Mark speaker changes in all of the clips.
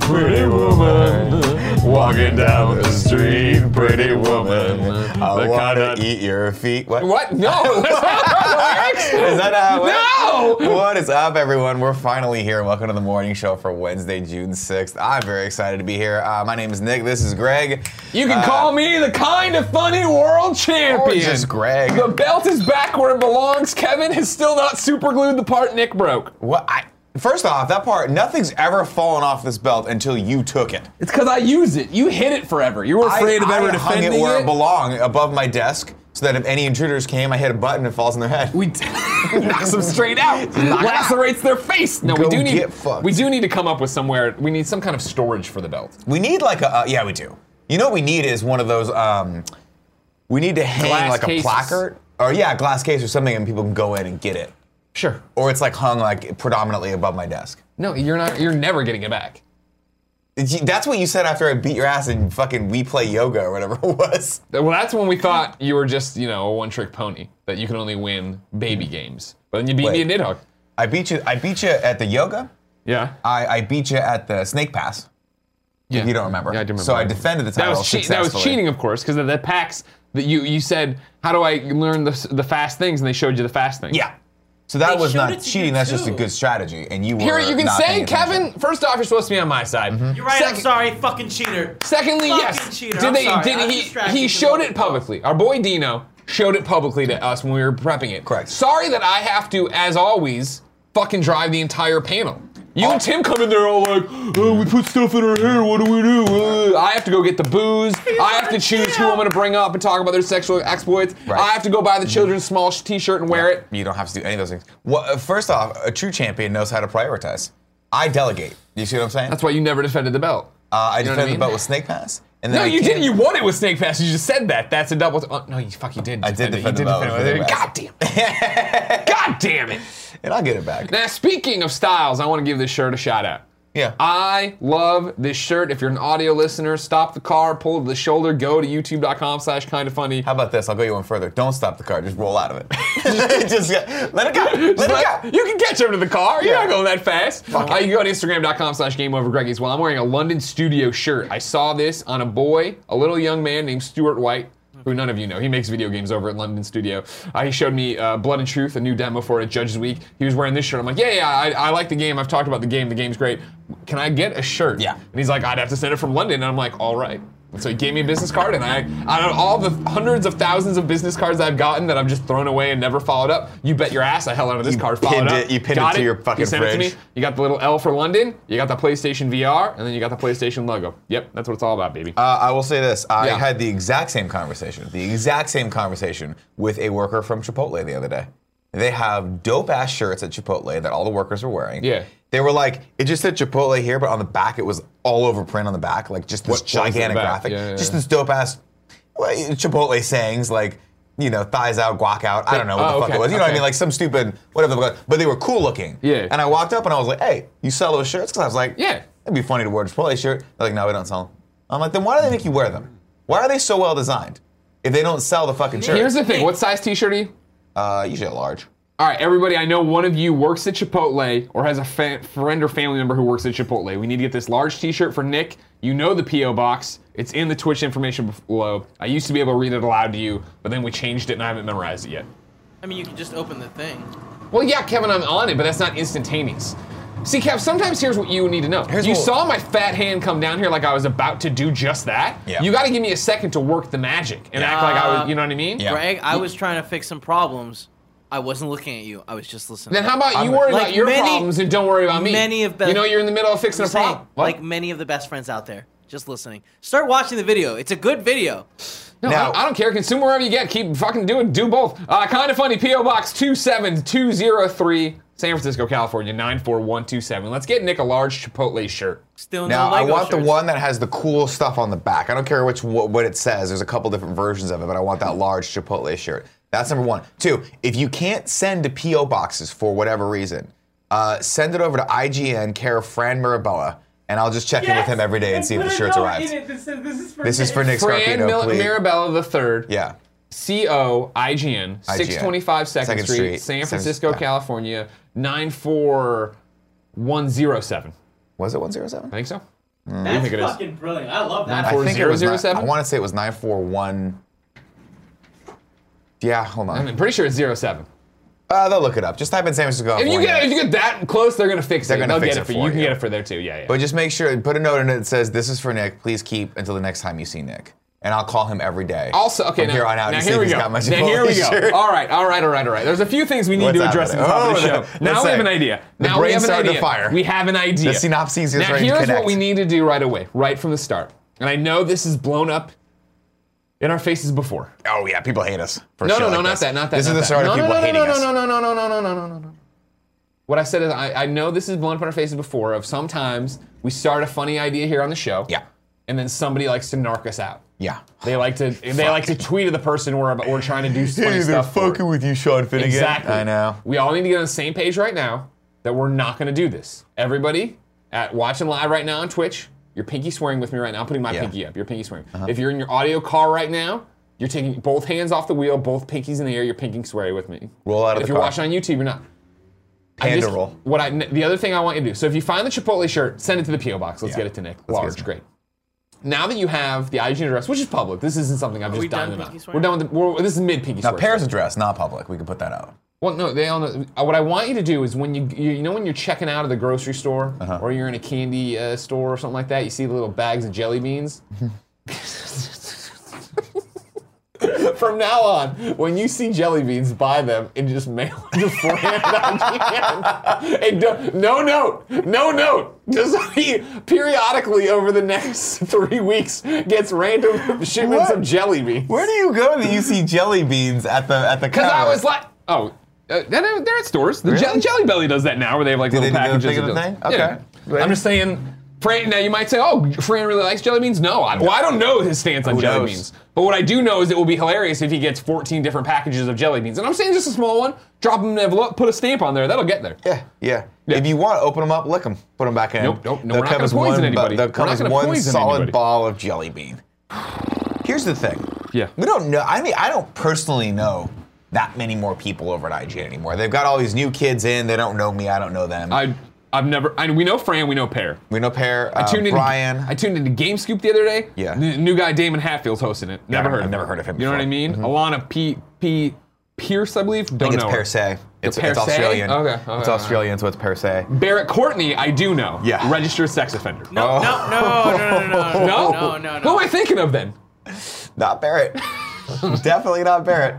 Speaker 1: Pretty woman, walking down the street. Pretty woman,
Speaker 2: I
Speaker 1: the
Speaker 2: want
Speaker 1: kind
Speaker 2: to
Speaker 1: of
Speaker 2: eat your feet. What?
Speaker 1: what? No, that's not the lyrics.
Speaker 2: Is that how it
Speaker 1: No!
Speaker 2: What is up, everyone? We're finally here. Welcome to the morning show for Wednesday, June 6th. I'm very excited to be here. Uh, my name is Nick. This is Greg.
Speaker 1: You can
Speaker 2: Uh,
Speaker 1: call me the kind of funny world
Speaker 2: Or
Speaker 1: champion.
Speaker 2: just Greg.
Speaker 1: the belt is back where it belongs. Kevin has still not superglued the part Nick broke.
Speaker 2: What? I, first off, that part, nothing's ever fallen off this belt until you took it.
Speaker 1: It's because I use it. You hid it forever. You were afraid of
Speaker 2: I,
Speaker 1: ever
Speaker 2: I hung
Speaker 1: defending
Speaker 2: it where it belonged, above my desk, so that if any intruders came, I hit a button and it falls on their head.
Speaker 1: We d- knocks them straight out. Lacerates their face. No, we
Speaker 2: Go
Speaker 1: do need.
Speaker 2: get fucked.
Speaker 1: We do need to come up with somewhere. We need some kind of storage for the belt.
Speaker 2: We need like a uh, yeah, we do. You know what we need is one of those. Um, we need to hang
Speaker 1: Glass
Speaker 2: like
Speaker 1: cases.
Speaker 2: a placard or yeah, a glass case or something, and people can go in and get it.
Speaker 1: Sure.
Speaker 2: Or it's like hung like predominantly above my desk.
Speaker 1: No, you're not. You're never getting it back.
Speaker 2: It's- That's what you said after I beat your ass and fucking we play yoga or whatever it was.
Speaker 1: Well, that's when we thought you were just you know a one-trick pony that you can only win baby games. But then you beat
Speaker 2: Wait.
Speaker 1: me at Nidhogg.
Speaker 2: I beat you. I beat you at the yoga.
Speaker 1: Yeah.
Speaker 2: I, I beat you at the snake pass.
Speaker 1: yeah.
Speaker 2: You don't remember.
Speaker 1: Yeah, I do remember.
Speaker 2: So I defended the
Speaker 1: That
Speaker 2: title
Speaker 1: was, che- that
Speaker 2: successfully.
Speaker 1: was cheating, of course, because of the packs that you you said. How do I learn the, s- the fast things? And they showed you the fast things.
Speaker 2: Yeah. So that
Speaker 3: They
Speaker 2: was
Speaker 3: showed
Speaker 2: not
Speaker 3: it to you
Speaker 2: cheating. That's just a
Speaker 3: too.
Speaker 2: good strategy, and you were.
Speaker 1: Here, you can
Speaker 2: not Mm-hmm.
Speaker 1: say,
Speaker 2: paying attention.
Speaker 1: Kevin. First off, you're supposed to be on my side.
Speaker 3: You're right.
Speaker 1: Second-
Speaker 3: I'm sorry. Fucking cheater.
Speaker 1: Secondly,
Speaker 3: Fucking
Speaker 1: yes.
Speaker 3: cheater,
Speaker 1: Did
Speaker 3: I'm
Speaker 1: they?
Speaker 3: sorry,
Speaker 1: Did
Speaker 3: I was
Speaker 1: he?
Speaker 3: distracted
Speaker 1: He
Speaker 3: from
Speaker 1: showed
Speaker 3: what
Speaker 1: it
Speaker 3: it was.
Speaker 1: publicly. Our boy Dino showed it publicly to us when we were prepping it.
Speaker 2: Correct.
Speaker 1: Sorry that I have to, as always, fucking drive the entire panel. You
Speaker 2: Oh.
Speaker 1: and Tim come in there all like, oh, we put stuff in her hair. What do we do? Uh, I have to go get the booze. I have to choose who I'm going to bring up and talk about their sexual exploits.
Speaker 2: Right.
Speaker 1: I have to go buy the children's small sh- T-shirt and wear it.
Speaker 2: You don't have to do any of those things. Well, uh, first off, a true champion knows how to prioritize. I delegate. You see what I'm saying?
Speaker 1: That's why you never defended the belt.
Speaker 2: uh, I
Speaker 1: you know what
Speaker 2: defended
Speaker 1: I mean?
Speaker 2: the belt with snake pass, and
Speaker 1: No,
Speaker 2: I
Speaker 1: you
Speaker 2: can't-
Speaker 1: didn't. You won it with Snake Pass. You just said that. That's a double. oh, no, you fuck. You did.
Speaker 2: I did
Speaker 1: it. You
Speaker 2: defend the belt
Speaker 1: did
Speaker 2: with
Speaker 1: defend it. God damn it. God damn it.
Speaker 2: and I'll get it back.
Speaker 1: Now, speaking of styles, I want to give this shirt a shout out.
Speaker 2: Yeah.
Speaker 1: Uh, I love this shirt. If you're an audio listener, stop the car, pull to the shoulder, go to youtube.com slash kind of funny.
Speaker 2: how about this? I'll go you one further. Don't stop the car. Just roll out of it. just, yeah, let it go. Let it go.
Speaker 1: You can catch up to the car. You're
Speaker 2: Yeah.
Speaker 1: not going that fast.
Speaker 2: Fuck it.
Speaker 1: Uh, you go to Instagram.com slash Game Over Greggies. Well, I'm wearing a London Studio shirt. I saw this on a boy, a little young man named Stuart White, who none of you know. He makes video games over at London Studio. Uh, he showed me uh, Blood and Truth, a new demo for it at Judges Week. He was wearing this shirt. I'm like, yeah, yeah, I, I like the game. I've talked about the game. The game's great. Can I get a shirt?
Speaker 2: Yeah.
Speaker 1: And he's like, I'd have to send it from London. And I'm like, all right. And so he gave me a business card, and I, out of all the hundreds of thousands of business cards I've gotten that I've just thrown away and never followed up, you bet your ass I held on to this
Speaker 2: You
Speaker 1: card. Followed
Speaker 2: pinned
Speaker 1: up.
Speaker 2: it- you pinned it
Speaker 1: Got
Speaker 2: to your fucking
Speaker 1: You sent it
Speaker 2: fridge.
Speaker 1: to me. You got the little L for London. You got the PlayStation VR, and then you got the PlayStation logo. Yep, that's what it's all about, baby.
Speaker 2: Uh, I will say this. I
Speaker 1: Yeah.
Speaker 2: had the exact same conversation, the exact same conversation with a worker from Chipotle the other day. They have dope ass shirts at Chipotle that all the workers are wearing.
Speaker 1: Yeah.
Speaker 2: They were like, it just said Chipotle here, but on the back it was all over print on the back, like just this
Speaker 1: What- what was in the
Speaker 2: gigantic
Speaker 1: back?
Speaker 2: graphic.
Speaker 1: Yeah, yeah,
Speaker 2: just
Speaker 1: yeah.
Speaker 2: this dope ass well, Chipotle sayings like, you know, thighs out, guac out. I don't know what
Speaker 1: Oh,
Speaker 2: the fuck
Speaker 1: okay,
Speaker 2: it was. You know what
Speaker 1: okay.
Speaker 2: I mean? Like some stupid whatever. the fuck. But they were cool looking.
Speaker 1: Yeah.
Speaker 2: And I walked up and I was like, hey, you sell those shirts? Because I was like,
Speaker 1: Yeah.
Speaker 2: It'd be funny to wear a Chipotle shirt. They're like, no, we don't sell them. I'm like, then why do they make you wear them? Why are they so well designed? If they don't sell the fucking shirt,
Speaker 1: Here's the thing. What size T-shirt are you?
Speaker 2: uh, usually a large.
Speaker 1: All right, everybody. I know one of you works at Chipotle or has a fa- friend or family member who works at Chipotle. We need to get this large T-shirt for Nick. You know the PO box. It's in the Twitch information below. I used to be able to read it aloud to you, but then we changed it, and I haven't memorized it yet.
Speaker 3: I mean, you can just open the thing.
Speaker 1: Well, yeah, Kevin, I'm on it, but that's not instantaneous. See, Kev, sometimes here's what you need to know.
Speaker 2: Here's
Speaker 1: you
Speaker 2: what-
Speaker 1: saw my fat hand come down here like I was about to do just that.
Speaker 2: Yeah.
Speaker 1: You got to give me a second to work the magic and act like I was, you know what I mean?
Speaker 2: Yeah.
Speaker 3: Greg, I was trying to fix some problems. I wasn't looking at you. I was just listening.
Speaker 1: Then how about you
Speaker 2: I'm-
Speaker 1: worry
Speaker 3: Like
Speaker 1: about your
Speaker 3: many-
Speaker 1: problems and don't worry about me?
Speaker 3: many of the-
Speaker 1: You know, you're in the middle of fixing a
Speaker 3: I'm saying,
Speaker 1: problem. What?
Speaker 3: Like many of the best friends out there, just listening. Start watching the video. It's a good video.
Speaker 1: No,
Speaker 2: Now-
Speaker 1: I, don't, I don't care. Consume wherever you get. Keep fucking doing. Do both. Uh, kind of funny. PO Box 27203, San Francisco, California 94127. Let's get Nick a large Chipotle shirt.
Speaker 3: Still
Speaker 2: Now
Speaker 3: no
Speaker 2: I
Speaker 3: Lego
Speaker 2: want the
Speaker 3: shirts.
Speaker 2: one that has the cool stuff on the back. I don't care which what, what it says. There's a couple different versions of it, but I want that large Chipotle shirt. That's number one. Two, if you can't send to PO boxes for whatever reason, uh, send it over to IGN care of Fran Mirabella, and I'll just check in with him every day and see if the shirts arrive. This is for Nick
Speaker 1: Fran
Speaker 2: Scarpino,
Speaker 1: Mil-
Speaker 2: please.
Speaker 1: Mirabella the third.
Speaker 2: yeah.
Speaker 1: C O I G N, 625 Second,
Speaker 2: Second
Speaker 1: Street,
Speaker 2: Street,
Speaker 1: San
Speaker 2: San-
Speaker 1: Francisco,
Speaker 2: yeah.
Speaker 1: California, 94107.
Speaker 2: Was it 107?
Speaker 1: I think so.
Speaker 3: That's
Speaker 1: think it is?
Speaker 3: fucking brilliant. I love that.
Speaker 1: Nine,
Speaker 2: I
Speaker 1: four-
Speaker 2: think it was. Nine,
Speaker 1: 007?
Speaker 2: I want to say it was nine four one. Yeah, hold on.
Speaker 1: I'm pretty sure it's 07.
Speaker 2: Uh, they'll look it up. Just type in San Francisco.
Speaker 1: If you
Speaker 2: California.
Speaker 1: get if you get that close, they're gonna fix
Speaker 2: They're
Speaker 1: it.
Speaker 2: gonna
Speaker 1: They'll
Speaker 2: fix
Speaker 1: get it
Speaker 2: it for
Speaker 1: for you. You can
Speaker 2: you.
Speaker 1: get it for there too. Yeah, yeah.
Speaker 2: But just make sure and put a note in it that says, "This is for Nick. Please keep until the next time you see Nick." And I'll call him every day.
Speaker 1: also, okay,
Speaker 2: from
Speaker 1: now,
Speaker 2: here on out.
Speaker 1: now
Speaker 2: to see
Speaker 1: here
Speaker 2: if
Speaker 1: we
Speaker 2: he's
Speaker 1: go.
Speaker 2: got my
Speaker 1: now here we go.
Speaker 2: Chipotle
Speaker 1: All right, all right, all right, all right. There's a few things we need
Speaker 2: What's
Speaker 1: to address at the
Speaker 2: happening?
Speaker 1: top of the
Speaker 2: Oh,
Speaker 1: show.
Speaker 2: that-
Speaker 1: now
Speaker 2: that's
Speaker 1: we have
Speaker 2: it.
Speaker 1: an idea.
Speaker 2: The
Speaker 1: Now we
Speaker 2: brain
Speaker 1: have an
Speaker 2: started to
Speaker 1: idea.
Speaker 2: fire.
Speaker 1: We have an idea.
Speaker 2: The synopses is
Speaker 1: Now
Speaker 2: ready to
Speaker 1: here's what
Speaker 2: connect.
Speaker 1: we need to do right away, right from the start. And I know this is blown up in our faces before.
Speaker 2: shirt. Oh yeah, people hate us. For
Speaker 1: No,
Speaker 2: shit
Speaker 1: no, no,
Speaker 2: like
Speaker 1: not
Speaker 2: this.
Speaker 1: that, not that.
Speaker 2: This
Speaker 1: not
Speaker 2: is the
Speaker 1: that.
Speaker 2: start
Speaker 1: no,
Speaker 2: of
Speaker 1: no,
Speaker 2: people
Speaker 1: no, no,
Speaker 2: hating
Speaker 1: no,
Speaker 2: us.
Speaker 1: No, no, no, no, no, no, no, no, no, no. What I said is, I, I know this is blown up in our faces before. Of sometimes we start a funny idea here on the show,
Speaker 2: Yeah,
Speaker 1: and then somebody likes to narc us out.
Speaker 2: yeah.
Speaker 1: They like to they like to tweet at the person we're about, we're trying to do funny
Speaker 2: Hey, they're
Speaker 1: stuff. for.
Speaker 2: fucking with you, Sean Finnegan.
Speaker 1: Exactly.
Speaker 2: I know.
Speaker 1: We all need to get on the same page right now that we're not going to do this. Everybody at watching live right now on Twitch, you're pinky swearing with me right now. I'm putting my
Speaker 2: Yeah. Uh-huh.
Speaker 1: pinky up. You're pinky swearing. If you're in your audio car right now, you're taking both hands off the wheel, both pinkies in the air. You're pinky swearing with me.
Speaker 2: Roll out of
Speaker 1: if
Speaker 2: the
Speaker 1: you're
Speaker 2: car.
Speaker 1: watching on YouTube, you're not. I
Speaker 2: Panda
Speaker 1: just-
Speaker 2: roll.
Speaker 1: What I the other thing I want you to do. So if you find the Chipotle shirt, send it to the PO box. Let's
Speaker 2: Yeah.
Speaker 1: get it to Nick.
Speaker 2: Let's get it
Speaker 1: Large,
Speaker 2: to-
Speaker 1: great. Now that you have the IGN address, which is public, this isn't something I've just
Speaker 3: we
Speaker 1: done
Speaker 3: done
Speaker 1: about.
Speaker 3: pinky swearing?
Speaker 1: We're done with the, we're, this is mid pinky
Speaker 2: Now,
Speaker 1: swear.
Speaker 2: Paris address, not public. We can put that out.
Speaker 1: Well, no, they all know. uh, What I want you to do is when you you, you know when you're checking out of the grocery store or you're in a candy uh, store or something like that, you see the little bags of jelly beans. From now on, when you see jelly beans, buy them and just mail them to Fran and IGN. And don't- no note, no note. Just he periodically over the next three weeks gets random shipments of
Speaker 2: What?
Speaker 1: jelly beans.
Speaker 2: Where do you go that you see jelly beans at the at the?
Speaker 1: Because I was like, oh, uh, they're, they're at stores. The Jelly, Jelly Belly does that now, where they have like
Speaker 2: they
Speaker 1: little
Speaker 2: do the
Speaker 1: packages.
Speaker 2: thing
Speaker 1: of
Speaker 2: of the
Speaker 1: jelly-
Speaker 2: thing? Okay. Right.
Speaker 1: I'm just saying. Fran, now you might say, "Oh, Fran really likes jelly beans." No, I, well, I don't know his stance on
Speaker 2: Who
Speaker 1: jelly
Speaker 2: knows?
Speaker 1: beans, but what I do know is it will be hilarious if he gets 14 different packages of jelly beans. And I'm saying just a small one, drop them in an envelope, put a stamp on there, that'll get there.
Speaker 2: Yeah, yeah.
Speaker 1: Yeah.
Speaker 2: If you want, open them up, lick them, put them back in.
Speaker 1: Nope, nope, no,
Speaker 2: They'll
Speaker 1: we're not
Speaker 2: come
Speaker 1: gonna
Speaker 2: as
Speaker 1: poison
Speaker 2: one, bu-
Speaker 1: anybody.
Speaker 2: They'll
Speaker 1: We're
Speaker 2: come
Speaker 1: not
Speaker 2: as
Speaker 1: gonna
Speaker 2: one
Speaker 1: poison
Speaker 2: solid
Speaker 1: anybody.
Speaker 2: ball of jelly bean. Here's the thing.
Speaker 1: Yeah.
Speaker 2: We don't know. I mean, I don't personally know that many more people over at IGN anymore. They've got all these new kids in. They don't know me. I don't know them.
Speaker 1: I, I've never. I, we know Fran, we know Pear.
Speaker 2: we know Pear, uh,
Speaker 1: tuned in.
Speaker 2: Brian.
Speaker 1: I tuned into Game Scoop the other day.
Speaker 2: Yeah.
Speaker 1: The new guy Damon Hatfield's hosting it. Never
Speaker 2: Yeah,
Speaker 1: heard.
Speaker 2: I've
Speaker 1: of
Speaker 2: never
Speaker 1: him.
Speaker 2: heard of him
Speaker 1: You know what I
Speaker 2: before. Mm-hmm.
Speaker 1: mean? Alana P. P. Pierce, I believe. Don't
Speaker 2: think it's
Speaker 1: know. her.
Speaker 2: Pear Se. It's,
Speaker 1: Pear
Speaker 2: it's
Speaker 1: Se?
Speaker 2: Australian.
Speaker 1: Okay, okay,
Speaker 2: it's
Speaker 1: okay.
Speaker 2: Australian, so it's Pear Se.
Speaker 1: Barrett Courtney, I do know.
Speaker 2: Yeah.
Speaker 1: Registered sex offender.
Speaker 3: No,
Speaker 2: Oh.
Speaker 3: no, no, no, no, no,
Speaker 1: No?
Speaker 3: no, no, no,
Speaker 1: Who am
Speaker 3: no.
Speaker 1: I thinking of then?
Speaker 2: Not Barrett. Definitely not Barrett.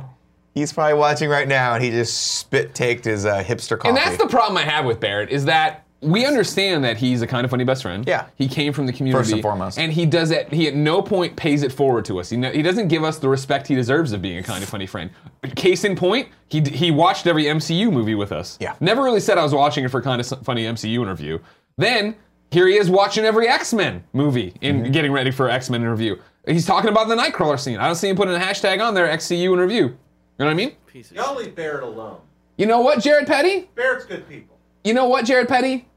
Speaker 2: He's probably watching right now, and he just spit taked his uh, hipster coffee.
Speaker 1: And that's the problem I have with Barrett is that we understand that he's a kind of funny best friend.
Speaker 2: Yeah.
Speaker 1: He came from the community.
Speaker 2: First and foremost.
Speaker 1: And he does that. He at no point pays it forward to us. He, no, he doesn't give us the respect he deserves of being a kind of funny friend. Case in point, he, d- he watched every MCU movie with us.
Speaker 2: Yeah.
Speaker 1: Never really said I was watching it for kind of funny MCU interview. Then here he is watching every X Men movie and
Speaker 2: Mm-hmm.
Speaker 1: getting ready for X Men interview. He's talking about the Nightcrawler scene. I don't see him putting a hashtag on there XCU interview. You know what I mean?
Speaker 3: Pieces.
Speaker 4: Y'all leave Barrett alone.
Speaker 1: You know what, Jared Petty?
Speaker 4: Barrett's good people.
Speaker 1: you know what, Jared Petty?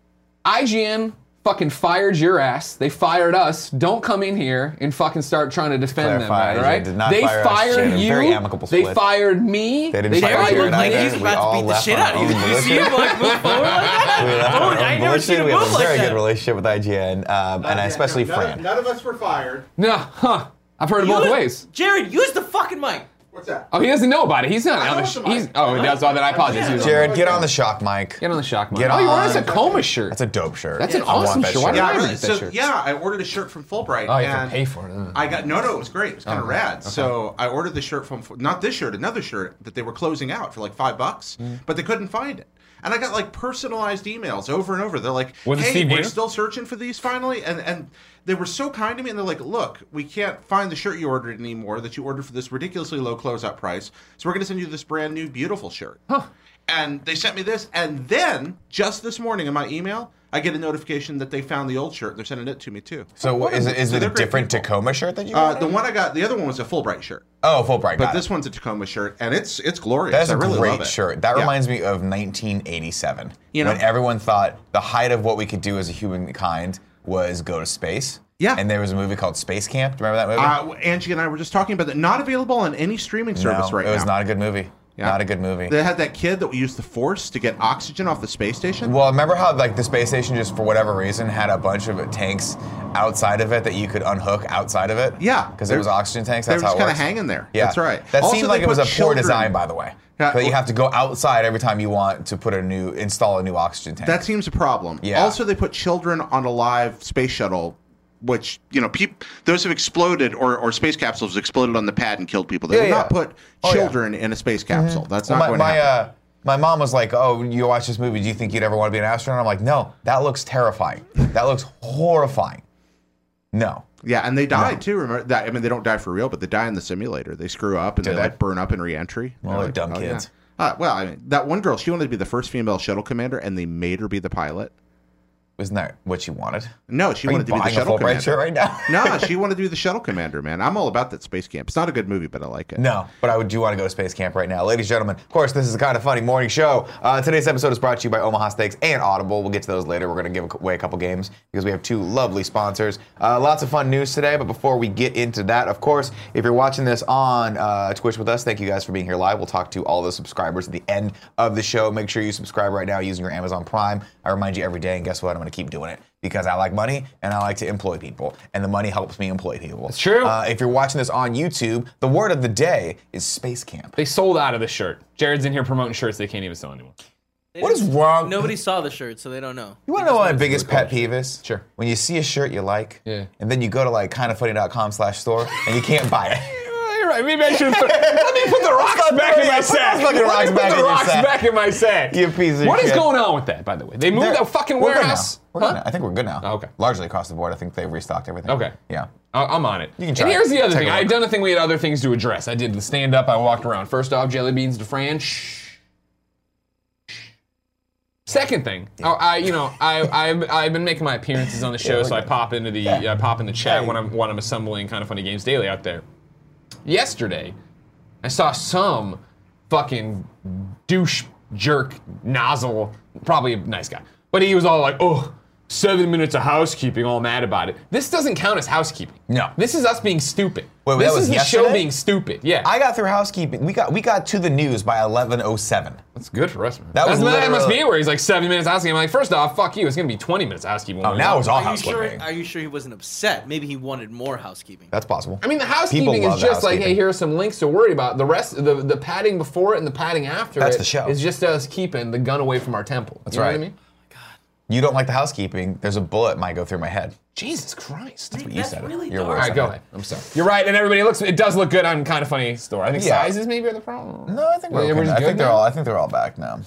Speaker 1: IGN fucking fired your ass. They fired us. Don't come in here and fucking start trying to defend
Speaker 2: Clarify,
Speaker 1: them. All
Speaker 2: IGN
Speaker 1: right?
Speaker 2: did not
Speaker 1: they
Speaker 2: fire us,
Speaker 1: fired
Speaker 2: Shannon.
Speaker 1: you.
Speaker 2: Very amicable
Speaker 1: They
Speaker 2: split.
Speaker 1: fired me.
Speaker 2: They didn't fire
Speaker 3: Jared
Speaker 2: Jared
Speaker 3: looked like he
Speaker 2: either.
Speaker 3: was
Speaker 2: We
Speaker 3: about
Speaker 2: all
Speaker 3: to beat the
Speaker 2: left
Speaker 3: shit
Speaker 2: on
Speaker 3: out
Speaker 2: our
Speaker 3: of you.
Speaker 2: own
Speaker 3: Did you see
Speaker 2: volition.
Speaker 3: him like move forward like that?
Speaker 2: We have
Speaker 1: Oh,
Speaker 2: our
Speaker 3: Dude, I
Speaker 2: own
Speaker 3: never seen
Speaker 2: volition.
Speaker 3: a
Speaker 2: We have
Speaker 3: move
Speaker 2: a
Speaker 3: like
Speaker 2: very
Speaker 3: that.
Speaker 2: good relationship with IGN, um, and
Speaker 4: Oh, Yeah,
Speaker 2: especially
Speaker 4: no, None,
Speaker 2: Fran.
Speaker 4: of- none of us were fired.
Speaker 1: No, huh? I've heard it both
Speaker 3: Use-
Speaker 1: ways.
Speaker 3: Jared, use the fucking mic.
Speaker 4: What's that?
Speaker 1: Oh, he doesn't know about it. He's not on the.
Speaker 4: know
Speaker 1: Sh-
Speaker 4: somebody.
Speaker 1: he's, oh, that's all that. I apologize. He was on-
Speaker 2: Jared, get on the shock mic.
Speaker 1: Get on the shock mic.
Speaker 2: Get
Speaker 1: oh, you
Speaker 2: on.
Speaker 1: want us a coma shirt?
Speaker 2: That's a dope shirt.
Speaker 1: That's an
Speaker 2: I want
Speaker 1: awesome
Speaker 2: that
Speaker 1: shirt. Why did
Speaker 4: Yeah,
Speaker 1: I
Speaker 4: I
Speaker 1: really
Speaker 4: really,
Speaker 1: like that
Speaker 4: so
Speaker 1: shirt.
Speaker 4: yeah, I ordered a shirt from Fulbright.
Speaker 1: Oh, you have to
Speaker 4: and
Speaker 1: pay for it,
Speaker 2: Uh.
Speaker 1: huh?
Speaker 4: I got no, no, it was great. It was kind of rad. So I ordered the shirt from Ful- not this shirt, another shirt that they were closing out for like five bucks, but they couldn't find it. And I got like personalized emails over and over. They're like,
Speaker 1: Was it
Speaker 4: "Hey,
Speaker 1: Steve
Speaker 4: we're
Speaker 1: Wiener?
Speaker 4: still searching for these finally," and and they were so kind to me. And they're like, "Look, we can't find the shirt you ordered anymore that you ordered for this ridiculously low closeout price. So we're going to send you this brand new beautiful shirt." And they sent me this, and then just this morning in my email, I get a notification that they found the old shirt. and They're sending it to me too.
Speaker 2: So is it, is
Speaker 4: So
Speaker 2: it a
Speaker 4: they're great
Speaker 2: different
Speaker 4: people.
Speaker 2: Tacoma shirt that you
Speaker 4: Uh,
Speaker 2: got?
Speaker 4: the one I got, the other one was a Fulbright shirt,
Speaker 2: oh, Fulbright.
Speaker 4: but
Speaker 2: got
Speaker 4: this
Speaker 2: it.
Speaker 4: one's a Tacoma shirt, and it's it's glorious.
Speaker 2: That's
Speaker 4: I
Speaker 2: a
Speaker 4: really love
Speaker 2: great
Speaker 4: it.
Speaker 2: shirt. That
Speaker 4: Yeah.
Speaker 2: reminds me of 1987,
Speaker 4: You know-
Speaker 2: when everyone thought the height of what we could do as a humankind was go to space.
Speaker 4: Yeah.
Speaker 2: And there was a movie called Space Camp. Do you remember that movie?
Speaker 4: Uh, Angie and I were just talking about that. Not available on any streaming service
Speaker 2: no,
Speaker 4: right
Speaker 2: it was
Speaker 4: now.
Speaker 2: not a good movie.
Speaker 4: Yeah.
Speaker 2: Not a good movie.
Speaker 4: They had that kid that we used the force to get oxygen off the space station.
Speaker 2: Well, remember how like the space station just for whatever reason had a bunch of tanks outside of it that you could unhook outside of it.
Speaker 4: Yeah.
Speaker 2: because there was oxygen tanks. That's
Speaker 4: they
Speaker 2: how
Speaker 4: were just
Speaker 2: it
Speaker 4: kind of
Speaker 2: works.
Speaker 4: hanging there.
Speaker 2: Yeah,
Speaker 4: That's right.
Speaker 2: That
Speaker 4: Also,
Speaker 2: seemed
Speaker 4: they
Speaker 2: like it was a
Speaker 4: put
Speaker 2: poor
Speaker 4: children-
Speaker 2: design, by the way.
Speaker 4: Yeah,
Speaker 2: that you
Speaker 4: well-
Speaker 2: have to go outside every time you want to put a new install a new oxygen tank.
Speaker 4: That seems a problem.
Speaker 2: Yeah.
Speaker 4: Also, they put children on a live space shuttle, which you know, peop- those have exploded or, or space capsules exploded on the pad and killed people. They
Speaker 2: Yeah,
Speaker 4: will not
Speaker 2: yeah.
Speaker 4: put
Speaker 2: Oh, yeah. Mm-hmm.
Speaker 4: children in a space capsule. That's not
Speaker 2: my,
Speaker 4: going
Speaker 2: my,
Speaker 4: to happen.
Speaker 2: uh, my mom was like, "Oh, you watch this movie? Do you think you'd ever want to be an astronaut?" I'm like, "No, that looks terrifying. That looks horrifying. No,
Speaker 4: yeah, and they die too. Remember that? I mean, they don't die for real, but they die in the simulator. They screw up and they,
Speaker 2: they?
Speaker 4: like burn up in reentry.
Speaker 2: Well,
Speaker 4: They're
Speaker 2: they're
Speaker 4: like,
Speaker 2: dumb
Speaker 4: "Oh, yeah."
Speaker 2: kids.
Speaker 4: Uh, well, I mean, that one girl, she wanted to be the first female shuttle commander, and they made her be the pilot.
Speaker 2: isn't that what you wanted?
Speaker 4: No, she
Speaker 2: Are you
Speaker 4: wanted to be the
Speaker 2: buying a
Speaker 4: shuttle
Speaker 2: full bright
Speaker 4: commander.
Speaker 2: shirt right now?
Speaker 4: no, she wanted to be the shuttle commander, man. I'm all about that space camp. It's not a good movie, but I like it.
Speaker 2: No, but I would, do want to go to space camp right now. Ladies and gentlemen, of course, this is the kind of funny morning show. Uh, today's episode is brought to you by Omaha Steaks and Audible. We'll get to those later. We're going to give away a couple games because we have two lovely sponsors. Uh, lots of fun news today, but before we get into that, of course, if you're watching this on uh, Twitch with us, thank you guys for being here live. We'll talk to all the subscribers at the end of the show. Make sure you subscribe right now using your Amazon Prime. I remind you every day, and guess what? I'm going to keep doing it because I like money and I like to employ people, and the money helps me employ people. That's
Speaker 1: true.
Speaker 2: uh, if you're watching this on YouTube, the word of the day is space camp.
Speaker 1: They sold out of the shirt. Jared's in here promoting shirts they can't even sell anymore.
Speaker 3: They
Speaker 2: What is
Speaker 3: didn't-
Speaker 2: wrong?
Speaker 3: Nobody saw the shirt, so they don't know.
Speaker 2: You want to know my biggest pet peeve is?
Speaker 1: Sure.
Speaker 2: When you see a shirt you like,
Speaker 1: Yeah.
Speaker 2: and then you go to like kindoffunny.com slash store and you can't buy it.
Speaker 1: You're right. Maybe I should. Let me put the rocks
Speaker 2: Fuck
Speaker 1: back in
Speaker 2: yeah,
Speaker 1: my
Speaker 2: put
Speaker 1: sack.
Speaker 2: those fucking rocks
Speaker 1: Let me
Speaker 2: back
Speaker 1: put
Speaker 2: in
Speaker 1: the
Speaker 2: your
Speaker 1: rocks
Speaker 2: sack.
Speaker 1: back in my sack.
Speaker 2: You piece of
Speaker 1: What is
Speaker 2: shit.
Speaker 1: going on with that, by the way? They moved
Speaker 2: They're-
Speaker 1: that fucking
Speaker 2: we're good now.
Speaker 1: warehouse.
Speaker 2: We're
Speaker 1: Huh?
Speaker 2: good now. I think we're good now.
Speaker 1: Oh, okay.
Speaker 2: Largely across the board, I think they've restocked everything.
Speaker 1: Okay.
Speaker 2: Yeah.
Speaker 1: I- I'm on it.
Speaker 2: You can try
Speaker 1: and
Speaker 2: it.
Speaker 1: here's the other
Speaker 2: Take a
Speaker 1: thing. I had
Speaker 2: look.
Speaker 1: done a thing. We had other things to address. I did the stand up. I walked around. First off, jelly beans to Fran. Shh. Shh. Second thing, oh, I you know I I've, I've been making my appearances on the show,
Speaker 2: we're
Speaker 1: so I
Speaker 2: good.
Speaker 1: pop into the I pop in the chat when I'm when I'm assembling kind of funny games daily out there. Yesterday, I saw some fucking douche jerk nozzle, probably a nice guy, but he was all like, oh, seven minutes of housekeeping, all mad about it. This doesn't count as housekeeping.
Speaker 2: No.
Speaker 1: This is us being stupid.
Speaker 2: Wait,
Speaker 1: this
Speaker 2: that was
Speaker 1: is the show
Speaker 2: yesterday?
Speaker 1: being stupid. Yeah.
Speaker 2: I got through housekeeping. We got we got to the news by 11:07.
Speaker 1: That's good for us, man.
Speaker 2: That was
Speaker 1: That's- that must
Speaker 2: literally-
Speaker 1: be where he's like seven minutes of housekeeping. I'm like, first off, fuck you. It's going to be 20 minutes of housekeeping.
Speaker 2: Oh, now it was all
Speaker 3: Are you sure?
Speaker 2: housekeeping.
Speaker 3: Are you sure he wasn't upset? Maybe he wanted more housekeeping.
Speaker 2: That's possible.
Speaker 1: I mean, the
Speaker 2: People
Speaker 1: housekeeping
Speaker 2: love
Speaker 1: is just like,
Speaker 2: housekeeping.
Speaker 1: hey, here are some links to worry about. The rest, the, the padding before it and the padding after
Speaker 2: That's
Speaker 1: it
Speaker 2: the show.
Speaker 1: is just us keeping the gun away from our temple. That's you know
Speaker 2: right.
Speaker 1: What I mean?
Speaker 2: You don't like the housekeeping? There's a bullet might go through my head.
Speaker 1: Jesus Christ.
Speaker 2: You
Speaker 3: That's
Speaker 2: said
Speaker 3: really
Speaker 2: it. Your
Speaker 3: dark.
Speaker 1: All
Speaker 2: words.
Speaker 1: right, go ahead. I'm sorry. You're right, and everybody it looks. It does look good on kind of funny store. I think
Speaker 2: Yeah.
Speaker 1: sizes maybe are the problem.
Speaker 2: No, I think we're
Speaker 1: Yeah,
Speaker 2: okay.
Speaker 1: everybody's
Speaker 2: I
Speaker 1: good
Speaker 2: think they're
Speaker 1: now?
Speaker 2: all. I think they're all back now.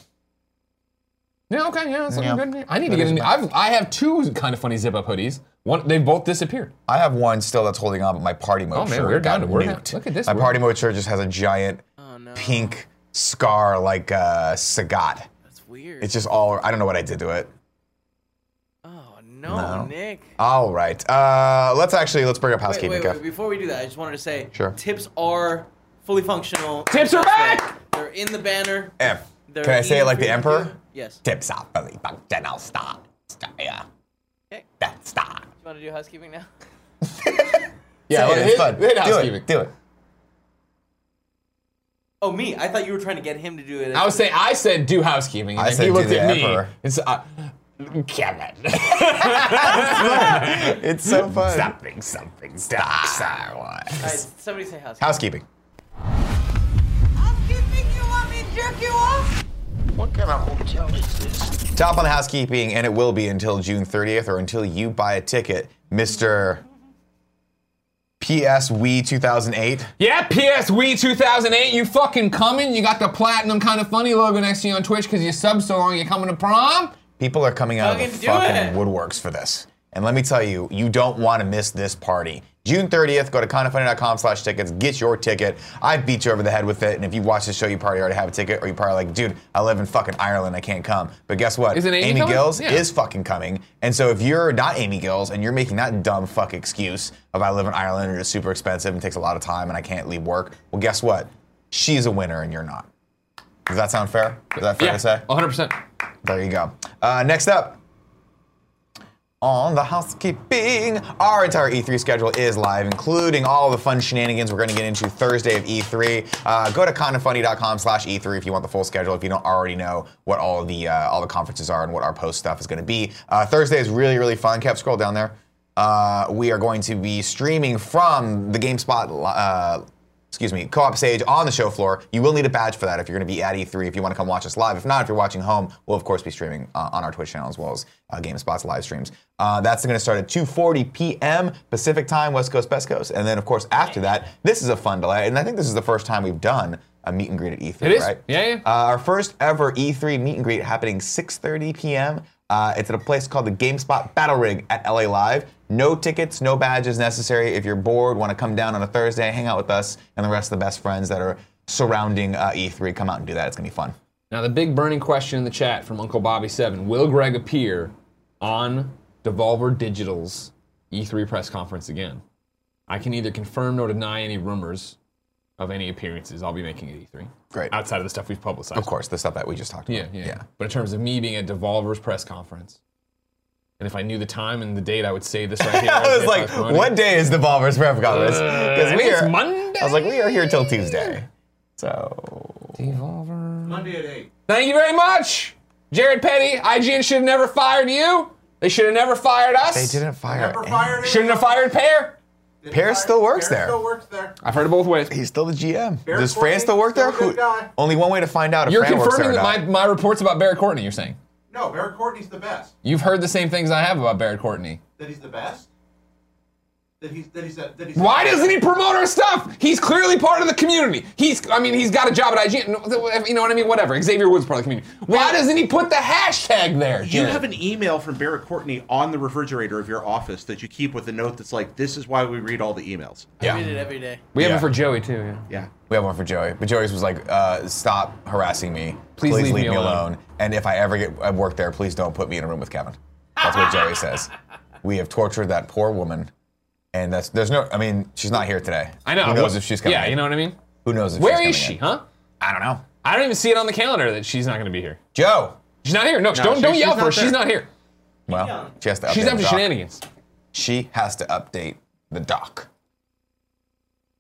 Speaker 1: Yeah, okay, yeah, it's looking
Speaker 2: Yeah.
Speaker 1: good. I need
Speaker 2: That
Speaker 1: to get
Speaker 2: is
Speaker 1: a new.
Speaker 2: about-
Speaker 1: I've, I have two kind of funny zip up hoodies. One, they've both disappeared.
Speaker 2: I have one still that's holding on, but my party mode
Speaker 1: Oh, man,
Speaker 2: shirt
Speaker 1: we're down
Speaker 2: got
Speaker 1: to- we're
Speaker 2: nuked.
Speaker 1: down- look at this,
Speaker 2: My
Speaker 1: we're-
Speaker 2: party mode shirt just has a giant
Speaker 3: Oh no,
Speaker 2: pink scar like uh, Sagat.
Speaker 3: that's weird.
Speaker 2: It's just all. I don't know what I did to it.
Speaker 3: oh no,
Speaker 2: No.
Speaker 3: Nick.
Speaker 2: All right. Uh, let's actually let's bring up
Speaker 3: Wait,
Speaker 2: housekeeping.
Speaker 3: wait,
Speaker 2: Kev.
Speaker 3: wait. Before we do that, I just wanted to say,
Speaker 2: Sure.
Speaker 3: tips are fully functional.
Speaker 1: Tips are back!
Speaker 3: They're in the banner.
Speaker 2: Em.
Speaker 3: They're
Speaker 2: Can I say
Speaker 3: easy
Speaker 2: it like
Speaker 3: for
Speaker 2: the
Speaker 3: you to
Speaker 2: emperor?
Speaker 3: do. Yes. Do
Speaker 2: Tips out, really back then I'll start. Start, Yeah.
Speaker 3: Okay.
Speaker 2: That start.
Speaker 3: you want to do housekeeping now?
Speaker 1: Yeah,
Speaker 2: Say it,
Speaker 1: hit-
Speaker 2: it's fun.
Speaker 1: hit
Speaker 2: do
Speaker 1: housekeeping.
Speaker 2: it. Do it.
Speaker 3: Oh, me. I thought you were trying to get him to do it.
Speaker 1: I was saying, I said do housekeeping, and
Speaker 2: I
Speaker 1: then
Speaker 2: said
Speaker 1: he
Speaker 2: do
Speaker 1: looked
Speaker 2: the
Speaker 1: at me.
Speaker 2: emperor.
Speaker 1: It's uh, Kevin.
Speaker 2: It's so fun.
Speaker 1: something, something,
Speaker 2: Ah.
Speaker 1: stop.
Speaker 3: All right, somebody say housekeeping.
Speaker 2: Housekeeping.
Speaker 5: Housekeeping, you want me to jerk you off?
Speaker 6: What kind of hotel is this?
Speaker 2: Top on the housekeeping, and it will be until June 30th or until you buy a ticket, Mr. PS Wii 2008.
Speaker 1: Yeah, PS Wii 2008, you fucking coming? You got the platinum kind of funny logo next to you on Twitch because you subbed so long. You coming to prom?
Speaker 2: People are coming out of
Speaker 3: Fucking
Speaker 2: the
Speaker 3: do
Speaker 2: fucking
Speaker 3: it.
Speaker 2: woodworks for this. And let me tell you, you don't want to miss this party. June 30th, go to kindoffunny.com slash tickets, get your ticket. I beat you over the head with it, and if you watch the show, you probably already have a ticket, or you're probably like, dude, I live in fucking Ireland, I can't come. But guess what?
Speaker 1: Isn't Amy coming?
Speaker 2: Gills
Speaker 1: Yeah.
Speaker 2: is fucking coming. And so if you're not Amy Gills and you're making that dumb fuck excuse of I live in Ireland and it's super expensive and takes a lot of time and I can't leave work, well, guess what? She's a winner and you're not. Does that sound fair? Is that fair
Speaker 1: Yeah,
Speaker 2: to say?
Speaker 1: 100%.
Speaker 2: There you go. Uh, next up. On the housekeeping, our entire E3 schedule is live, including all the fun shenanigans we're going to get into Thursday of E3. Uh, go to condofunny.com slash E3 if you want the full schedule. If you don't already know what all the uh, all the conferences are and what our post stuff is going to be, uh, Thursday is really really fun. Kev, scroll down there. uh, we are going to be streaming from the GameSpot, uh, excuse me, co-op stage on the show floor. You will need a badge for that if you're going to be at E3. If you want to come watch us live, if not, if you're watching home, we'll of course be streaming uh, on our Twitch channel as well as uh, GameSpot's live streams. Uh, that's going to start at 2:40 p.m. Pacific time, West Coast, Best Coast, and then of course after that, this is a fun delay, and I think this is the first time we've done a meet and greet at E3.
Speaker 1: It is.
Speaker 2: right?
Speaker 1: Yeah, yeah.
Speaker 2: Uh, our first ever E3 meet and greet happening 6:30 p.m. Uh, it's at a place called the GameSpot Battle Rig at LA Live. No tickets, no badges necessary. If you're bored, want to come down on a Thursday, hang out with us and the rest of the best friends that are surrounding uh, E3, come out and do that. It's gonna be fun.
Speaker 1: Now, the big burning question in the chat from Uncle Bobby7 Will Greg appear on Devolver Digital's E3 press conference again? I can neither confirm nor deny any rumors of any appearances I'll be making at E3.
Speaker 2: Great.
Speaker 1: Outside of the stuff we've publicized.
Speaker 2: Of course, the stuff that we just talked
Speaker 1: Yeah,
Speaker 2: about.
Speaker 1: yeah, But in terms of me being at Devolver's press conference, and if I knew the time and the date, I would say this right here.
Speaker 2: I was
Speaker 1: if
Speaker 2: like,
Speaker 1: promoting.
Speaker 2: what day is the Devolver's Ref Conference? Because
Speaker 1: I
Speaker 2: we
Speaker 1: think it's
Speaker 2: are
Speaker 1: Monday.
Speaker 2: I was like, we are here till Tuesday. So
Speaker 1: Devolver.
Speaker 4: Monday at 8.
Speaker 1: Thank you very much, Jared Petty. IGN should have never fired you. They should have never fired us.
Speaker 2: they didn't fire.
Speaker 4: Never
Speaker 2: any-
Speaker 4: fired
Speaker 1: Shouldn't have fired Pear.
Speaker 2: Pear still works
Speaker 4: Pear
Speaker 2: there.
Speaker 4: still works there.
Speaker 1: I've heard it both ways.
Speaker 2: He's still the GM.
Speaker 4: Bear
Speaker 2: Does
Speaker 4: Courtney,
Speaker 2: Fran still work there?
Speaker 4: still a
Speaker 2: Who-
Speaker 4: good guy.
Speaker 2: only one way to find out if
Speaker 1: You're
Speaker 2: Fran works there
Speaker 1: confirming
Speaker 2: or
Speaker 1: that my,
Speaker 2: not.
Speaker 1: my reports about Barrett Courtney. You're saying
Speaker 4: No, Barrett Courtney's the best.
Speaker 1: you've heard the same things I have about Barrett Courtney.
Speaker 4: That he's the best. That he's that he's that he's.
Speaker 1: Why doesn't he promote our stuff? He's clearly part of the community. He's, I mean, he's got a job at IGN. No, You know what I mean? Whatever. Xavier Woods part of the community. Why doesn't he put the hashtag there?
Speaker 4: You
Speaker 1: Jared?
Speaker 4: have an email from Barrett Courtney on the refrigerator of your office that you keep with a note that's like, "This is why we read all the emails."
Speaker 3: I read it every day.
Speaker 1: we have
Speaker 2: Yeah.
Speaker 1: it for Joey too. Yeah.
Speaker 4: Yeah.
Speaker 2: We have one for Joey, but Joey's was like, uh, "Stop harassing me.
Speaker 1: Please leave me alone.
Speaker 2: And if I ever get I work there, please don't put me in a room with Kevin." That's what Joey says. We have tortured that poor woman, and that's there's no. I mean, she's not here today.
Speaker 1: I know.
Speaker 2: Who knows
Speaker 1: What-
Speaker 2: if she's coming?
Speaker 1: Yeah,
Speaker 2: in?
Speaker 1: you know what I mean.
Speaker 2: Who knows if
Speaker 1: Where
Speaker 2: she's
Speaker 1: is
Speaker 2: coming in?
Speaker 1: she? Huh?
Speaker 2: I don't know.
Speaker 1: I don't even see it on the calendar that she's not going to be here.
Speaker 2: Joe.
Speaker 1: She's not here. No, don't
Speaker 4: she-
Speaker 1: don't yell for
Speaker 4: she's
Speaker 1: her.
Speaker 4: not
Speaker 1: She's
Speaker 4: there.
Speaker 1: not here.
Speaker 2: Well, she has to.
Speaker 1: She's
Speaker 2: update
Speaker 1: up to
Speaker 2: the doc.
Speaker 1: shenanigans.
Speaker 2: She has to update the doc.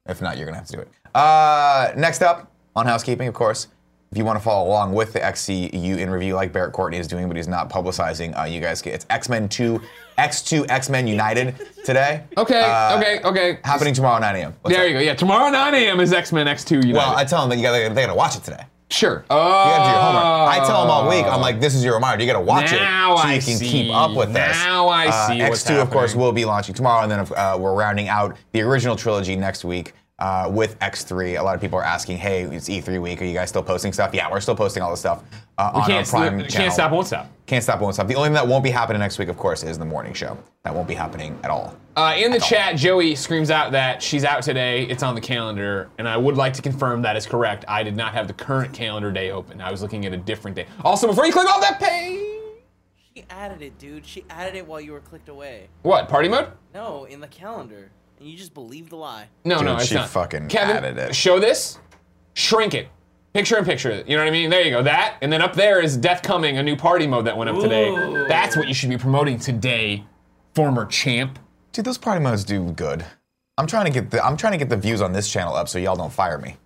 Speaker 2: If not, you're gonna have to do it. Uh, next up on housekeeping, of course. If you want to follow along with the XCU in review, like Barrett Courtney is doing, but he's not publicizing, uh, you guys get it's X Men 2, X2, X Men United today.
Speaker 1: Okay,
Speaker 2: Uh,
Speaker 1: okay, okay.
Speaker 2: Happening tomorrow 9 a.m. What's
Speaker 1: There
Speaker 2: up?
Speaker 1: you go. Yeah, tomorrow 9 a.m. is X Men X2 United. Oh.
Speaker 2: Well, I tell them that you gotta, they gotta watch it today.
Speaker 1: sure.
Speaker 2: You gotta do your homework. I tell them all week. I'm like, this is your reminder. You gotta watch
Speaker 1: Oh. Now
Speaker 2: it so
Speaker 1: I
Speaker 2: you can
Speaker 1: see.
Speaker 2: keep up with this.
Speaker 1: Now I see
Speaker 2: X2,
Speaker 1: what's
Speaker 2: of course,
Speaker 1: happening.
Speaker 2: will be launching tomorrow, and then uh, we're rounding out the original trilogy next week. Uh, with X3, a lot of people are asking, "Hey, it's E3 week. Are you guys still posting stuff?" Yeah, we're still posting all the stuff uh,
Speaker 1: we
Speaker 2: on
Speaker 1: can't,
Speaker 2: our Prime
Speaker 1: can't
Speaker 2: channel.
Speaker 1: stop, won't stop.
Speaker 2: Can't stop, won't stop. The only thing that won't be happening next week, of course, is the morning show. That won't be happening at all.
Speaker 1: Uh, in the chat, Joey screams out that she's out today. It's on the calendar, and I would like to confirm that is correct. I did not have the current calendar day open. I was looking at a different day. Also, before you click off that page,
Speaker 3: She added it, dude. She added it while you were clicked away.
Speaker 1: what party mode?
Speaker 3: No, in the calendar, and you just believe the lie.
Speaker 1: No,
Speaker 2: Dude,
Speaker 1: no, it's
Speaker 2: she
Speaker 1: not.
Speaker 2: fucking
Speaker 1: Kevin,
Speaker 2: added it.
Speaker 1: show this, shrink it, picture in picture. it. You know what I mean? There you go. That, and then up there is Death Coming, a new party mode that went up today.
Speaker 3: Ooh.
Speaker 1: That's what you should be promoting today, former champ.
Speaker 2: Dude, those party modes do good. I'm trying to get the I'm trying to get the views on this channel up so y'all don't fire me.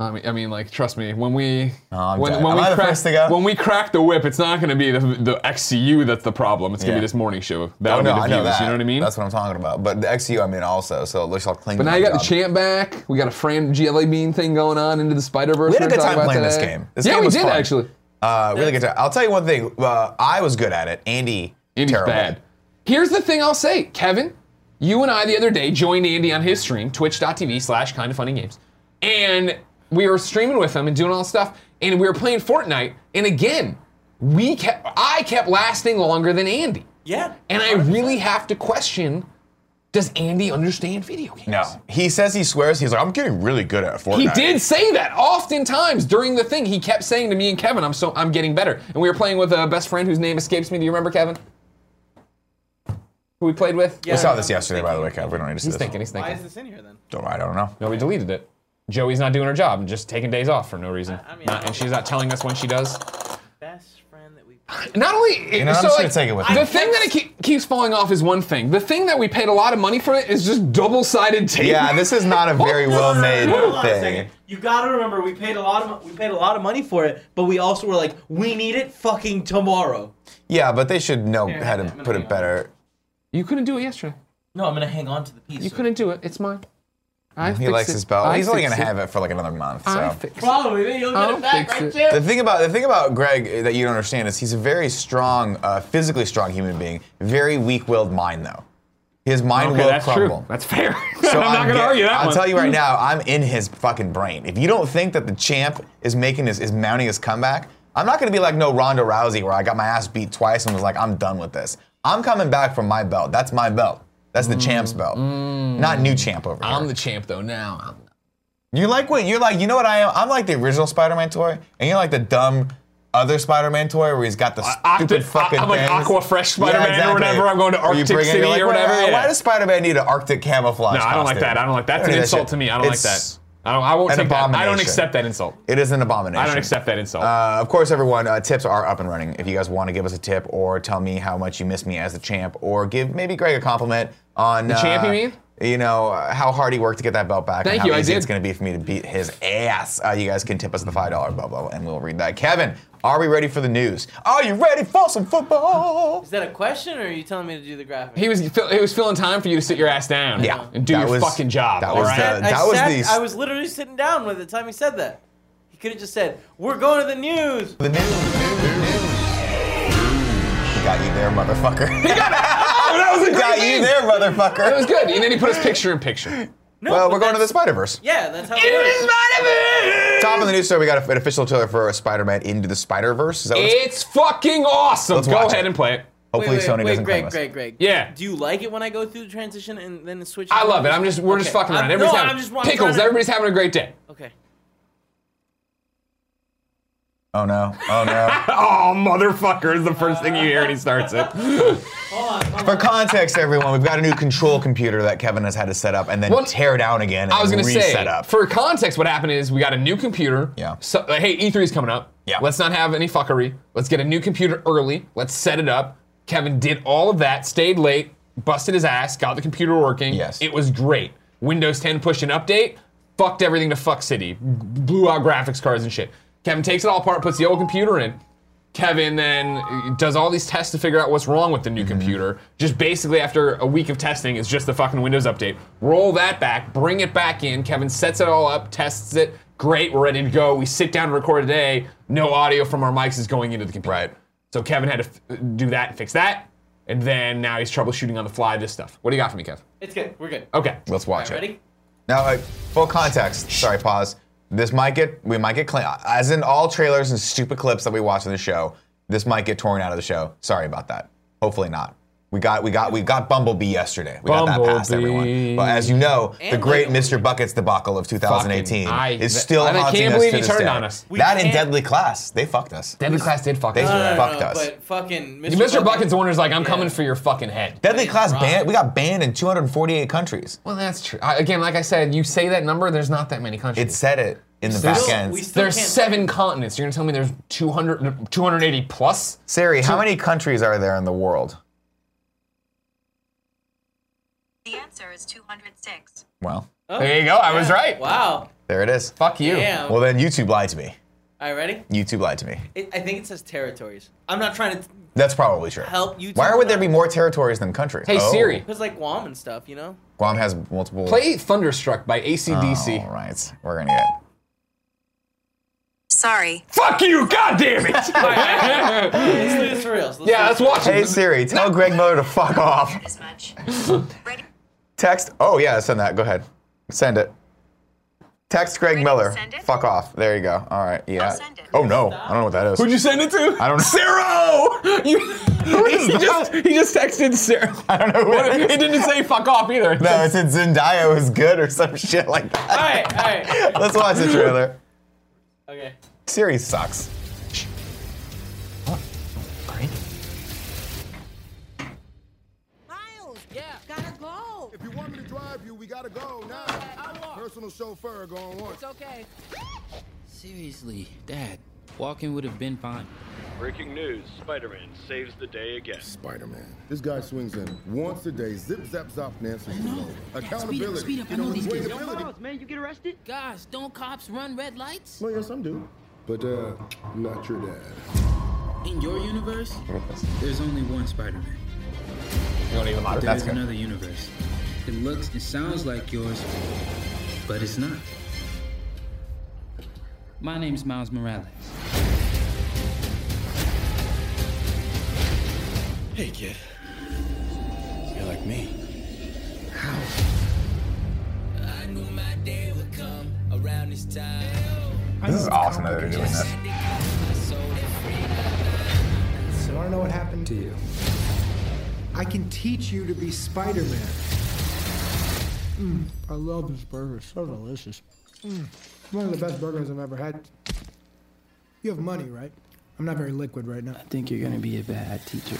Speaker 1: I mean, I mean, like, trust me. When we
Speaker 2: I'm
Speaker 1: when,
Speaker 2: dying.
Speaker 1: when
Speaker 2: Am
Speaker 1: we
Speaker 2: I the
Speaker 1: crack,
Speaker 2: first to go?
Speaker 1: when we crack the whip, it's not going to be the the XCU that's the problem. It's going to
Speaker 2: Yeah.
Speaker 1: be this morning show. That'll
Speaker 2: Oh, no,
Speaker 1: be the
Speaker 2: I
Speaker 1: views.
Speaker 2: know that.
Speaker 1: You know what I mean?
Speaker 2: That's what I'm talking about. But the XU, I'm in also, so it looks like clean.
Speaker 1: but now you got the champ back. We got a Fran Jelly Bean thing going on into the Spider Verse.
Speaker 2: We had a good time playing this game. This
Speaker 1: yeah,
Speaker 2: game
Speaker 1: we
Speaker 2: was
Speaker 1: did
Speaker 2: fun.
Speaker 1: actually.
Speaker 2: Uh, really good time. I'll tell you one thing. Uh, I was good at it. Andy,
Speaker 1: Andy's
Speaker 2: terrible.
Speaker 1: bad. Here's the thing I'll say, Kevin. You and I the other day joined Andy on his stream, twitch.tv slash kind of funny games. And we were streaming with him and doing all this stuff, and we were playing Fortnite, and again, we kept I kept lasting longer than Andy.
Speaker 3: Yeah.
Speaker 1: And I really have to question, does Andy understand video games?
Speaker 2: No, he says he swears. He's like, I'm getting really good at Fortnite.
Speaker 1: He did say that oftentimes during the thing. He kept saying to me and Kevin, "I'm so I'm getting better." And we were playing with a best friend whose name escapes me. Do you remember Kevin? Who we played with?
Speaker 2: We
Speaker 3: Yeah.
Speaker 2: saw this yesterday, by the way, Kev. We don't need to see
Speaker 1: He's
Speaker 2: this.
Speaker 1: thinking. He's
Speaker 3: Why
Speaker 1: thinking.
Speaker 3: is this in here then?
Speaker 2: Don't, I don't know.
Speaker 1: No, we deleted it. Joey's not doing her job and just taking days off for no reason.
Speaker 3: I mean,
Speaker 1: Not- and she's not telling us when she does.
Speaker 3: Best friend that we.
Speaker 1: Not only,
Speaker 2: know, I'm
Speaker 1: so
Speaker 2: just
Speaker 1: like,
Speaker 2: gonna take it with
Speaker 1: the
Speaker 2: me.
Speaker 1: thing that it keep, keeps falling off is one thing. The thing that we paid a lot of money for it is just double-sided tape.
Speaker 2: Yeah, this is not a very well made
Speaker 3: Hold on a
Speaker 2: thing.
Speaker 3: second. You gotta remember, we paid a lot of mo- we paid a lot of money for it, but we also were like, we need it fucking tomorrow.
Speaker 2: Yeah, but they should know how to
Speaker 3: I'm gonna
Speaker 2: put
Speaker 3: hang
Speaker 2: it
Speaker 3: on.
Speaker 2: better.
Speaker 1: You couldn't do it yesterday.
Speaker 7: No, I'm gonna hang on to the piece.
Speaker 1: You couldn't do it. It's mine. I
Speaker 2: He
Speaker 1: fix
Speaker 2: likes
Speaker 1: it.
Speaker 2: his belt.
Speaker 1: I
Speaker 2: He's only
Speaker 1: fix
Speaker 2: gonna
Speaker 1: it.
Speaker 2: have it for like another month.
Speaker 1: I
Speaker 2: So
Speaker 1: fix it.
Speaker 7: Probably. Maybe you'll get
Speaker 1: I'll
Speaker 7: it back,
Speaker 1: fix
Speaker 7: right,
Speaker 1: it.
Speaker 7: Chip?
Speaker 2: the thing about the thing about Greg that you don't understand is he's a very strong, uh, physically strong human being. Very weak-willed mind though. His mind
Speaker 1: Okay,
Speaker 2: will
Speaker 1: that's
Speaker 2: crumble.
Speaker 1: true. That's fair.
Speaker 2: So
Speaker 1: I'm, not gonna
Speaker 2: get-
Speaker 1: argue that
Speaker 2: I'll
Speaker 1: one. Mm-hmm.
Speaker 2: tell you right now, I'm in his fucking brain. If you don't think that the champ is making his is mounting his comeback, I'm not gonna be like no Ronda Rousey where I got my ass beat twice and was like, I'm done with this. I'm coming back from my belt. That's my belt. That's
Speaker 1: Mm.
Speaker 2: the champ's belt. Not new champ over here.
Speaker 1: I'm the champ though now. I'm
Speaker 2: you like what you're like, you know what I am? I'm like the original Spider-Man toy, and you're like the dumb other Spider-Man toy where he's got the stupid
Speaker 1: Octa-
Speaker 2: fucking
Speaker 1: I'm like
Speaker 2: things.
Speaker 1: Aqua Fresh Spider-Man or whatever. I'm going to
Speaker 2: Where you
Speaker 1: Arctic
Speaker 2: bring it, you're
Speaker 1: City or
Speaker 2: "Why-
Speaker 1: whatever,"
Speaker 2: Why,
Speaker 1: yeah.
Speaker 2: does Spider-Man need an Arctic camouflage?
Speaker 1: No, I don't like
Speaker 2: costume?
Speaker 1: that. I don't like that. That's
Speaker 2: I
Speaker 1: an
Speaker 2: don't
Speaker 1: insult
Speaker 2: shit.
Speaker 1: to me. I don't like that.
Speaker 2: It's-
Speaker 1: I don't. I won't
Speaker 2: an
Speaker 1: take that. I don't
Speaker 2: abomination.
Speaker 1: accept that insult.
Speaker 2: It is an abomination.
Speaker 1: I don't accept that insult.
Speaker 2: Uh, of course, everyone, uh, tips are up and running. If you guys want to give us a tip or tell me how much you miss me as the champ or give maybe Greg a compliment on. The
Speaker 1: champ, you mean?
Speaker 2: You know, uh, how hard he worked to get that belt back.
Speaker 1: Thank
Speaker 2: and how
Speaker 1: you, I
Speaker 2: easy
Speaker 1: did.
Speaker 2: It's going to be for me to beat his ass. Uh, you guys can tip us the $5 bubble and we'll read that. Kevin, are we ready for the news? Are you ready for some football?
Speaker 3: Is that a question, or are you telling me to do the graphic?
Speaker 1: he was fill- he was filling time for you to sit your ass down.
Speaker 2: Yeah.
Speaker 1: And do
Speaker 2: That
Speaker 1: your
Speaker 2: was-
Speaker 1: fucking job.
Speaker 2: that
Speaker 1: all
Speaker 2: was
Speaker 1: right?
Speaker 2: the- that
Speaker 3: I
Speaker 2: was
Speaker 3: sat-
Speaker 2: the-
Speaker 3: I was literally sitting down by the time he said that. He could have just said, "We're going to the news."
Speaker 2: The news. He got you there, motherfucker. He got,
Speaker 1: that was a great
Speaker 2: got you
Speaker 1: thing.
Speaker 2: there,
Speaker 1: It was
Speaker 2: motherfucker.
Speaker 1: good. And then he put us picture in picture.
Speaker 3: No,
Speaker 2: Well,
Speaker 3: but
Speaker 2: we're going to the
Speaker 3: that's-
Speaker 2: Spider Verse.
Speaker 3: Yeah, that's how it works.
Speaker 2: Top of the news story, we got an official trailer for Spider-Man Into the Spider-Verse. Is that what it's-
Speaker 1: It's fucking awesome.
Speaker 2: Let's
Speaker 1: Go
Speaker 2: watch
Speaker 1: ahead
Speaker 2: it.
Speaker 1: and play it.
Speaker 2: Hopefully
Speaker 3: wait, wait,
Speaker 2: Sony
Speaker 3: wait,
Speaker 2: doesn't
Speaker 3: Greg,
Speaker 2: claim us.
Speaker 3: Greg, Greg.
Speaker 1: Yeah.
Speaker 3: Do you like it when I go through the transition and then switch?
Speaker 1: I love it. I'm just we're just
Speaker 3: Okay.
Speaker 1: fucking around.
Speaker 3: I'm-
Speaker 1: Everybody's
Speaker 3: no,
Speaker 1: having
Speaker 3: I'm just- I'm
Speaker 1: pickles.
Speaker 3: trying to-
Speaker 1: Everybody's having a great day.
Speaker 3: Okay.
Speaker 2: Oh no! Oh no!
Speaker 1: Oh, motherfucker is the first thing you hear and he starts it.
Speaker 2: for context, everyone, we've got a new control computer that Kevin has had to set up and then
Speaker 1: What-
Speaker 2: tear down again and
Speaker 1: I was
Speaker 2: then
Speaker 1: gonna
Speaker 2: reset
Speaker 1: say,
Speaker 2: up.
Speaker 1: for context, what happened is we got a new computer.
Speaker 2: Yeah.
Speaker 1: So, like, hey, E3 is coming up.
Speaker 2: Yeah.
Speaker 1: Let's not have any fuckery. Let's get a new computer early. Let's set it up. Kevin did all of that, stayed late, busted his ass, got the computer working.
Speaker 2: Yes.
Speaker 1: It was great. Windows 10 pushed an update, fucked everything to fuck city, blew out graphics cards and shit. Kevin takes it all apart, puts the old computer in. Kevin then uh, does all these tests to figure out what's wrong with the new
Speaker 2: Mm-hmm.
Speaker 1: computer. Just basically, after a week of testing, it's just the fucking Windows update. Roll that back, bring it back in. Kevin sets it all up, tests it. Great, we're ready to go. We sit down to record today. No audio from our mics is going into the computer.
Speaker 2: Right.
Speaker 1: So Kevin had to f- do that and fix that. And then now he's troubleshooting on the fly this stuff. What do you got for me, Kev?
Speaker 3: It's good. We're good.
Speaker 1: Okay.
Speaker 2: Let's watch
Speaker 3: Alright,
Speaker 2: it.
Speaker 3: ready?
Speaker 2: Now, uh, full context. Sorry, pause. This might get we might get claimed as in all trailers and stupid clips that we watch in the show. This might get torn out of the show. Sorry about that. Hopefully not. We got we got we got Bumblebee yesterday. We got that past everyone.
Speaker 1: Bumblebee.
Speaker 2: But as you know, the
Speaker 3: And
Speaker 2: great
Speaker 3: Lego.
Speaker 2: Mr. Buckets debacle of 2018
Speaker 1: Fucking- I-
Speaker 2: is still
Speaker 1: I can't
Speaker 2: haunting us
Speaker 1: believe
Speaker 2: to
Speaker 1: he
Speaker 2: this
Speaker 1: turned
Speaker 2: day.
Speaker 1: on us. We
Speaker 2: That and
Speaker 3: can't-
Speaker 2: Deadly Class, they fucked us.
Speaker 1: Deadly Class did fuck
Speaker 2: They-
Speaker 1: us.
Speaker 3: No, no,
Speaker 2: Fucked
Speaker 3: no,
Speaker 2: us.
Speaker 3: But fucking Mr.
Speaker 1: Mr.
Speaker 3: Bucket-
Speaker 1: Bucket's the one who's like, I'm
Speaker 3: Yeah.
Speaker 1: coming for your fucking head.
Speaker 2: Deadly Class
Speaker 3: Rock.
Speaker 2: banned. We got banned in 248 countries.
Speaker 1: Well, that's true. I, again, like I said, you say that number, there's not that many countries.
Speaker 2: It said it in the
Speaker 1: Still-
Speaker 2: back
Speaker 3: Still-
Speaker 2: end.
Speaker 3: we still
Speaker 1: there's
Speaker 3: can't-
Speaker 1: seven continents. You're gonna tell me there's 200, 280 plus?
Speaker 2: Siri, how many countries are there in the world?
Speaker 8: The answer is 206.
Speaker 2: Well,
Speaker 3: Oh,
Speaker 1: There you go. I was right.
Speaker 3: Wow.
Speaker 2: there it is.
Speaker 1: Fuck you.
Speaker 3: Damn.
Speaker 2: Well, then YouTube lied to me.
Speaker 3: All right, ready?
Speaker 2: YouTube lied to me.
Speaker 3: It, I think it says territories. I'm not trying to
Speaker 2: That's probably true.
Speaker 3: Help YouTube
Speaker 2: Why would there be
Speaker 3: lied.
Speaker 2: more territories than countries?
Speaker 1: Hey
Speaker 2: Oh,
Speaker 1: Siri,
Speaker 3: because like Guam and stuff, you know.
Speaker 2: Guam has multiple.
Speaker 1: play "Thunderstruck" by
Speaker 2: All
Speaker 1: ACDC.
Speaker 2: right, we're gonna get.
Speaker 8: Sorry.
Speaker 1: Fuck you! God damn it!
Speaker 3: Let's do this for reals. Let's
Speaker 1: yeah,
Speaker 3: do
Speaker 1: let's watch it.
Speaker 2: Hey Siri, tell Greg Miller to fuck off.
Speaker 8: As much. Ready?
Speaker 2: Text. Oh yeah, send that. Go ahead, send it. Text Greg
Speaker 8: Ready to
Speaker 2: Miller.
Speaker 8: send it?
Speaker 2: Fuck off. There you go. All right. Yeah.
Speaker 8: send it.
Speaker 2: Oh no, I don't know what that is.
Speaker 1: Who'd you send it to?
Speaker 2: I don't know.
Speaker 1: Ciro! You- he, just, he just texted Ciro.
Speaker 2: I don't know. What
Speaker 1: He didn't say fuck off either.
Speaker 2: No, it said Zendaya was good or some shit like
Speaker 3: All
Speaker 2: that.
Speaker 3: right, all right.
Speaker 2: Let's watch the trailer.
Speaker 3: Okay.
Speaker 2: Siri sucks.
Speaker 5: Miles, yeah. gotta go.
Speaker 9: If you want me to drive you, we gotta go now. Personal chauffeur going once.
Speaker 5: It's okay.
Speaker 10: Seriously, Dad, walking would have been fine.
Speaker 11: Breaking news Spider-Man saves the day again.
Speaker 9: Spider-Man. This guy swings in once a day, zip zap zop, and answers his phone. Accountability.
Speaker 10: speed up, I
Speaker 9: You
Speaker 10: know these kids.
Speaker 9: relatability.
Speaker 7: man, you get arrested?
Speaker 10: Guys, don't cops run red lights?
Speaker 9: Well, yeah, some do. But uh, not your dad.
Speaker 10: In your universe, there's only one Spider Man.
Speaker 1: don't need the modder.
Speaker 10: There's
Speaker 1: That's good.
Speaker 10: another universe. It looks, it sounds like yours, but it's not. My name's Miles Morales.
Speaker 6: Hey, kid. You're like me.
Speaker 2: This is awesome that they're doing this.
Speaker 12: So I want to know what happened to you. I can teach you to be Spider-Man. Mm, I love this burger. So delicious. Mm, one of the best burgers I've ever had. You have money, right? I'm not very liquid right now.
Speaker 10: I think you're gonna be a bad teacher.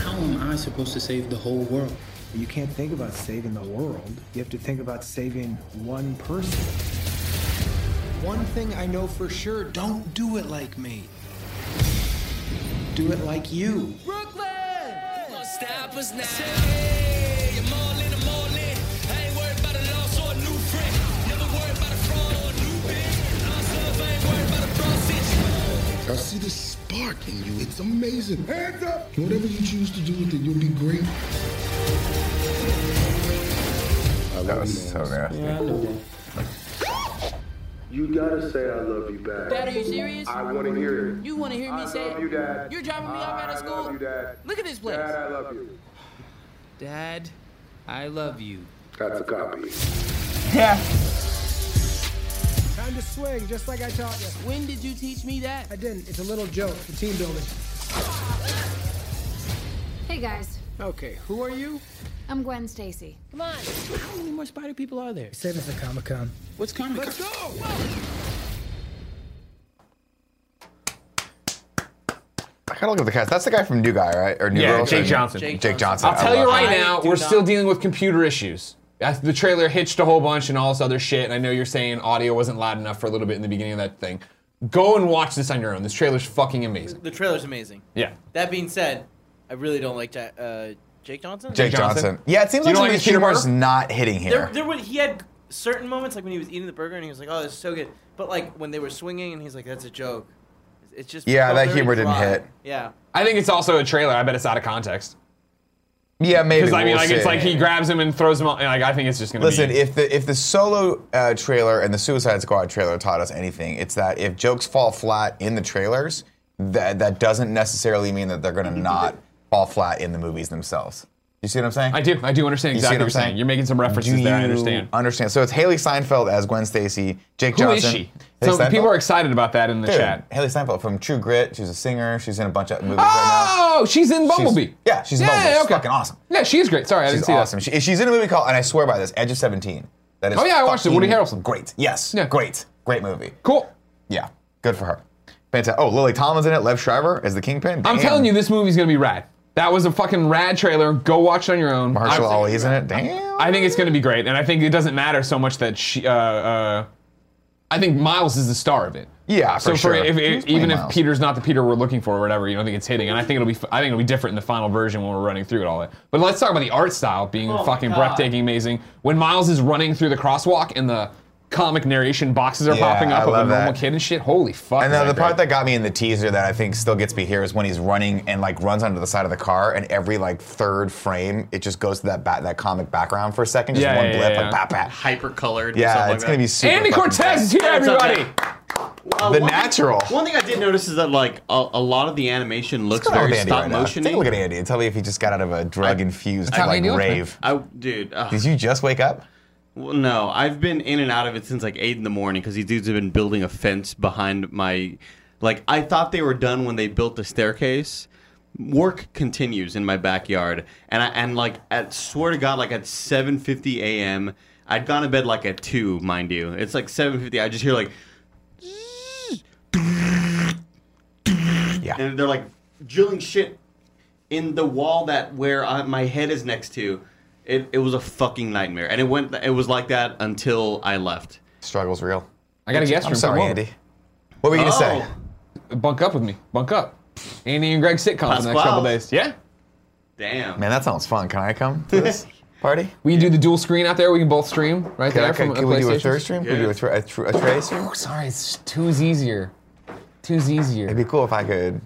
Speaker 10: How am I supposed to save the whole world?
Speaker 12: You can't think about saving the world. You have to think about saving one person. One thing I know for sure, don't do it like me. Do it like you.
Speaker 6: Brooklyn! Stop us now.
Speaker 13: I see the spark in you. It's amazing. Hands up! Whatever you choose to do with it, you'll be great.
Speaker 2: That was so nasty.
Speaker 13: You gotta say I love you back.
Speaker 14: Dad, are you serious?
Speaker 13: I wanna hear it.
Speaker 14: You want to hear me say it?
Speaker 13: you, Dad.
Speaker 14: You're dropping me off out of school. Look at this place.
Speaker 13: Dad, I love you.
Speaker 10: Dad, I love you.
Speaker 13: That's a copy.
Speaker 10: Yeah.
Speaker 12: Time to swing, just like I taught you. When did you teach me that? I didn't. It's a little joke for team building.
Speaker 5: Hey guys,
Speaker 12: Okay, who are you?
Speaker 5: I'm Gwen Stacy. Come on.
Speaker 10: How many more spider people are there?
Speaker 12: Save us a Comic Con.
Speaker 10: What's coming?
Speaker 12: Let's go!
Speaker 2: I gotta look at the cast. That's the guy from New Guy, right? Or New
Speaker 1: Yeah,
Speaker 2: Girl?
Speaker 1: Jake Johnson.
Speaker 2: Jake,
Speaker 1: Jake
Speaker 2: Johnson.
Speaker 1: I'll tell
Speaker 2: I
Speaker 1: you
Speaker 2: love
Speaker 1: right
Speaker 2: him.
Speaker 1: now, we're still dealing with computer issues. That's- The trailer hitched a whole bunch and all this other shit, and I know you're saying audio wasn't loud enough for a little bit in the beginning of that thing. Go and watch this on your own. This trailer's fucking amazing.
Speaker 3: The trailer's amazing.
Speaker 1: Yeah.
Speaker 3: That being said, I really don't like Ja- uh, Jake Johnson.
Speaker 2: Jake Johnson. Yeah, it seems like some of the humor is not hitting
Speaker 3: There,
Speaker 2: here.
Speaker 3: there were, he had certain moments like when he was eating the burger and he was like, "Oh, this is so good," but like when they were swinging and he's like, "That's a joke." It's just
Speaker 1: Yeah,
Speaker 3: felt
Speaker 1: that
Speaker 3: very
Speaker 1: humor didn't
Speaker 3: dry.
Speaker 1: hit.
Speaker 3: Yeah.
Speaker 1: I think it's also a trailer. I bet it's out of context.
Speaker 2: Yeah, maybe.
Speaker 1: Because I mean,
Speaker 2: We'll
Speaker 1: like it's
Speaker 2: see.
Speaker 1: like he grabs him and throws him. On, and, like I think it's just gonna
Speaker 2: Listen,
Speaker 1: Be,
Speaker 2: if the if the solo uh, trailer and the Suicide Squad trailer taught us anything, it's that if jokes fall flat in the trailers, that that doesn't necessarily mean that they're gonna not fall flat in the movies themselves. You see what I'm saying?
Speaker 1: I do. I do understand
Speaker 2: You see what
Speaker 1: exactly
Speaker 2: I'm
Speaker 1: what you're
Speaker 2: saying?
Speaker 1: saying. You're making some references
Speaker 2: Do
Speaker 1: there. I
Speaker 2: you
Speaker 1: understand.
Speaker 2: Understand. So it's Haley Seinfeld as Gwen Stacy, Jake
Speaker 1: Who is
Speaker 2: Johnson.
Speaker 1: she? So people are excited about that in the chat.
Speaker 2: Haley Seinfeld from True Grit. She's a singer. She's in a bunch of movies right now.
Speaker 1: Oh, she's in Bumblebee.
Speaker 2: She's, yeah, she's in
Speaker 1: Yeah,
Speaker 2: Bumblebee.
Speaker 1: yeah,
Speaker 2: She's
Speaker 1: okay.
Speaker 2: fucking awesome.
Speaker 1: Yeah, she is great. Sorry, I
Speaker 2: she's
Speaker 1: didn't see that.
Speaker 2: awesome. She, she's in a movie called, and I swear by this, Edge of Seventeen. That is.
Speaker 1: Oh, yeah, I watched it. Woody
Speaker 2: fucking Great. Yes. Great. Great movie.
Speaker 1: Cool.
Speaker 2: Yeah. Good for her. Fantastic. Oh, Lily Tomlin's in it. Lev Shriver is the kingpin.
Speaker 1: I'm telling you, this movie's gonna be rad. That was a fucking rad trailer. Go watch it on your own.
Speaker 2: Marshall
Speaker 1: I-
Speaker 2: Ali's in it. Damn.
Speaker 1: I think it's gonna be great, and I think it doesn't matter so much that she. Uh, uh, I think Miles is the star of it.
Speaker 2: Yeah, for
Speaker 1: so
Speaker 2: sure.
Speaker 1: if,
Speaker 2: Who's
Speaker 1: if,
Speaker 2: playing
Speaker 1: even if
Speaker 2: Miles?
Speaker 1: Peter's not the Peter we're looking for, or whatever, you know, I think it's hitting, and I think it'll be. f- I think it'll be different in the final version when we're running through it all. That. But let's talk about the art style being
Speaker 3: Oh my
Speaker 1: fucking
Speaker 3: God.
Speaker 1: breathtaking, amazing. When Miles is running through the crosswalk and the comic narration boxes are
Speaker 2: Yeah,
Speaker 1: popping up
Speaker 2: I
Speaker 1: of a
Speaker 2: love
Speaker 1: normal
Speaker 2: that.
Speaker 1: kid and shit. Holy fuck!
Speaker 2: And
Speaker 1: is
Speaker 2: then the
Speaker 1: that great.
Speaker 2: part that got me in the teaser that I think still gets me here is when he's running and like runs under the side of the car, and every like third frame, it just goes to that ba- that comic background for a second, just
Speaker 15: Yeah,
Speaker 2: one
Speaker 15: yeah,
Speaker 2: blip,
Speaker 15: yeah,
Speaker 2: like
Speaker 15: yeah.
Speaker 2: bat bat.
Speaker 15: Hyper colored.
Speaker 2: Yeah,
Speaker 15: like
Speaker 2: it's
Speaker 15: that.
Speaker 2: gonna be super Andy fucking Cortez tight. is here,
Speaker 15: What's up,
Speaker 2: everybody?
Speaker 15: man? Uh,
Speaker 2: The
Speaker 15: one thing-
Speaker 2: natural.
Speaker 15: one thing I did notice is that like a, a lot of the animation looks
Speaker 2: Look at
Speaker 15: very
Speaker 2: Andy
Speaker 15: stop
Speaker 2: right now.
Speaker 15: motion.
Speaker 2: Take a look at Andy and tell me if he just got out of a drug infused
Speaker 15: I-
Speaker 2: like rave.
Speaker 15: I, dude. Uh,
Speaker 2: Did you just wake up?
Speaker 15: Well, no, I've been in and out of it since like eight in the morning because these dudes have been building a fence behind my. Like I thought they were done when they built the staircase. Work continues in my backyard, and I and like at swear to God, like at seven fifty a.m. I'd gone to bed like at two, mind you. It's like seven fifty. I just hear like,
Speaker 2: yeah,
Speaker 15: and they're like drilling shit in the wall that where I, my head is next to. It, it was a fucking nightmare, and it went. It was like that until I left.
Speaker 2: Struggle's real.
Speaker 1: I got a guest
Speaker 2: I'm
Speaker 1: room.
Speaker 2: sorry,
Speaker 1: Come over.
Speaker 2: Andy. What were you gonna say?
Speaker 15: Oh,
Speaker 1: Bunk up with me. Bunk up. Andy and Greg sitcom in the next
Speaker 2: Pasquale.
Speaker 1: couple days. Yeah.
Speaker 15: Damn.
Speaker 2: Man, that sounds fun. Can I come to this party?
Speaker 1: We can do the dual screen out there. We can both stream right
Speaker 2: Can I-
Speaker 1: there
Speaker 2: can-
Speaker 1: from
Speaker 2: can
Speaker 1: a
Speaker 2: we do a
Speaker 1: PlayStation.
Speaker 2: third stream? Can we do a tr- a tr- a tray stream?
Speaker 1: Oh, sorry, it's two's easier. Two's easier.
Speaker 2: It'd be cool if I could.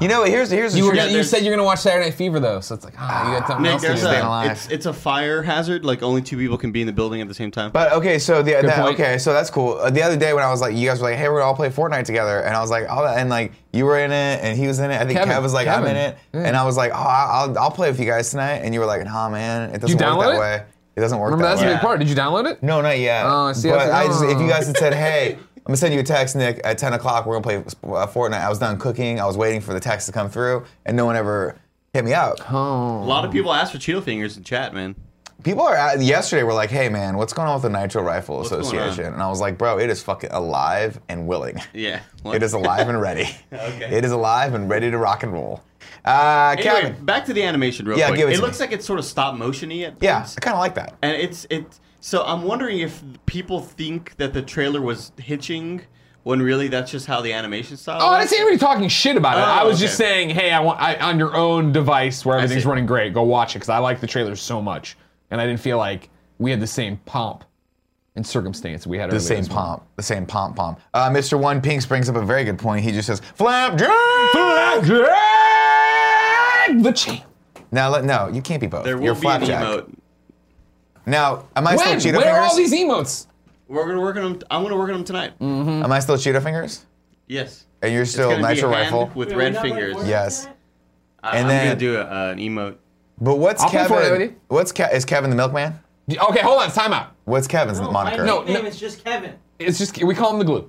Speaker 2: You know, here's here's the
Speaker 1: you, were
Speaker 2: truth.
Speaker 1: gonna- you said you're gonna watch Saturday Night Fever though, so it's like ah, you got something
Speaker 15: Nick,
Speaker 1: else to do.
Speaker 15: there's a, it's, it's a fire hazard. Like only two people can be in the building at the same time.
Speaker 2: But okay, so the,
Speaker 15: Good
Speaker 2: the-
Speaker 15: point.
Speaker 2: okay, so that's cool. Uh, the other day when I was like, you guys were like, hey, we're gonna all play Fortnite together, and I was like, oh, and like you were in it, and he was in it. I think
Speaker 1: Kevin.
Speaker 2: Kev was like, I'm
Speaker 1: Kevin.
Speaker 2: in it,
Speaker 1: Yeah.
Speaker 2: and I was like, oh, I'll I'll play with you guys tonight, and you were like, nah, man, it doesn't work
Speaker 1: download
Speaker 2: that
Speaker 1: it?
Speaker 2: way. It doesn't work
Speaker 1: Remember
Speaker 2: that
Speaker 1: that's
Speaker 2: way.
Speaker 1: a big part. Did you download it?
Speaker 2: No, not yet.
Speaker 1: Oh, I see.
Speaker 2: But
Speaker 1: I
Speaker 2: I
Speaker 1: was
Speaker 2: just,
Speaker 1: like,
Speaker 2: if you
Speaker 1: oh.
Speaker 2: guys had said, hey, I'm gonna send you a text, Nick, at 10 o'clock, we're gonna play uh, Fortnite. I was done cooking. I was waiting for the text to come through, and no one ever hit me up.
Speaker 1: Oh.
Speaker 15: a lot of people ask for Cheeto fingers in chat, man.
Speaker 2: People are at, yesterday were like, "Hey man, what's going on with the Nitro Rifle
Speaker 15: going
Speaker 2: Association?"
Speaker 15: on?
Speaker 2: And I was like, "Bro, it is fucking alive and willing.
Speaker 15: Yeah,
Speaker 2: It is alive and ready.
Speaker 15: Okay.
Speaker 2: It is alive and ready to rock and roll." Uh,
Speaker 15: Anyway,
Speaker 2: Kevin,
Speaker 15: back to the animation real
Speaker 2: Yeah,
Speaker 15: quick.
Speaker 2: give it to
Speaker 15: it
Speaker 2: me.
Speaker 15: looks like it's sort of stop motiony at
Speaker 2: Yeah,
Speaker 15: points.
Speaker 2: I kind of like that.
Speaker 15: And it's it. So I'm wondering if people think that the trailer was hitching when really that's just how the animation style.
Speaker 1: Oh, I didn't
Speaker 15: is.
Speaker 1: see anybody talking shit about it.
Speaker 15: Oh,
Speaker 1: I was
Speaker 15: okay.
Speaker 1: just saying, hey, I want I, on your own device where everything's
Speaker 15: see.
Speaker 1: running great. Go watch it because I like the trailers so much, and I didn't feel like we had the same pomp and circumstance we had
Speaker 2: The
Speaker 1: earlier
Speaker 2: same
Speaker 1: this morning.
Speaker 2: pomp, the same pomp pomp. Uh, Mr. One Pinks brings up a very good point. He just says, "Flapjack,
Speaker 1: flapjack, the champ."
Speaker 2: Now, let, no, you can't be both.
Speaker 15: There will
Speaker 2: You're
Speaker 15: be an
Speaker 2: flapjack.
Speaker 15: emote.
Speaker 2: Now, am I
Speaker 1: When?
Speaker 2: still Cheeto
Speaker 1: Where are
Speaker 2: fingers?
Speaker 1: all these emotes?
Speaker 15: We're gonna work on them. I'm gonna work on them tonight.
Speaker 2: Am I still Cheeto fingers?
Speaker 15: Yes.
Speaker 2: Mm. And you're
Speaker 15: It's
Speaker 2: still
Speaker 15: gonna be
Speaker 2: Nitro
Speaker 15: a hand
Speaker 2: Rifle?
Speaker 15: with red fingers.
Speaker 2: Yes.
Speaker 15: I,
Speaker 2: And
Speaker 15: I'm
Speaker 2: then-
Speaker 15: gonna do a, uh, an emote.
Speaker 2: But what's
Speaker 1: I'll play
Speaker 2: Kevin?
Speaker 1: Fortnite with you.
Speaker 2: What's Ke- is Kevin the Milkman?
Speaker 1: Okay, hold on, time out.
Speaker 2: What's Kevin's moniker?
Speaker 1: No,
Speaker 3: name
Speaker 1: no.
Speaker 3: is just Kevin.
Speaker 1: It's just we call him the gloop.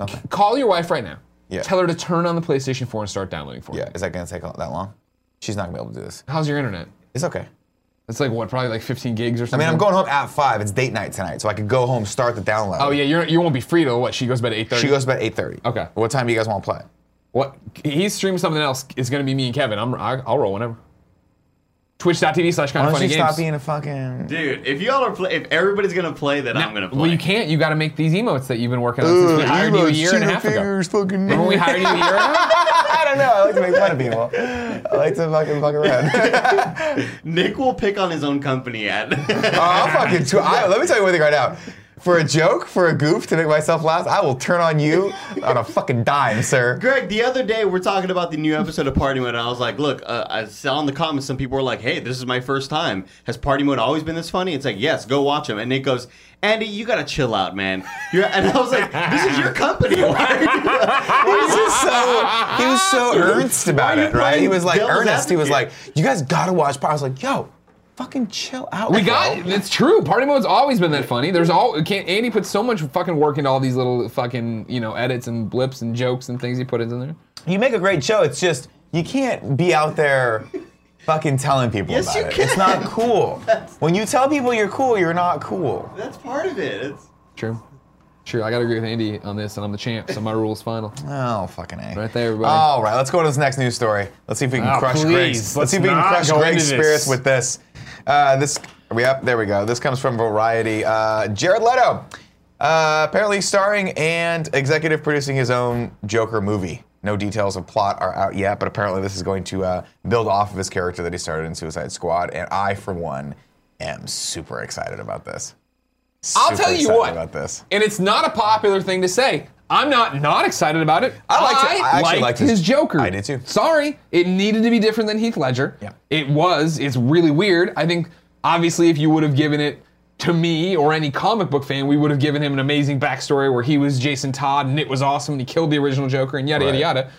Speaker 2: Okay.
Speaker 1: Call your wife right now.
Speaker 2: Yeah.
Speaker 1: Tell her to turn on the PlayStation 4 and start downloading for
Speaker 2: Yeah, is that gonna take all- that long? She's not gonna be able to do this.
Speaker 1: How's your internet?
Speaker 2: It's okay.
Speaker 1: It's like what, probably like 15 gigs or
Speaker 2: I
Speaker 1: something.
Speaker 2: mean, I'm going home at five. It's date night tonight, so I could go home, start the download.
Speaker 1: Oh yeah, you're, you won't be free till what? She goes to bed at 8:30.
Speaker 2: She goes about eight thirty.
Speaker 1: Okay.
Speaker 2: What time do you guys want to play?
Speaker 1: What? He's streaming something else. It's gonna be me and Kevin. I'm I, I'll roll whenever. Twitch.tv slash kind
Speaker 2: Why
Speaker 1: of
Speaker 2: don't
Speaker 1: funny
Speaker 2: you
Speaker 1: games.
Speaker 2: stop being a fucking?
Speaker 15: Dude, if y'all are play, if everybody's gonna play, then I'm gonna play.
Speaker 1: well, you can't. You got to make these emotes that you've been working on since we hired you a year and a half ago.
Speaker 2: Fucking
Speaker 1: Remember when we hired you a year ago?
Speaker 2: I don't know. I like to make fun of people. I like to fucking fuck around.
Speaker 15: Nick will pick on his own company at.
Speaker 2: Oh, I'll fucking. Tw- I, let me tell you one thing right now. For a joke, for a goof to make myself laugh, I will turn on you on a fucking dime, sir.
Speaker 15: Greg, the other day we're talking about the new episode of Party Mode, and I was like, "Look, uh, I saw in the comments some people were like, hey, this is my first time. Has Party Mode always been this funny?'" It's like, "Yes, go watch him." And Nick goes, "Andy, you gotta chill out, man." You're, and I was like, "This is your company. Why are you,
Speaker 2: He was just so he was so earnest about
Speaker 15: Why are
Speaker 2: it,
Speaker 15: you
Speaker 2: right? He was like
Speaker 15: playing devil's
Speaker 2: earnest. He was like,
Speaker 15: advocate?
Speaker 2: "You guys gotta watch." Par-" I was like, "Yo, fucking chill out."
Speaker 1: We
Speaker 2: bro."
Speaker 1: got it's true. Party mode's always been that funny. There's all it can't Andy put so much fucking work into all these little fucking you know edits and blips and jokes and things he put in there.
Speaker 2: You make a great show. It's just you can't be out there fucking telling people
Speaker 15: Yes,
Speaker 2: about
Speaker 15: you
Speaker 2: it.
Speaker 15: can.
Speaker 2: It's not cool. when you tell people you're cool, you're not cool.
Speaker 15: That's part of it. It's,
Speaker 1: True, true. I gotta agree with Andy on this, and I'm the champ, so my rules final.
Speaker 2: Oh fucking a.
Speaker 1: Right there, everybody.
Speaker 2: All right, let's go to this next news story. Let's see if we can
Speaker 1: Oh,
Speaker 2: crush
Speaker 1: please,
Speaker 2: Greg's. Let's,
Speaker 1: let's
Speaker 2: see if we can
Speaker 1: not
Speaker 2: crush
Speaker 1: go
Speaker 2: Greg's
Speaker 1: into
Speaker 2: spirits
Speaker 1: this.
Speaker 2: with this. Uh, this are we up? There we go. This comes from Variety. Uh, Jared Leto, uh, apparently starring and executive producing his own Joker movie. No details of plot are out yet, but apparently this is going to uh, build off of his character that he started in Suicide Squad, and I, for one, am super excited about this.
Speaker 1: I'll
Speaker 2: Super
Speaker 1: tell you
Speaker 2: excited
Speaker 1: what.
Speaker 2: about this.
Speaker 1: and it's not a popular thing to say. I'm not not excited about it.
Speaker 2: I liked it. I actually
Speaker 1: liked
Speaker 2: liked
Speaker 1: his
Speaker 2: his-
Speaker 1: Joker.
Speaker 2: I did too.
Speaker 1: Sorry, it needed to be different than Heath Ledger.
Speaker 2: Yeah.
Speaker 1: It was. It's really weird. I think obviously if you would have given it to me or any comic book fan, we would have given him an amazing backstory where he was Jason Todd and it was awesome and he killed the original Joker and yada
Speaker 2: Right.
Speaker 1: yada yada.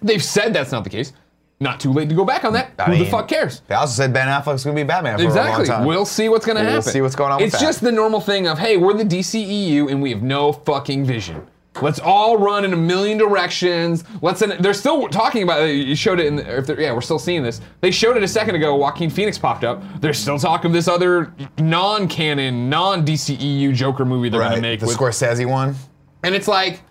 Speaker 1: They've said that's not the case. Not too late to go back on that.
Speaker 2: I
Speaker 1: Who the
Speaker 2: mean,
Speaker 1: fuck cares?
Speaker 2: They also said Ben Affleck's going to be Batman for
Speaker 1: Exactly.
Speaker 2: a long time.
Speaker 1: We'll see what's going to
Speaker 2: We'll
Speaker 1: happen.
Speaker 2: see what's going on with
Speaker 1: It's
Speaker 2: that.
Speaker 1: just the normal thing of, hey, we're the DCEU and we have no fucking vision. Let's all run in a million directions. Let's. In, they're still talking about. You showed it in. The, or if they're- yeah, we're still seeing this. They showed it a second ago. Joaquin Phoenix popped up. They're still talking of this other non-canon, non-DCEU Joker movie they're gonna
Speaker 2: right.
Speaker 1: make.
Speaker 2: the
Speaker 1: with-
Speaker 2: Scorsese one.
Speaker 1: and it's like,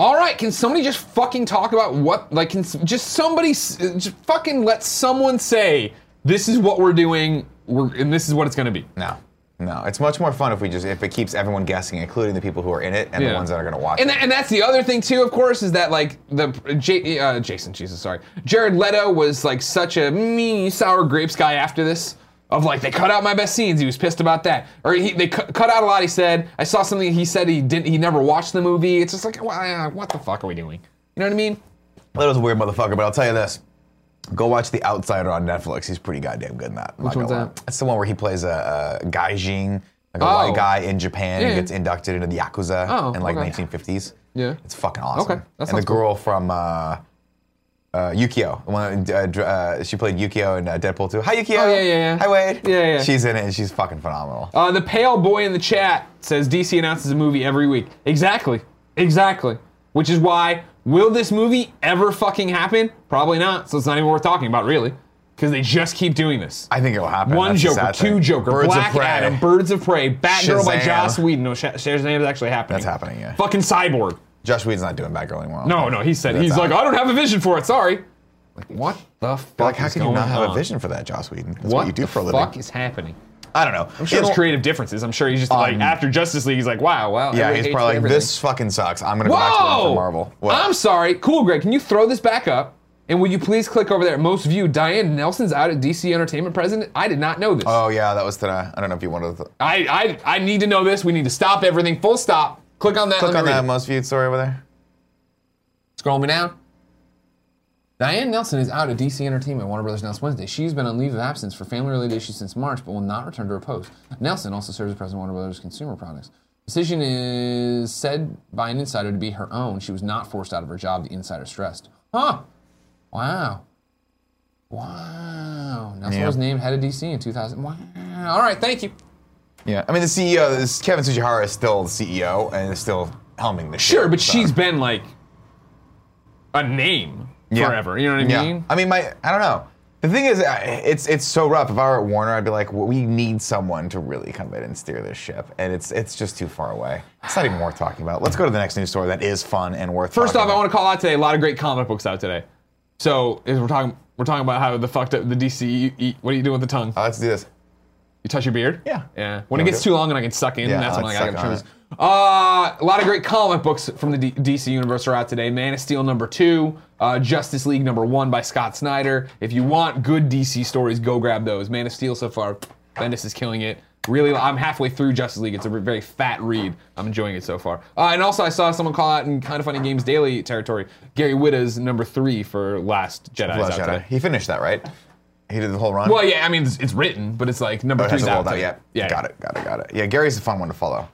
Speaker 1: all right, can somebody just fucking talk about what? Like, can s- just somebody s- just fucking let someone say this is what we're doing, we're, and this is what it's gonna be.
Speaker 2: No, no. It's much more fun if we just if it keeps everyone guessing, including the people who are in it and
Speaker 1: Yeah.
Speaker 2: the ones that are going to watch.
Speaker 1: And,
Speaker 2: it.
Speaker 1: tha- and that's the other thing too, of course, is that like the J, uh, Jason, Jesus, sorry, Jared Leto was like such a me sour grapes guy after this of like they cut out my best scenes. He was pissed about that, or he, they cu- cut out a lot. He said I saw something. He said he didn't. He never watched the movie. It's just like why- uh, what the fuck are we doing? You know what I mean?
Speaker 2: That was a weird motherfucker, but I'll tell you this. Go watch The Outsider on Netflix. He's pretty goddamn good in that. I'm
Speaker 1: Which
Speaker 2: not gonna
Speaker 1: one's
Speaker 2: lie. That's the one where he plays a, a gaijin, like a
Speaker 1: Oh.
Speaker 2: white guy in Japan
Speaker 1: Yeah.
Speaker 2: who gets inducted into the Yakuza
Speaker 1: Oh,
Speaker 2: in like
Speaker 1: okay.
Speaker 2: 1950s.
Speaker 1: Yeah.
Speaker 2: It's fucking awesome.
Speaker 1: Okay, that
Speaker 2: and the
Speaker 1: sounds cool.
Speaker 2: girl from uh, uh, Yukio, the one, that, uh, dr- uh, she played Yukio in uh, Deadpool 2. Hi, Yukio.
Speaker 1: Oh, yeah, yeah, yeah.
Speaker 2: Hi, Wade.
Speaker 1: Yeah, yeah.
Speaker 2: She's in it and she's fucking phenomenal.
Speaker 1: Uh, the pale boy in the chat says DC announces a movie every week. Exactly, exactly. Which is why will this movie ever fucking happen? Probably not. So it's not even worth talking about, really, because they just keep doing this.
Speaker 2: I think it'll happen.
Speaker 1: One
Speaker 2: That's the
Speaker 1: Joker,
Speaker 2: sad
Speaker 1: two
Speaker 2: thing.
Speaker 1: Joker,
Speaker 2: Birds of
Speaker 1: Black
Speaker 2: Prey.
Speaker 1: Adam, Birds of Prey, Batgirl by
Speaker 2: Shazam.
Speaker 1: Joss Whedon. No, Sha- Shazam is actually happening.
Speaker 2: That's happening, yeah.
Speaker 1: Fucking Cyborg.
Speaker 2: Josh Whedon's not doing Batgirl anymore.
Speaker 1: No, no, he said he's like, I don't have a vision for it. Sorry. Like what the fuck?
Speaker 2: Like, how
Speaker 1: is
Speaker 2: can you
Speaker 1: going
Speaker 2: not have a
Speaker 1: on?
Speaker 2: vision for that, Joss Whedon? That's what,
Speaker 1: what
Speaker 2: you do
Speaker 1: the
Speaker 2: for a living.
Speaker 1: fuck is happening?
Speaker 2: I don't know.
Speaker 1: I'm sure it's
Speaker 2: It'll-
Speaker 1: creative differences. I'm sure he's just like
Speaker 2: Um,
Speaker 1: after Justice League, he's like, wow,
Speaker 2: Yeah,
Speaker 1: wow. everyone
Speaker 2: he's
Speaker 1: hates
Speaker 2: probably like,
Speaker 1: everything.
Speaker 2: this fucking sucks. I'm gonna go back to work
Speaker 1: Whoa!
Speaker 2: for Marvel.
Speaker 1: I'm sorry. Cool, Greg. Can you throw this back up? And will you please click over there? Most viewed. Diane Nelson's out at DC Entertainment President. I did not know this.
Speaker 2: Oh yeah, that was today. I don't know if you wanted to
Speaker 1: I, I I need to know this. We need to stop everything. Full stop. Click on that.
Speaker 2: click
Speaker 1: let
Speaker 2: on
Speaker 1: me read
Speaker 2: that
Speaker 1: it.
Speaker 2: most viewed story over there.
Speaker 1: Scroll me down. Diane Nelson is out at DC Entertainment, Warner Brothers announced Wednesday. She's been on leave of absence for family-related issues since March, but will not return to her post. Nelson also serves as president of Warner Brothers Consumer Products. Decision is said by an insider to be her own. She was not forced out of her job. The insider stressed. Huh. Wow. Wow. Nelson
Speaker 2: Yeah.
Speaker 1: was named head of DC in 2000. Wow. All right. Thank you.
Speaker 2: Yeah, I mean the CEO, this Kevin Tsujihara is still the CEO and is still helming the
Speaker 1: Sure,
Speaker 2: ship,
Speaker 1: but
Speaker 2: so.
Speaker 1: she's been like a name
Speaker 2: Yeah.
Speaker 1: forever. You know what I
Speaker 2: Yeah.
Speaker 1: mean?
Speaker 2: I mean, my I don't know. The thing is, I- it's it's so rough. If I were at Warner, I'd be like, well, we need someone to really come in and steer this ship, and it's it's just too far away. It's not even worth talking about. Let's go to the next news story that is fun and worth.
Speaker 1: First
Speaker 2: talking
Speaker 1: off, I want to call out today. A lot of great comic books out today. So is we're talking we're talking about how the fucked up the DC. eat- E, What are you doing with the tongue?
Speaker 2: Uh, let's do this.
Speaker 1: You touch your beard. Yeah. Yeah. When it
Speaker 2: Okay.
Speaker 1: gets too long and I can suck in,
Speaker 2: Yeah,
Speaker 1: that's when I
Speaker 2: let's
Speaker 1: gotta
Speaker 2: suck
Speaker 1: trim
Speaker 2: on
Speaker 1: this. Uh, a lot of great comic books from the D- DC universe are out today. Man of Steel number two, uh, Justice League number one by Scott Snyder. If you want good DC stories, go grab those. Man of Steel so far, Bendis is killing it. Really, I'm halfway through Justice League. It's a very fat read. I'm enjoying it so far. Uh, and also, I saw someone call out in Kind of Funny Games Daily territory Gary Witta's number three for Last Jedi. is
Speaker 2: Last
Speaker 1: out
Speaker 2: Jedi.
Speaker 1: today.
Speaker 2: He finished that, right? He did the whole run.
Speaker 1: Well, yeah, I mean, it's, it's written, but it's like number
Speaker 2: Oh, it
Speaker 1: three's
Speaker 2: hasn't
Speaker 1: out.
Speaker 2: rolled out
Speaker 1: today.
Speaker 2: yet.
Speaker 1: Yeah,
Speaker 2: Got it, got it, got it. Yeah, Gary's a fun one to follow.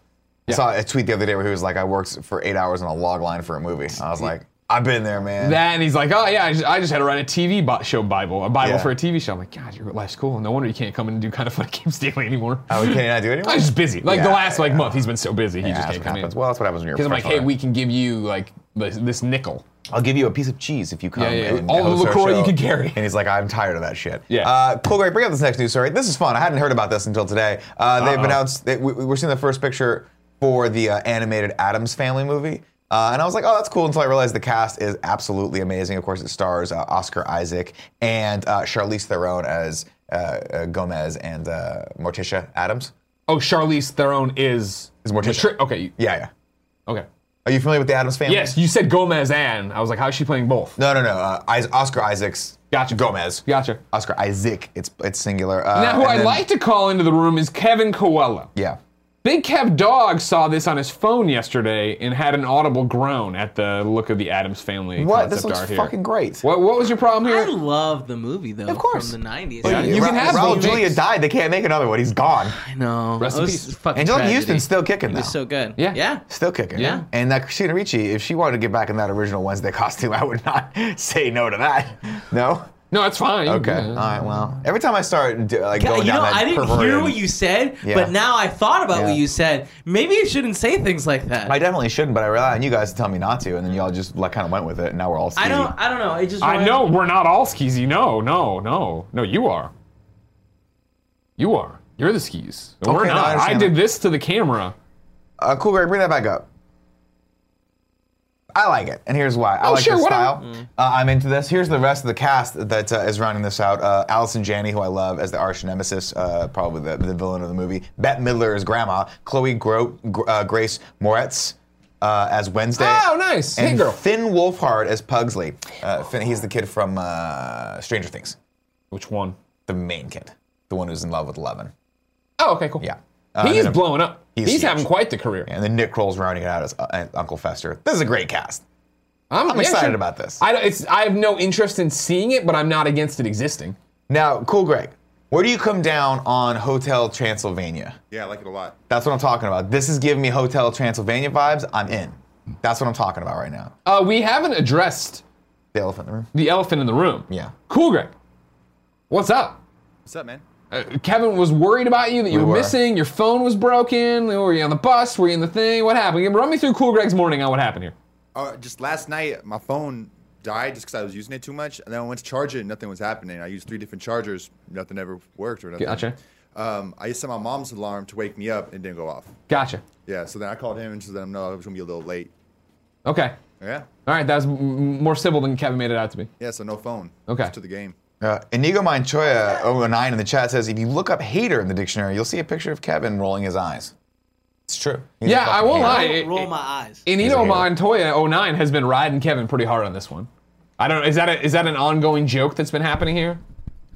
Speaker 2: I saw a tweet the other day where he was like, I worked for eight hours on a log line for a movie. I was like, I've been there, man.
Speaker 1: That and he's like, oh yeah, I just, I just had to write a TV bi- show Bible, a Bible
Speaker 2: Yeah.
Speaker 1: for a TV show. I'm like, God, your life's cool. No wonder you can't come in and do kind of funny games daily anymore.
Speaker 2: Oh, can he not do it anymore?
Speaker 1: I'm just busy. Like the
Speaker 2: Yeah,
Speaker 1: last like month, he's been so busy, he
Speaker 2: Yeah,
Speaker 1: just
Speaker 2: that's
Speaker 1: can't
Speaker 2: what
Speaker 1: come
Speaker 2: happens.
Speaker 1: in.
Speaker 2: Well, that's what happens when you're a
Speaker 1: Because I'm like, hey,
Speaker 2: professional
Speaker 1: we can give you like this, this nickel.
Speaker 2: I'll give you a piece of cheese if you come.
Speaker 1: Yeah, yeah,
Speaker 2: and
Speaker 1: all the
Speaker 2: host our
Speaker 1: LaCroix you
Speaker 2: show.
Speaker 1: can carry.
Speaker 2: And he's like, I'm tired of that shit.
Speaker 1: Yeah.
Speaker 2: Uh, cool, great. Bring up this next news story. This is fun. I hadn't heard about this until today. Uh, they've
Speaker 1: Uh-oh.
Speaker 2: announced that we, we're seeing the first picture for the uh, animated Adams Family movie. Uh, and I was like, oh, that's cool. Until I realized the cast is absolutely amazing. Of course, it stars uh, Oscar Isaac and uh, Charlize Theron as uh, uh, Gomez and uh, Morticia Adams.
Speaker 1: Oh, Charlize Theron is
Speaker 2: Is Morticia?
Speaker 1: Matri- okay,
Speaker 2: Yeah, yeah.
Speaker 1: okay.
Speaker 2: Are you familiar with the Adams Family?
Speaker 1: Yes, you said Gomez and I was like, how is she playing both?
Speaker 2: No, no, no. Uh, Is- Oscar Isaac's.
Speaker 1: Gotcha.
Speaker 2: Gomez.
Speaker 1: Gotcha.
Speaker 2: Oscar Isaac. It's it's singular. Uh,
Speaker 1: now, who
Speaker 2: and
Speaker 1: I'd
Speaker 2: then-
Speaker 1: like to call into the room is Kevin Coelho.
Speaker 2: Yeah.
Speaker 1: Big Kev Dog saw this on his phone yesterday and had an audible groan at the look of the Adams family
Speaker 2: What?
Speaker 1: concept
Speaker 2: This looks
Speaker 1: art here.
Speaker 2: fucking great.
Speaker 1: What, what was your problem here?
Speaker 3: I love the movie though. Of course, from the '90s.
Speaker 1: Yeah, you can have
Speaker 2: Raul
Speaker 1: both
Speaker 2: Julia
Speaker 1: mixed.
Speaker 2: died. They can't make another one. He's gone.
Speaker 3: I know.
Speaker 1: Rest in
Speaker 3: That was
Speaker 1: peace.
Speaker 3: fucking
Speaker 2: Angelica
Speaker 3: tragedy.
Speaker 2: Houston's still kicking
Speaker 3: It
Speaker 2: now.
Speaker 3: was so good.
Speaker 1: Yeah.
Speaker 3: Yeah.
Speaker 2: Still kicking.
Speaker 3: Yeah.
Speaker 2: And that Christina Ricci, if she wanted to get back in that original Wednesday costume, I would not say no to that. No.
Speaker 1: No, it's fine.
Speaker 2: Okay. Uh,
Speaker 1: Yeah.
Speaker 2: All right. Well, every time I start do- like going
Speaker 3: you
Speaker 2: down
Speaker 3: know,
Speaker 2: that
Speaker 3: I didn't hear
Speaker 2: perverted-
Speaker 3: what you said,
Speaker 2: Yeah.
Speaker 3: but now I thought about
Speaker 2: Yeah.
Speaker 3: what you said. Maybe I shouldn't say things like that.
Speaker 2: I definitely shouldn't, but I relied on you guys to tell me not to, and then y'all just like kind of went with it, and now we're all.
Speaker 3: I
Speaker 2: skeevy.
Speaker 3: don't. I don't know. It just.
Speaker 1: I
Speaker 3: reminds-
Speaker 1: know we're not all skeezy. No, no, no, no. You are. You are. You're the skis.
Speaker 2: Okay,
Speaker 1: we're
Speaker 2: no, I
Speaker 1: not. I,
Speaker 2: understand
Speaker 1: did this to the camera.
Speaker 2: Uh, cool, Greg, bring that back up. I like it, and here's why. I
Speaker 1: Oh,
Speaker 2: like
Speaker 1: sure,
Speaker 2: this
Speaker 1: whatever.
Speaker 2: style. Uh, I'm into this. Here's the rest of the cast that uh, is rounding this out. Uh, Allison Janney, who I love as the arch nemesis, uh, probably the, the villain of the movie. Bette Midler as Grandma. Chloe Gro- Gr- uh, Grace Moretz uh, as Wednesday.
Speaker 1: Oh, nice. Hey,
Speaker 2: And
Speaker 1: girl.
Speaker 2: Finn Wolfhard as Pugsley. Uh, Finn, he's the kid from uh, Stranger Things,
Speaker 1: Which one?
Speaker 2: the main kid. the one who's in love with Eleven.
Speaker 1: Oh, okay, cool.
Speaker 2: Yeah. Uh,
Speaker 1: He's
Speaker 2: and-
Speaker 1: blowing up. He's having
Speaker 2: huge.
Speaker 1: quite the career.
Speaker 2: And then Nick Kroll's rounding it out as uh, uh, Uncle Fester. This is a great cast.
Speaker 1: I'm, yeah,
Speaker 2: excited
Speaker 1: sure.
Speaker 2: about this.
Speaker 1: I, don't- it's, I have no interest in seeing it, but I'm not against it existing.
Speaker 2: Now, cool, Greg. Where do you come down on Hotel Transylvania?
Speaker 16: Yeah, I like it a lot.
Speaker 2: That's what I'm talking about. This is giving me Hotel Transylvania vibes. I'm in. That's what I'm talking about right now.
Speaker 1: Uh, we haven't addressed
Speaker 2: the elephant in the room.
Speaker 1: The elephant in the room.
Speaker 2: Yeah.
Speaker 1: Cool, Greg. What's up?
Speaker 16: What's up, man?
Speaker 1: Uh, Kevin was worried about you that you
Speaker 2: We
Speaker 1: were,
Speaker 2: were.
Speaker 1: missing. Your phone was broken. Were you on the bus? Were you in the thing? What happened? Run me through Cool Greg's morning on what happened here.
Speaker 16: Uh, just last night, my phone died just because I was using it too much, and then I went to charge it, and nothing was happening. I used three different chargers, nothing ever worked or nothing.
Speaker 1: Gotcha.
Speaker 16: Um, I set my mom's alarm to wake me up, and it didn't go off.
Speaker 1: Gotcha.
Speaker 16: Yeah, so then I called him and just let him know I was gonna be a little late.
Speaker 1: Okay.
Speaker 16: Yeah,
Speaker 1: All right. That was m- m- more civil than Kevin made it out to be.
Speaker 16: yeah. So no phone.
Speaker 1: Okay.
Speaker 16: To the game.
Speaker 2: Uh, Inigo Manchoya 009 in the chat says if you look up hater in the dictionary, you'll see a picture of Kevin rolling his eyes. It's true. He's a
Speaker 1: yeah, I
Speaker 2: fucking
Speaker 1: won't
Speaker 2: hater.
Speaker 1: lie.
Speaker 3: Roll-
Speaker 1: It-
Speaker 3: roll
Speaker 1: it-
Speaker 3: my eyes.
Speaker 2: He's a
Speaker 1: Enito
Speaker 2: hater.
Speaker 1: Montoya 09 has been riding Kevin pretty hard on this one. I don't know. Is that a, is that an ongoing joke that's been happening here?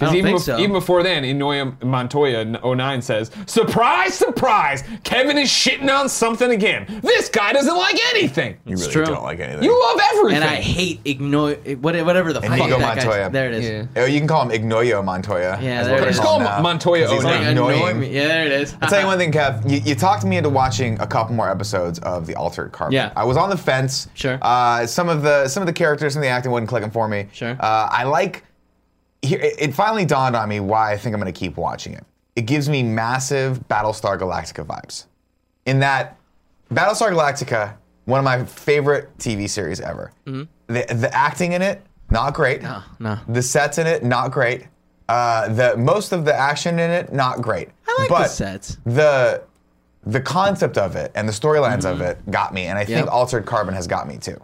Speaker 3: I don't
Speaker 1: even,
Speaker 3: think
Speaker 1: bef-
Speaker 3: so.
Speaker 1: even before then, Inoya Montoya 09 says, Surprise, surprise! Kevin is shitting on something again. This guy doesn't like anything.
Speaker 2: You really don't like anything.
Speaker 1: You love everything.
Speaker 3: And I hate ignore whatever the fuck
Speaker 2: Inigo
Speaker 3: that guy's-
Speaker 2: Montoya.
Speaker 3: There it is.
Speaker 2: Oh, you can call him Ignoyo Montoya.
Speaker 3: Yeah,
Speaker 2: is
Speaker 3: there
Speaker 2: what
Speaker 3: it
Speaker 2: they
Speaker 3: is.
Speaker 1: Just call him
Speaker 2: now,
Speaker 1: Montoya
Speaker 2: 'cause he's
Speaker 1: O'Neill.
Speaker 2: like
Speaker 3: Annoying
Speaker 2: annoying.
Speaker 3: oh me. Yeah, there it is.
Speaker 2: I'll tell you one thing, Kev. You, you talked me into watching a couple more episodes of the Altered Carbon.
Speaker 3: Yeah.
Speaker 2: I was on the fence. Sure. Uh, some of the some of the characters, some of the acting wasn't clicking for me. Sure. Uh, I like. Here, it it finally dawned on me why I think I'm going to keep watching it. It gives me massive Battlestar Galactica vibes. In that, Battlestar Galactica, one of my favorite TV series ever. The, the acting in it, not great. No,
Speaker 3: no.
Speaker 2: The sets in it, not great. Uh, the most of the action in it, not great. I
Speaker 3: like the
Speaker 2: but
Speaker 3: sets.
Speaker 2: The the concept of it and the storylines of it got me, and I think
Speaker 3: Mm-hmm. Yep.
Speaker 2: Altered Carbon has got me too.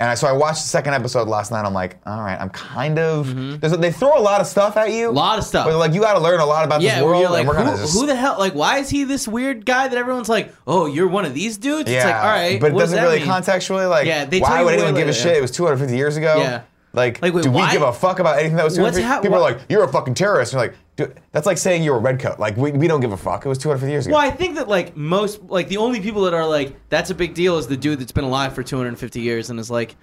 Speaker 2: And I, so I watched the second episode last night. I'm like, all right, I'm kind of. there's- They throw a lot of stuff at you. A lot
Speaker 3: Mm-hmm. of stuff.
Speaker 2: like you got to learn a lot about
Speaker 3: yeah,
Speaker 2: this
Speaker 3: where
Speaker 2: world,
Speaker 3: you're like,
Speaker 2: and we're
Speaker 3: who,
Speaker 2: gonna just.
Speaker 3: who the hell? Like, why is he this weird guy that everyone's like, oh, you're one of these dudes?
Speaker 2: yeah,
Speaker 3: It's like, all right,
Speaker 2: but it
Speaker 3: what does
Speaker 2: doesn't
Speaker 3: that
Speaker 2: really
Speaker 3: mean?
Speaker 2: contextually like.
Speaker 3: Yeah, they tell
Speaker 2: why
Speaker 3: you
Speaker 2: would
Speaker 3: way
Speaker 2: anyone give a
Speaker 3: later,
Speaker 2: shit?
Speaker 3: yeah.
Speaker 2: It was 250 years ago.
Speaker 3: Yeah.
Speaker 2: Like,
Speaker 3: Like, wait,
Speaker 2: do we
Speaker 3: why-
Speaker 2: give a fuck about anything that was
Speaker 3: What's
Speaker 2: 250?
Speaker 3: hap-
Speaker 2: People
Speaker 3: wha-
Speaker 2: are like, you're a fucking terrorist. And you're like, dude, that's like saying you're a redcoat. Like, we, we don't give a fuck. It was 250 years ago.
Speaker 3: Well, I think that like most, like the only people that are like that's a big deal is the dude that's been alive for 250 years and is like,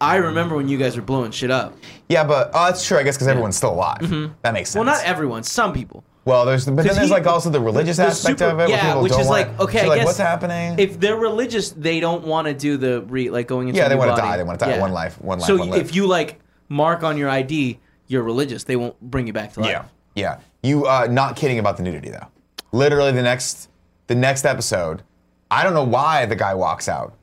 Speaker 3: I remember when you guys were blowing shit up.
Speaker 2: Yeah, but oh, that's true. I guess because everyone's still alive. That makes sense.
Speaker 3: Mm-hmm. Well, not everyone, some people.
Speaker 2: Well, there's but then
Speaker 3: 'Cause
Speaker 2: there's
Speaker 3: he-
Speaker 2: like also the religious
Speaker 3: the
Speaker 2: aspect
Speaker 3: super-
Speaker 2: of it. where
Speaker 3: yeah,
Speaker 2: people
Speaker 3: which
Speaker 2: don't
Speaker 3: is
Speaker 2: want-
Speaker 3: like okay,
Speaker 2: so,
Speaker 3: I
Speaker 2: like,
Speaker 3: guess
Speaker 2: what's happening?
Speaker 3: If they're religious, they don't want to do the re like going into
Speaker 2: Yeah,
Speaker 3: a
Speaker 2: they
Speaker 3: new
Speaker 2: wanna
Speaker 3: body.
Speaker 2: die. They wanna die. One life- one life,
Speaker 3: So
Speaker 2: one
Speaker 3: if
Speaker 2: life.
Speaker 3: you like mark on your ID, you're religious. They won't bring you back to life.
Speaker 2: Yeah, yeah. You uh, not kidding about the nudity though. Literally the next the next episode, I don't know why the guy walks out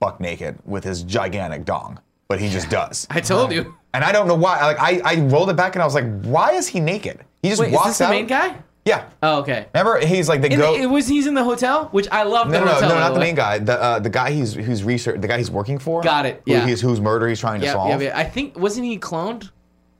Speaker 2: buck naked with his gigantic dong, but he just does.
Speaker 3: I told you.
Speaker 2: And I don't know why. Like I, I rolled it back and I was like, why is he naked? He just
Speaker 3: Wait,
Speaker 2: walks
Speaker 3: is this
Speaker 2: out.
Speaker 3: the main guy?
Speaker 2: Yeah.
Speaker 3: Oh, okay.
Speaker 2: Remember, he's like the
Speaker 3: In
Speaker 2: go.
Speaker 3: the, it was he's in the hotel, which I love.
Speaker 2: No,
Speaker 3: the
Speaker 2: no, no,
Speaker 3: hotel,
Speaker 2: no,
Speaker 3: by
Speaker 2: not the
Speaker 3: way.
Speaker 2: main guy. The uh, the guy he's who's research the guy he's working for.
Speaker 3: Got it,
Speaker 2: Who
Speaker 3: yeah.
Speaker 2: he's whose murder he's trying to
Speaker 3: Yeah,
Speaker 2: solve.
Speaker 3: yeah, yeah. I think wasn't he cloned?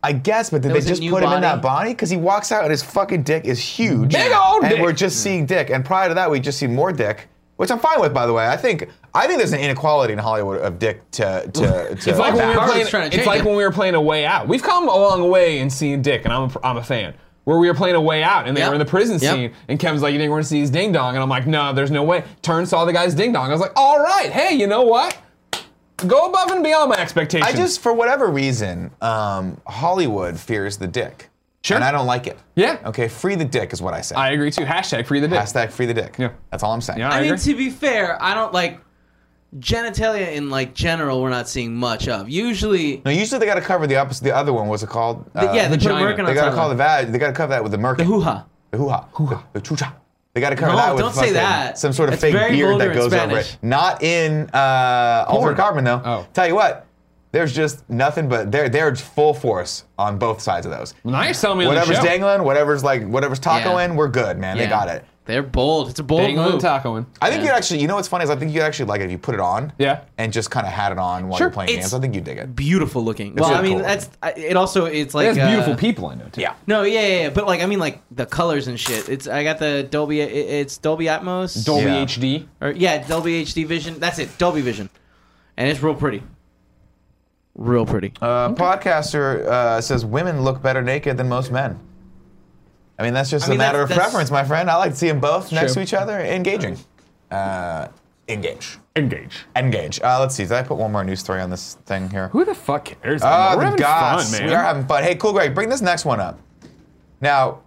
Speaker 2: I guess, but did
Speaker 3: That
Speaker 2: they
Speaker 3: was a
Speaker 2: just
Speaker 3: new
Speaker 2: put him in
Speaker 3: body?
Speaker 2: that body? Because he walks out and his fucking dick is huge.
Speaker 1: Big old
Speaker 2: And
Speaker 1: dick.
Speaker 2: we're just seeing dick. And prior to that, we just seen more dick, which I'm fine with, by the way. I think I think there's an inequality in Hollywood of dick to to. to
Speaker 1: It's like, when we were
Speaker 2: back.
Speaker 1: playing, it's like when we were playing a way out. We've come a long way in seeing Dick, and I'm a, I'm a fan. Where we were playing a way out, and they
Speaker 3: Yep.
Speaker 1: were in the prison
Speaker 3: Yep.
Speaker 1: scene, and Kevin's like, "You didn't want to see his ding dong," and I'm like, "No, there's no way." Turn saw the guy's ding dong. I was like, "All right, hey, you know what? Go above and beyond my expectations."
Speaker 2: I just, for whatever reason, um, Hollywood fears the dick. Sure. And I don't like it.
Speaker 1: Yeah.
Speaker 2: Okay, free the dick is what I say.
Speaker 1: I agree too. Hashtag free the dick.
Speaker 2: Hashtag free the dick. Yeah. That's all I'm saying.
Speaker 3: I, mean, to be fair, I don't like genitalia in like general. We're not seeing much of. Usually,
Speaker 2: No, usually they got to cover the opposite. The other one, what's it called? Uh,
Speaker 3: The- yeah, they put a merkin on
Speaker 2: They got
Speaker 3: top
Speaker 2: to
Speaker 3: of
Speaker 2: call
Speaker 3: it.
Speaker 2: the vag. They got to cover that with the merkin. The
Speaker 3: hoo ha.
Speaker 2: The hoo ha. Hoo ha. The, the chucha. They got to cover
Speaker 3: No,
Speaker 2: that with
Speaker 3: don't say
Speaker 2: fucking
Speaker 3: that.
Speaker 2: some sort of
Speaker 3: That's
Speaker 2: fake
Speaker 3: very
Speaker 2: beard
Speaker 3: vulgar
Speaker 2: that
Speaker 3: in
Speaker 2: goes over
Speaker 3: Spanish.
Speaker 2: it. Not in uh, Altered Carbon though.
Speaker 1: Oh.
Speaker 2: Tell you what, there's just nothing but they're they're full force on both sides of those.
Speaker 1: Nice, tell me on the
Speaker 2: Whatever's
Speaker 1: show.
Speaker 2: dangling, whatever's like whatever's tacoing, we're good, man. They
Speaker 1: Yeah.
Speaker 2: got it.
Speaker 3: They're bold. It's a bold
Speaker 1: Dangling
Speaker 3: move.
Speaker 1: tacoing.
Speaker 2: I think
Speaker 1: Yeah.
Speaker 2: you'd actually, you know what's funny is I think you'd actually like it if you put it on,
Speaker 1: yeah,
Speaker 2: and just kind of had it on while
Speaker 3: Sure,
Speaker 2: you're playing
Speaker 3: it's
Speaker 2: games. I think you'd dig it.
Speaker 3: beautiful looking.
Speaker 2: It's
Speaker 3: well,
Speaker 2: really
Speaker 3: I mean,
Speaker 2: cool.
Speaker 3: that's I- it. Also, it's like
Speaker 1: There's beautiful
Speaker 3: uh,
Speaker 1: people I know too. Yeah.
Speaker 3: No, yeah, yeah, yeah, but like I mean, like the colors and shit. It's I got the Dolby. it- It's Dolby Atmos.
Speaker 1: Dolby
Speaker 3: yeah.
Speaker 1: HD.
Speaker 3: Or yeah, Dolby HD Vision. That's it, Dolby Vision, and it's real pretty. Real pretty.
Speaker 2: Uh, Podcaster uh, says women look better naked than most men. I mean, that's just
Speaker 16: I mean,
Speaker 2: a matter
Speaker 16: that's-
Speaker 2: of
Speaker 16: that's-
Speaker 2: preference, my friend. I like to see them both next
Speaker 16: True.
Speaker 2: to each other, engaging. Uh, engage. Engage. Engage. Uh, let's see. Did I put one more news story on this thing here? Who
Speaker 1: Ah, the fuck cares?
Speaker 2: Oh,
Speaker 1: We're
Speaker 2: the
Speaker 1: having
Speaker 2: goss.
Speaker 1: fun, man.
Speaker 2: We are having fun. Hey, cool, Greg. Bring this next one up. Now,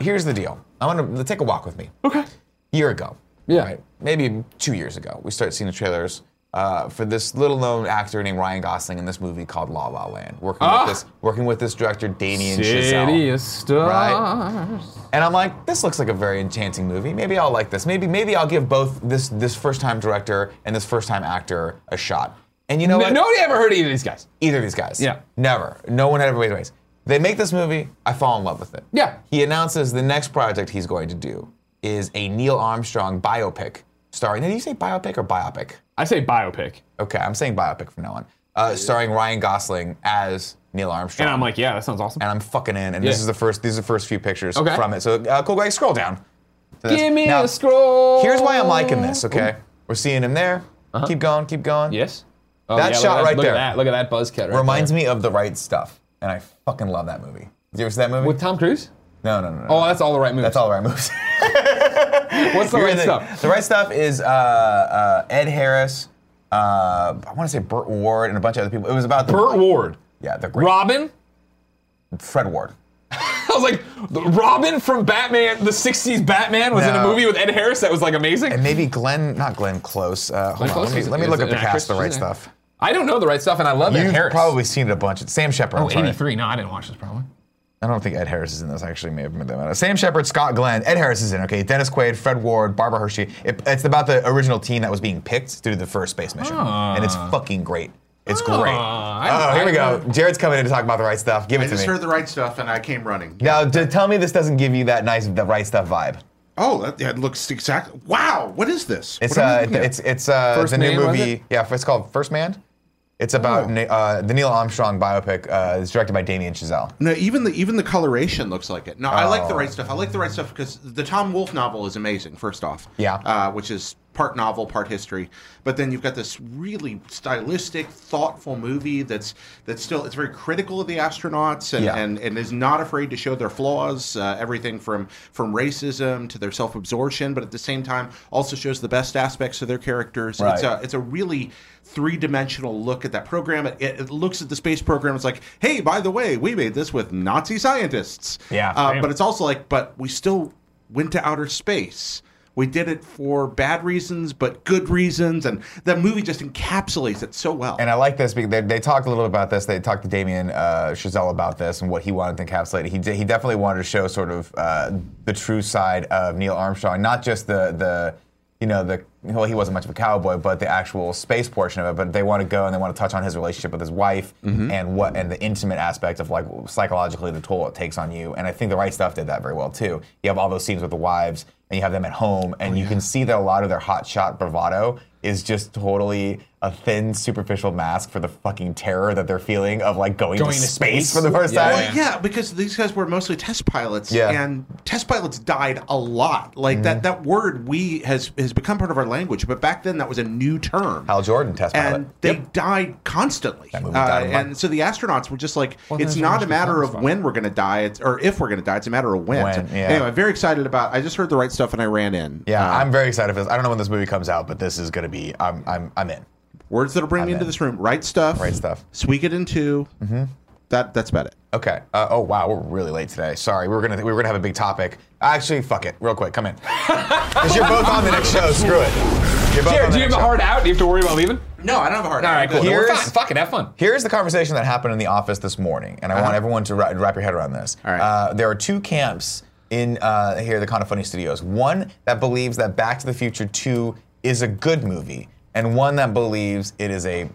Speaker 2: here's the deal. I want to take a walk with me. Okay. Year ago. Yeah. Maybe two years ago, we started seeing the trailers uh, for this little-known actor named Ryan Gosling in this movie called La La Land. Working
Speaker 1: Ah.
Speaker 2: with this, working with this director Damien
Speaker 1: City
Speaker 2: Chazelle.
Speaker 1: of stars.
Speaker 2: And I'm like, this looks like a very enchanting movie. Maybe I'll like this. Maybe maybe I'll give both this this first time director and this first time actor a shot. And you know
Speaker 1: No-
Speaker 2: what?
Speaker 1: nobody ever heard of either of these guys.
Speaker 2: Either of these guys.
Speaker 1: Yeah.
Speaker 2: Never. No one had ever made ways. They make this movie. I fall in love with it.
Speaker 1: Yeah.
Speaker 2: He announces the next project he's going to do is a Neil Armstrong biopic starring. Did you say biopic or biopic?
Speaker 1: I say biopic.
Speaker 2: Okay, I'm saying biopic from now on. Uh, starring Ryan Gosling as Neil Armstrong. And I'm
Speaker 1: like, yeah, that sounds awesome.
Speaker 2: And I'm fucking in. And this
Speaker 1: Yeah.
Speaker 2: is the first. These are the first few pictures
Speaker 1: Okay.
Speaker 2: from it. So, uh, cool, Greg, scroll down. to this.
Speaker 1: Give me
Speaker 2: Now,
Speaker 1: a scroll.
Speaker 2: Here's why I'm liking this. Okay, we're seeing him there.
Speaker 1: Uh-huh.
Speaker 2: Keep going. Keep going.
Speaker 1: Yes. Oh,
Speaker 2: that
Speaker 1: yeah, look
Speaker 2: shot
Speaker 1: at
Speaker 2: right
Speaker 1: look
Speaker 2: there.
Speaker 1: At that, look at that buzz cut. Right
Speaker 2: Reminds me of the right stuff, and I fucking love that movie. Did you ever see that movie? With
Speaker 1: Tom Cruise?
Speaker 2: No, no, no. no.
Speaker 1: Oh, that's all the right moves.
Speaker 2: That's all the right moves.
Speaker 1: What's the
Speaker 2: You're
Speaker 1: right
Speaker 2: in
Speaker 1: stuff?
Speaker 2: The right stuff is uh, uh, Ed Harris. Uh, I want to say Burt Ward and a bunch of other people. It was about the
Speaker 1: Burt Ward.
Speaker 2: Yeah, the great
Speaker 1: Robin.
Speaker 2: Fred Ward.
Speaker 1: I was like, the Robin from Batman, the '60s Batman, was in a
Speaker 2: No.
Speaker 1: movie with Ed Harris that was like amazing.
Speaker 2: And maybe Glenn, not Glenn Close. Uh, hold
Speaker 1: Glenn
Speaker 2: on,
Speaker 1: Close
Speaker 2: let me,
Speaker 1: is-
Speaker 2: let me
Speaker 1: is
Speaker 2: look
Speaker 1: an
Speaker 2: up the
Speaker 1: actress,
Speaker 2: cast. The right
Speaker 1: isn't it?
Speaker 2: stuff.
Speaker 1: I don't know the right stuff, and I love Ed
Speaker 2: You've
Speaker 1: Harris.
Speaker 2: probably seen it a bunch. Sam Shepard.
Speaker 1: Oh,
Speaker 2: I'm sorry.
Speaker 1: 83. No, I didn't watch this probably.
Speaker 2: I don't think Ed Harris is in this. I actually may have made that out. Sam Shepard, Scott Glenn, Ed Harris is in. Okay, Dennis Quaid, Fred Ward, Barbara Hershey. It- it's about the original team that was being picked through the first space mission,
Speaker 1: Ah.
Speaker 2: and it's fucking great. It's
Speaker 1: Ah,
Speaker 2: great.
Speaker 1: I-
Speaker 2: oh, here we
Speaker 1: I-
Speaker 2: go. Jared's coming in to talk about the right stuff. Give it
Speaker 4: I
Speaker 2: to
Speaker 4: just
Speaker 2: me.
Speaker 4: heard the right stuff and I came running.
Speaker 2: now, d- tell me this doesn't give you that nice the right stuff vibe.
Speaker 4: Oh, that, that looks exactly. Wow, what is this?
Speaker 2: It's
Speaker 4: What am I
Speaker 2: uh,
Speaker 4: looking at?
Speaker 2: it's it's uh,
Speaker 4: First
Speaker 2: the new
Speaker 4: Man, was it? Oh.
Speaker 2: movie. Yeah, it's called First Man. It's about Ne- uh, the Neil Armstrong biopic. Uh, it's directed by Damien Chazelle.
Speaker 4: No, even the even the coloration looks like it. No, I like the
Speaker 2: Oh.
Speaker 4: right stuff. I like the right stuff because the Tom Wolfe novel is amazing. First off,
Speaker 2: Yeah.
Speaker 4: uh, which is part novel, part history. But then you've got this really stylistic, thoughtful movie that's that's still it's very critical of the astronauts and
Speaker 2: Yeah.
Speaker 4: and, and is not afraid to show their flaws, uh, everything from from racism to their self absorption, but at the same time also shows the best aspects of their characters. It's
Speaker 2: Right.
Speaker 4: a it's a really three dimensional look at that program. It, it, it looks at the space program. It's like, hey, by the way, we made this with Nazi scientists.
Speaker 2: Yeah,
Speaker 4: Uh,
Speaker 2: damn.
Speaker 4: but it's also like, but we still went to outer space. We did it for bad reasons, but good reasons, and that movie just encapsulates it so well.
Speaker 2: And I like this because they, they talked a little about this. They talked to Damien uh, Chazelle about this and what he wanted to encapsulate. He did, he definitely wanted to show sort of uh, the true side of Neil Armstrong, not just the the you know the well he wasn't much of a cowboy, but the actual space portion of it. But they want to go and they want to touch on his relationship with his wife and what and the intimate aspect of like psychologically the toll it takes on you. And I think the right stuff did that very well too. You have all those scenes with the wives and you have them at home and you can see that a lot of their hotshot bravado is just totally a thin, superficial mask for the fucking terror that they're feeling of like going, to, space, for the first
Speaker 4: yeah.
Speaker 2: time.
Speaker 4: Well, yeah, because these guys were mostly test pilots,
Speaker 2: Yeah. Mm-hmm.
Speaker 4: and test pilots died a lot. Like that that word "we" has has become part of our language, but back then that was a new term.
Speaker 2: Hal Jordan, test pilot.
Speaker 4: and they died constantly. Uh,
Speaker 2: died a lot.
Speaker 4: and so the astronauts were just like,
Speaker 2: Well,
Speaker 4: it's
Speaker 2: that's
Speaker 4: not
Speaker 2: what
Speaker 4: a matter
Speaker 2: it's
Speaker 4: of
Speaker 2: about.
Speaker 4: when we're going to die, it's, or if we're going to die. It's a matter of when.
Speaker 2: When,
Speaker 4: So
Speaker 2: yeah.
Speaker 4: Anyway, very excited about. I just heard the right stuff and I ran in. Uh,
Speaker 2: Yeah, I'm very excited for this. I don't know when this movie comes out, but this is going to be. I'm, I'm, I'm in.
Speaker 4: Words that'll bring me into this room: right stuff,
Speaker 2: Right stuff. Mm-hmm.
Speaker 4: Squeak it in 2 That that's about it.
Speaker 2: Okay. Uh, oh wow, we're really late today. Sorry, we were gonna we were gonna have a big topic. Actually, fuck it, real quick. Come in. Because you're both on the next show. Screw it. You're both
Speaker 1: Jared,
Speaker 2: on the next
Speaker 1: do you have a
Speaker 2: show.
Speaker 1: hard out? Do you have to worry about leaving?
Speaker 4: No, I don't have a hard
Speaker 1: All right, cool. Here's,
Speaker 2: Here's-
Speaker 1: fine. Fuck it, have fun.
Speaker 2: Here's the conversation that happened in the office this morning, and I want
Speaker 1: Uh-huh.
Speaker 2: everyone to wrap, wrap your head around this. All right. Uh, there are two camps in uh, here at the Kind of Funny Studios. One that believes that Back to the Future 2 is a good movie, and one that believes it is a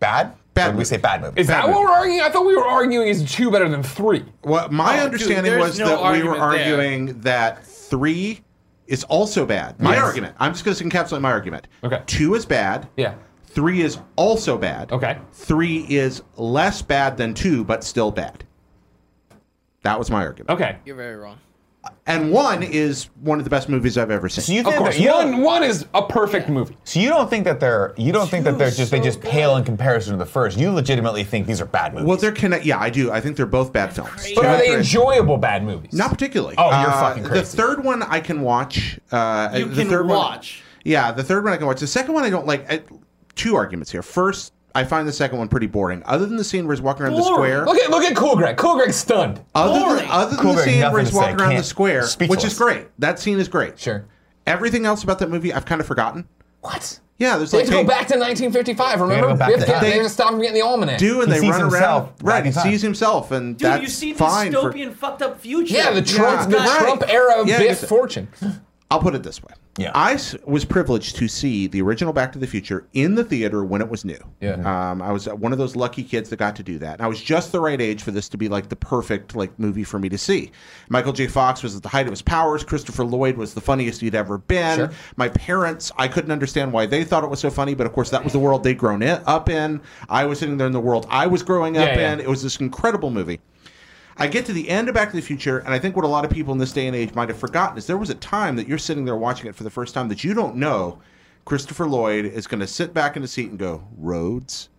Speaker 2: bad. Bad. We say bad movie.
Speaker 1: Is that what we're arguing? I thought we were arguing is two better than three.
Speaker 4: Well,
Speaker 1: Oh,
Speaker 4: my understanding was that we were arguing that three is also bad. My
Speaker 1: Yes.
Speaker 4: argument. I'm just going to encapsulate my argument.
Speaker 1: Okay.
Speaker 4: Two is bad.
Speaker 1: Yeah.
Speaker 4: Three is also bad.
Speaker 1: Okay.
Speaker 4: Three is less bad than two, but still bad. That was my argument.
Speaker 1: Okay.
Speaker 3: You're very wrong.
Speaker 4: and one is one of the best movies I've ever seen.
Speaker 2: So you think that- you don't- So you don't think that they're you don't think that they're just they just pale in comparison to the first. You legitimately think these are bad movies.
Speaker 4: Well, they're connect. Yeah, I do. I think they're both bad films.
Speaker 2: But are they enjoyable bad movies?
Speaker 4: Not particularly. Uh,
Speaker 2: Oh, you're fucking crazy.
Speaker 4: The third one I can watch. Uh,
Speaker 2: You
Speaker 4: the
Speaker 2: can
Speaker 4: third one-
Speaker 2: watch.
Speaker 4: yeah, the third one I can watch. The second one I don't like. I, two arguments here. First, I find the second one pretty boring. Other than the scene where he's walking around the
Speaker 1: Boring.
Speaker 4: square.
Speaker 1: Look at look at Cool Greg. Cool Greg's stunned.
Speaker 4: Other than,
Speaker 1: Boring.
Speaker 4: other than
Speaker 1: Cool
Speaker 4: the
Speaker 1: Greg,
Speaker 4: scene where
Speaker 1: nothing
Speaker 4: he's
Speaker 1: to say.
Speaker 4: walking around the
Speaker 1: Can't.
Speaker 4: square,
Speaker 1: Speechless.
Speaker 4: which is great. That scene is great. Sure. Everything else about that movie, I've kind of forgotten.
Speaker 1: What?
Speaker 4: Yeah, there's
Speaker 1: They
Speaker 4: like
Speaker 1: have to go
Speaker 4: hey,
Speaker 1: back to 1955. Remember,
Speaker 4: go back
Speaker 1: we have to
Speaker 4: to
Speaker 1: get,
Speaker 4: that.
Speaker 1: they have to stop him getting the almanac.
Speaker 4: do and they run around. Right, he sees himself, and
Speaker 7: Dude,
Speaker 4: that's
Speaker 7: you see
Speaker 4: fine for-
Speaker 7: dystopian fucked up future.
Speaker 1: Yeah, the Trump, the
Speaker 7: Right.
Speaker 1: Trump era of
Speaker 4: Yeah,
Speaker 1: Biff
Speaker 4: it's-
Speaker 1: Fortune.
Speaker 4: I'll put it this way. Yeah. I s- was privileged to see the original Back to the Future in the theater when it was new.
Speaker 1: Yeah.
Speaker 4: Um, I was one of those lucky kids that got to do that. And I was just the right age for this to be like the perfect like movie for me to see. Michael J. Fox was at the height of his powers. Christopher Lloyd was the funniest he'd ever been.
Speaker 1: Sure.
Speaker 4: My parents, I couldn't understand why they thought it was so funny, but of course that was the world they'd grown in, up in. I was sitting there in the world I was growing up
Speaker 1: Yeah, yeah.
Speaker 4: in. It was this incredible movie. I get to the end of Back to the Future, and I think what a lot of people in this day and age might have forgotten is there was a time that you're sitting there watching it for the first time that you don't know Christopher Lloyd is going to sit back in his seat and go, Roads,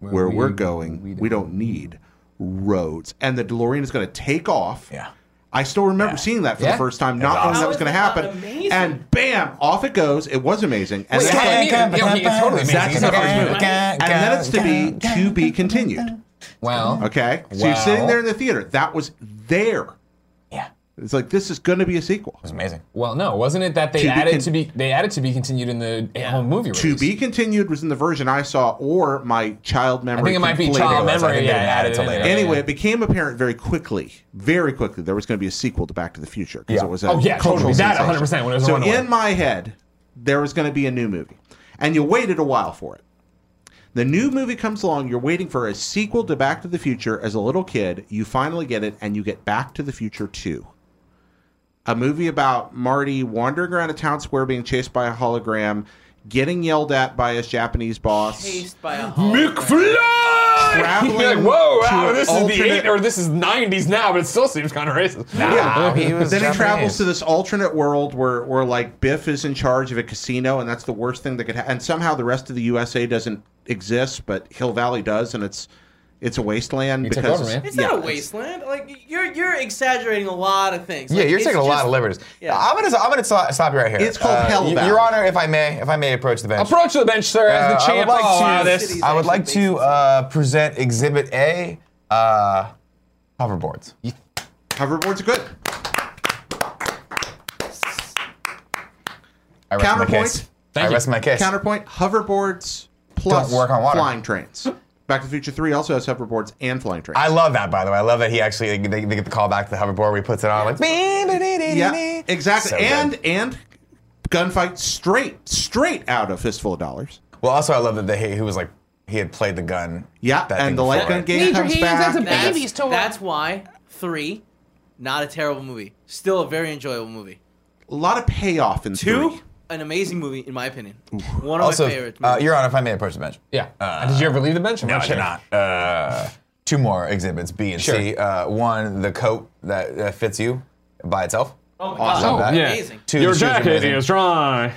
Speaker 4: where,
Speaker 1: we-
Speaker 4: we're going, we don't, need roads. And the DeLorean is going to take off. Yeah. I still remember seeing that for
Speaker 1: Yeah.
Speaker 4: the first time,
Speaker 1: It's
Speaker 4: not knowing
Speaker 1: awesome.
Speaker 4: that was going to happen. And bam, off it goes. It was amazing. And
Speaker 1: Wait,
Speaker 4: then-
Speaker 1: yeah, I mean, yeah, he- it's totally amazing.
Speaker 4: That's
Speaker 1: He's
Speaker 4: the
Speaker 1: a
Speaker 4: first
Speaker 1: guy,
Speaker 4: movie.
Speaker 1: guy,
Speaker 4: And then it's to be to be continued.
Speaker 1: Wow.
Speaker 4: Okay. So you're
Speaker 1: Wow.
Speaker 4: sitting there in the theater. That was there. Yeah. It's like this is going to be a sequel. It was
Speaker 2: amazing.
Speaker 1: Well, no, wasn't it that they
Speaker 4: To be
Speaker 1: added
Speaker 4: con-
Speaker 1: to be they added to be continued in the home movie release?
Speaker 4: To be continued was in the version I saw, or my child memory.
Speaker 1: think it might be
Speaker 4: conflated
Speaker 1: child
Speaker 4: it.
Speaker 1: memory, I think they yeah, added it to later,
Speaker 4: Anyway,
Speaker 1: yeah.
Speaker 4: it became apparent very quickly, very quickly, there was going to be a sequel to Back to the Future because
Speaker 1: Yeah.
Speaker 4: it was a
Speaker 1: Oh, yeah,
Speaker 4: cultural
Speaker 1: totally. That
Speaker 4: sensation.
Speaker 1: 100% when it was a
Speaker 4: So
Speaker 1: runaway.
Speaker 4: in my head, there was going to be a new movie, and you waited a while for it. The new movie comes along, you're waiting for a sequel to Back to the Future as a little kid. You finally get it, and you get Back to the Future 2. A movie about Marty wandering around a town square being chased by a hologram, getting yelled at by his Japanese boss.
Speaker 7: Chased by a
Speaker 1: McFly!
Speaker 4: Traveling
Speaker 1: You're like, whoa,
Speaker 4: to
Speaker 1: wow,
Speaker 4: an
Speaker 1: this is the
Speaker 4: alternate-
Speaker 1: eight, or this is 90s now, but it still seems kind of racist.
Speaker 2: Ah,
Speaker 4: yeah, then he travels to this alternate world where, where like Biff is in charge of a casino, and that's the worst thing that could happen. And somehow the rest of the USA doesn't exist, but Hill Valley does, and it's it's a wasteland
Speaker 1: You took
Speaker 4: because
Speaker 1: over, man.
Speaker 4: it's-
Speaker 7: It's
Speaker 4: yeah,
Speaker 7: not a wasteland. Like you're you're exaggerating a lot of things.
Speaker 2: Yeah,
Speaker 7: Like,
Speaker 2: you're
Speaker 7: it's
Speaker 2: taking a lot
Speaker 7: just-
Speaker 2: of liberties.
Speaker 7: Yeah.
Speaker 2: I'm gonna I'm gonna stop, stop you right here. Uh,
Speaker 1: It's called Hell
Speaker 2: y-
Speaker 1: Valley.
Speaker 2: Your Honor, if I may, if I may approach the bench.
Speaker 1: Approach the bench, sir, as
Speaker 2: Uh,
Speaker 1: the champ.
Speaker 2: I would like
Speaker 1: Oh,
Speaker 2: to,
Speaker 1: wow, this.
Speaker 2: I would like to uh, present Exhibit A, uh, hoverboards.
Speaker 4: Hoverboards are good.
Speaker 2: I rest my case.
Speaker 4: Counterpoint.
Speaker 2: I rest my case.
Speaker 4: Counterpoint. Hoverboards plus
Speaker 2: Don't work on water.
Speaker 4: flying trains. Back to the Future Three also has hoverboards and flying trains.
Speaker 2: I love that, by the way. I love that he actually they, they get the call back to the hoverboard. Where he puts it on like.
Speaker 4: yeah, exactly.
Speaker 2: So good.
Speaker 4: and and gunfight straight straight out of Fistful of Dollars.
Speaker 2: Well, also I love that they, he was like he had played the gun.
Speaker 4: Yeah,
Speaker 2: that
Speaker 4: and
Speaker 2: thing
Speaker 4: the light
Speaker 2: before.
Speaker 4: gun game Need your comes hands back. out to
Speaker 7: That's,
Speaker 4: babies
Speaker 1: to
Speaker 7: that's why three, not a terrible movie. Still a very enjoyable movie.
Speaker 4: A lot of payoff in
Speaker 7: Two,
Speaker 4: three.
Speaker 7: an amazing movie in my opinion. One of
Speaker 2: Also,
Speaker 7: my favorites.
Speaker 2: uh, Your Honor, if I may approach the bench.
Speaker 1: Yeah. Uh, Did you ever leave the bench?
Speaker 2: Uh,
Speaker 1: I'm
Speaker 2: No,
Speaker 1: not
Speaker 2: I did
Speaker 1: sure.
Speaker 2: not. Uh, two more exhibits, B and C. Uh, one, the coat that uh, fits you by itself.
Speaker 7: Oh, my
Speaker 1: God. Oh, yeah.
Speaker 2: Two,
Speaker 1: Your
Speaker 2: the shoes are
Speaker 1: jacket
Speaker 2: amazing.
Speaker 1: is dry.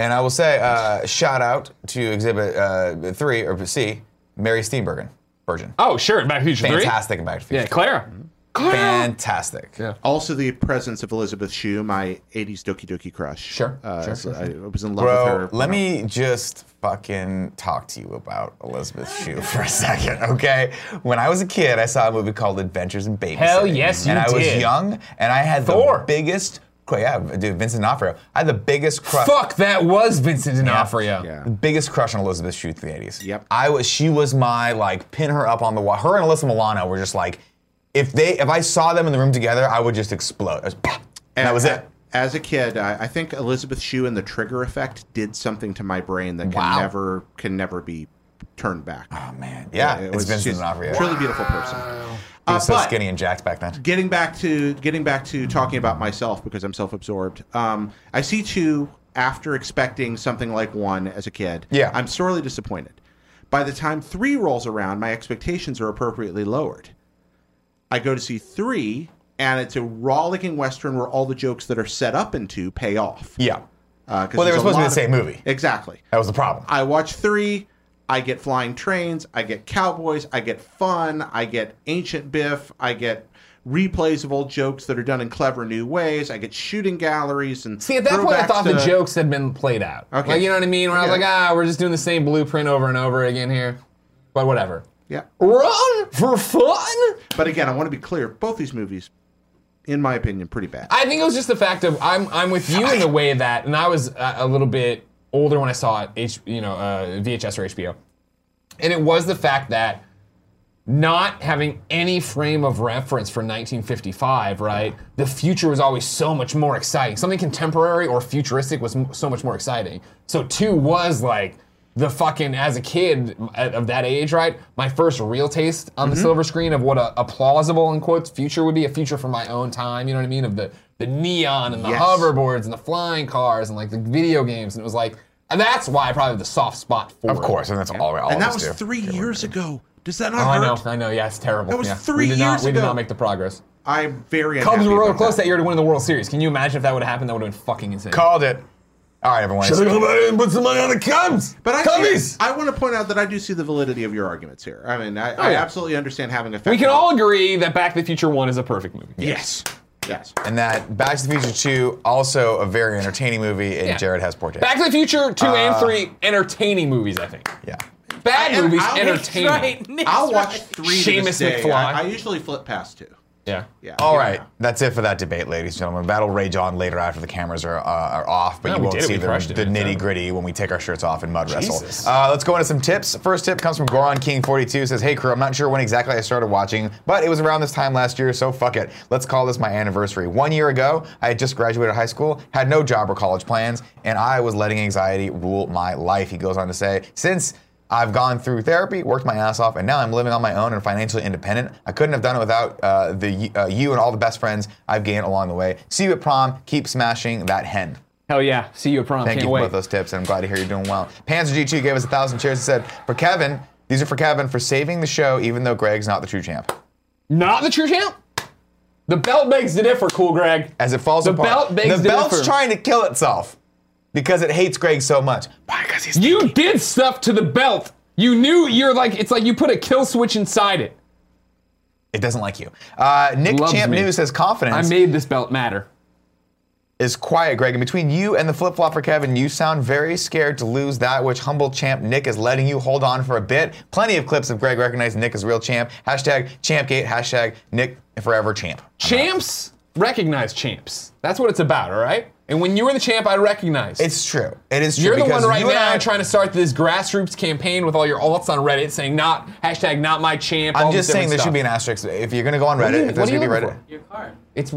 Speaker 2: And I will say, uh, shout out to exhibit uh, three or C, Mary Steenburgen, Virgin.
Speaker 1: Oh, sure. Back to the Future 3.
Speaker 2: Fantastic in Back to the Future.
Speaker 1: Yeah, Clara.
Speaker 2: Fantastic.
Speaker 4: Also, the presence of Elizabeth Shue, my '80s Doki Doki crush. Sure, uh,
Speaker 2: sure,
Speaker 4: so
Speaker 2: sure,
Speaker 4: I was in love with
Speaker 2: Bro,
Speaker 4: her.
Speaker 2: let me just fucking talk to you about Elizabeth Shue for a second, okay? When I was a kid, I saw a movie called Adventures in Babysitting.
Speaker 1: Hell yes, you
Speaker 2: And I
Speaker 1: did.
Speaker 2: was young, and I had
Speaker 1: Thor.
Speaker 2: the biggest. Yeah, dude, Vincent D'Onofrio. I had the biggest crush.
Speaker 1: Fuck, that was Vincent D'Onofrio.
Speaker 2: The biggest crush on Elizabeth Shue through the 80s. Yep. I was she was my like pin her up on the wall. Her and Alyssa Milano were just like if they if I saw them in the room together, I would just explode. I was, and, that was it.
Speaker 4: As a kid, I, I think Elizabeth Shue and the Trigger Effect did something to my brain that can
Speaker 2: Wow.
Speaker 4: never can never be turned back. Oh
Speaker 2: man, Yeah, it's Vincent D'Onofrio.
Speaker 4: Truly beautiful person.
Speaker 2: He was
Speaker 4: Uh,
Speaker 2: so
Speaker 4: but-
Speaker 2: skinny and jacked back then.
Speaker 4: Getting back to getting back to talking about myself because I'm self-absorbed. Um, I see two after expecting something like one as a kid. Yeah, I'm sorely disappointed. By the time three rolls around, my expectations are appropriately lowered. I go to see three and it's a rollicking western where all the jokes that are set up into pay off.
Speaker 2: Yeah.
Speaker 4: Uh, 'cause
Speaker 2: Well, they
Speaker 4: there's
Speaker 2: were
Speaker 4: a
Speaker 2: supposed to be
Speaker 4: lot
Speaker 2: the same
Speaker 4: of-
Speaker 2: movie.
Speaker 4: Exactly.
Speaker 2: That was the problem.
Speaker 4: I watch three. I get flying trains. I get cowboys. I get fun. I get ancient Biff. I get replays of old jokes that are done in clever new ways. I get shooting galleries and
Speaker 1: See, at that point, I
Speaker 4: throwbacks
Speaker 1: thought
Speaker 4: to-
Speaker 1: the jokes had been played out.
Speaker 4: Okay.
Speaker 1: Like, you know what I mean? When I was
Speaker 4: Yeah.
Speaker 1: like, ah, we're just doing the same blueprint over and over again here. But whatever.
Speaker 4: Yeah.
Speaker 1: Run for fun.
Speaker 4: But again, I want to be clear. Both these movies, in my opinion, pretty bad.
Speaker 1: I think it was just the fact of I'm I'm with you in the way that, and I was uh, a little bit older when I saw it, H, you know, uh, VHS or HBO, and it was the fact that not having any frame of reference for 1955, right? The future was always so much more exciting. Something contemporary or futuristic was m- so much more exciting. So two was like the fucking as a kid at- of that age, right? My first real taste on
Speaker 2: Mm-hmm.
Speaker 1: the silver screen of what a, a plausible in quotes future would be, a future from my own time. You know what I mean? Of the the neon and the
Speaker 4: Yes.
Speaker 1: hoverboards and the flying cars and like the video games, and it was like. And that's why I probably have the soft spot for
Speaker 2: Of
Speaker 1: it.
Speaker 2: course, and that's all. all
Speaker 4: and
Speaker 2: of
Speaker 4: that
Speaker 2: us
Speaker 4: was
Speaker 2: do.
Speaker 4: three years ago. Does that
Speaker 1: Oh,
Speaker 4: not
Speaker 1: I
Speaker 4: hurt?
Speaker 1: know, I know. Yeah, it's terrible.
Speaker 4: That was
Speaker 1: Yeah.
Speaker 4: three
Speaker 1: we did not,
Speaker 4: years
Speaker 1: We did
Speaker 4: ago.
Speaker 1: not make the progress.
Speaker 4: I'm very
Speaker 1: Cubs
Speaker 4: unhappy
Speaker 1: were real
Speaker 4: about
Speaker 1: close
Speaker 4: that.
Speaker 1: that year to winning the World Series. Can you imagine if that would have happened? That would have been fucking insane.
Speaker 2: Called it. All right, everyone.
Speaker 1: Should've come out and put some money on the Cubs.
Speaker 4: But I,
Speaker 1: Cubbies!
Speaker 4: I want to point out that I do see the validity of your arguments here. I mean, I,
Speaker 1: Oh,
Speaker 4: I
Speaker 1: yeah.
Speaker 4: absolutely understand having a.
Speaker 1: We can all agree that Back to the Future One is a perfect movie.
Speaker 4: Yes. Yes.
Speaker 2: And that Back to the Future 2, also a very entertaining movie, and
Speaker 1: Yeah.
Speaker 2: Jared has poor taste.
Speaker 1: Back to the Future Two and
Speaker 2: Uh,
Speaker 1: Three, entertaining movies. I think.
Speaker 2: Yeah.
Speaker 1: Bad movies,
Speaker 4: I'll-
Speaker 1: entertaining.
Speaker 4: I'll watch three. to this
Speaker 1: Seamus
Speaker 4: day.
Speaker 1: McFly.
Speaker 4: I, I usually flip past two.
Speaker 1: Yeah.
Speaker 4: Yeah.
Speaker 2: All right, that's it for that debate, ladies and gentlemen. That'll rage on later after the cameras are, uh, are off, but
Speaker 1: No,
Speaker 2: you
Speaker 1: we
Speaker 2: won't
Speaker 1: did it.
Speaker 2: see
Speaker 1: We
Speaker 2: the,
Speaker 1: crushed it,
Speaker 2: the
Speaker 1: man.
Speaker 2: nitty gritty when we take our shirts off and mud
Speaker 1: Jesus.
Speaker 2: wrestle. Uh, let's go into some tips. First tip comes from Goron King 42. Says, "Hey crew, I'm not sure when exactly I started watching, but it was around this time last year, so fuck it. Let's call this my anniversary. One year ago, I had just graduated high school, had no job or college plans, and I was letting anxiety rule my life." He goes on to say, "Since." I've gone through therapy, worked my ass off, and now I'm living on my own and financially independent. I couldn't have done it without uh, the uh, you and all the best friends I've gained along the way. See you at prom. Keep smashing that hen.
Speaker 1: Hell yeah! See you at prom.
Speaker 2: Thank
Speaker 1: Can't
Speaker 2: you for
Speaker 1: wait.
Speaker 2: both those tips, and I'm glad to hear you're doing well. Panzer G2 gave us a thousand cheers and said, "For Kevin, these are for Kevin for saving the show, even though Greg's not the true champ."
Speaker 1: Not the true champ. The belt begs to differ, cool Greg.
Speaker 2: As it falls
Speaker 1: The
Speaker 2: apart,
Speaker 1: belt begs
Speaker 2: the
Speaker 1: to
Speaker 2: belt's
Speaker 1: differ.
Speaker 2: trying to kill itself because it hates Greg so much.
Speaker 1: You did stuff to the belt. You knew you're like it's like you put a kill switch inside it.
Speaker 2: It doesn't like you. Uh, Nick
Speaker 1: Loves
Speaker 2: Champ
Speaker 1: me.
Speaker 2: News says confidence.
Speaker 1: I made this belt matter.
Speaker 2: is quiet, Greg. And between you and the flip flop for Kevin, you sound very scared to lose that which humble champ Nick is letting you hold on for a bit. Plenty of clips of Greg recognizing Nick as real champ. Hashtag champgate, hashtag Nick forever champ.
Speaker 1: Champs recognize champs. That's what it's about, all right? And when you were the champ, I recognized.
Speaker 2: It's true. It is true.
Speaker 1: You're the one
Speaker 2: because
Speaker 1: right
Speaker 2: you and
Speaker 1: now
Speaker 2: I-
Speaker 1: trying to start this grassroots campaign with all your alts on Reddit saying not hashtag not my champ. all
Speaker 2: I'm
Speaker 1: this
Speaker 2: just saying there
Speaker 1: different
Speaker 2: should be an
Speaker 1: stuff.
Speaker 2: asterisk. If you're going to go on
Speaker 1: What do you-
Speaker 2: Reddit, if there's
Speaker 1: what are
Speaker 2: going to be
Speaker 1: you
Speaker 2: Reddit.
Speaker 1: looking It's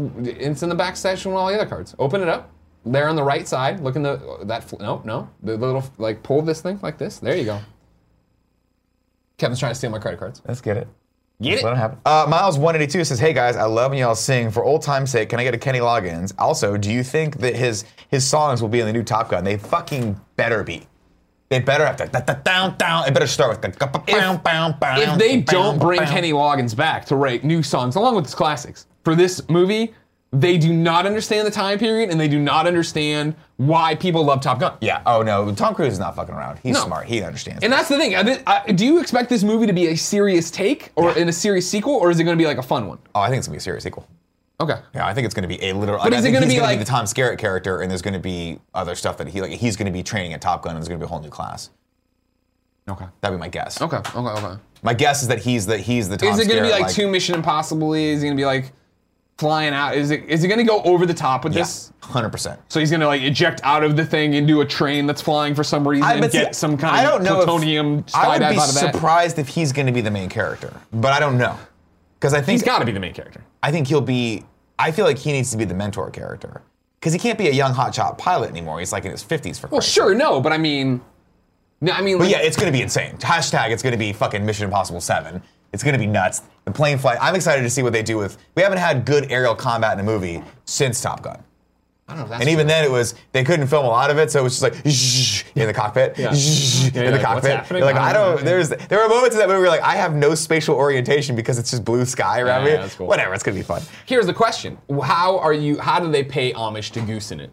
Speaker 1: it's in the back section with all the other cards. Open it up. There on the right side. Look in the that fl- no no the little like pull this thing like this. There you go. Kevin's trying to steal my credit cards.
Speaker 2: Let's get it.
Speaker 1: Get it.
Speaker 2: Let 'em happen. Uh, Miles182 says, Hey guys, I love when y'all sing. For old time's sake, can I get a Kenny Loggins? Also, do you think that his his songs will be in the new Top Gun? They fucking better be. They better have to. Da, da, down, down. It better start with the. If,
Speaker 1: if they don't bring Kenny Loggins back to write new songs along with his classics for this movie, they do not understand the time period and they do not understand why people love Top Gun.
Speaker 2: Yeah. Oh no, Tom Cruise is not fucking around. He's
Speaker 1: No.
Speaker 2: smart. He understands.
Speaker 1: And that's the thing. I thi- I- do you expect this movie to be a serious take or in a serious sequel, or is it going to be like a fun one?
Speaker 2: oh, I think it's gonna be a serious sequel.
Speaker 1: Okay.
Speaker 2: Yeah, I think it's gonna be a literal.
Speaker 1: But
Speaker 2: I
Speaker 1: is it
Speaker 2: think
Speaker 1: gonna
Speaker 2: he's
Speaker 1: be
Speaker 2: gonna
Speaker 1: like-
Speaker 2: the Tom Skerritt character? And there's gonna be other stuff that he like. He's gonna be training at Top Gun, and there's gonna be a whole new class.
Speaker 1: Okay.
Speaker 2: That'd be my guess.
Speaker 1: Okay. Okay. Okay.
Speaker 2: My guess is that he's the he's the Tom
Speaker 1: is it going to
Speaker 2: Skerritt,
Speaker 1: be like, two Mission Impossible? Is it going to be like flying out? Is it is it going to go over the top with
Speaker 2: Yeah,
Speaker 1: this?
Speaker 2: hundred percent.
Speaker 1: So he's going to like eject out of the thing into a train that's flying for some reason and
Speaker 2: but see,
Speaker 1: get some kind
Speaker 2: I don't
Speaker 1: of
Speaker 2: know if-
Speaker 1: plutonium skydive
Speaker 2: I would be
Speaker 1: out of that.
Speaker 2: surprised if he's going to be the main character, but I don't know because I think
Speaker 1: He's got to be the main character.
Speaker 2: I think he'll be. I feel like he needs to be the mentor character because he can't be a young hotshot pilot anymore. He's like in his fifties for.
Speaker 1: Well,
Speaker 2: Christ's
Speaker 1: sure, no, but I mean, no, I mean,
Speaker 2: But
Speaker 1: like,
Speaker 2: yeah, it's gonna be insane. Hashtag it's gonna be fucking Mission Impossible 7. It's gonna be nuts. The plane flight. I'm excited to see what they do with we haven't had good aerial combat in a movie since Top Gun.
Speaker 1: I don't know. If that's
Speaker 2: and even then, it was they couldn't film a lot of it, so it was just like zzzz in the cockpit,
Speaker 1: Yeah.
Speaker 2: zzzz
Speaker 1: Yeah,
Speaker 2: in
Speaker 1: you're
Speaker 2: the
Speaker 1: like, "What's
Speaker 2: cockpit.
Speaker 1: happening?
Speaker 2: You're like,
Speaker 1: I
Speaker 2: I
Speaker 1: don't
Speaker 2: don't.
Speaker 1: know."
Speaker 2: There's there were moments in that movie where like I have no spatial orientation because it's just blue sky around
Speaker 1: Yeah,
Speaker 2: me.
Speaker 1: that's cool.
Speaker 2: Whatever, it's gonna be fun.
Speaker 1: Here's the question: How are you? How do they pay homage to Goose in it?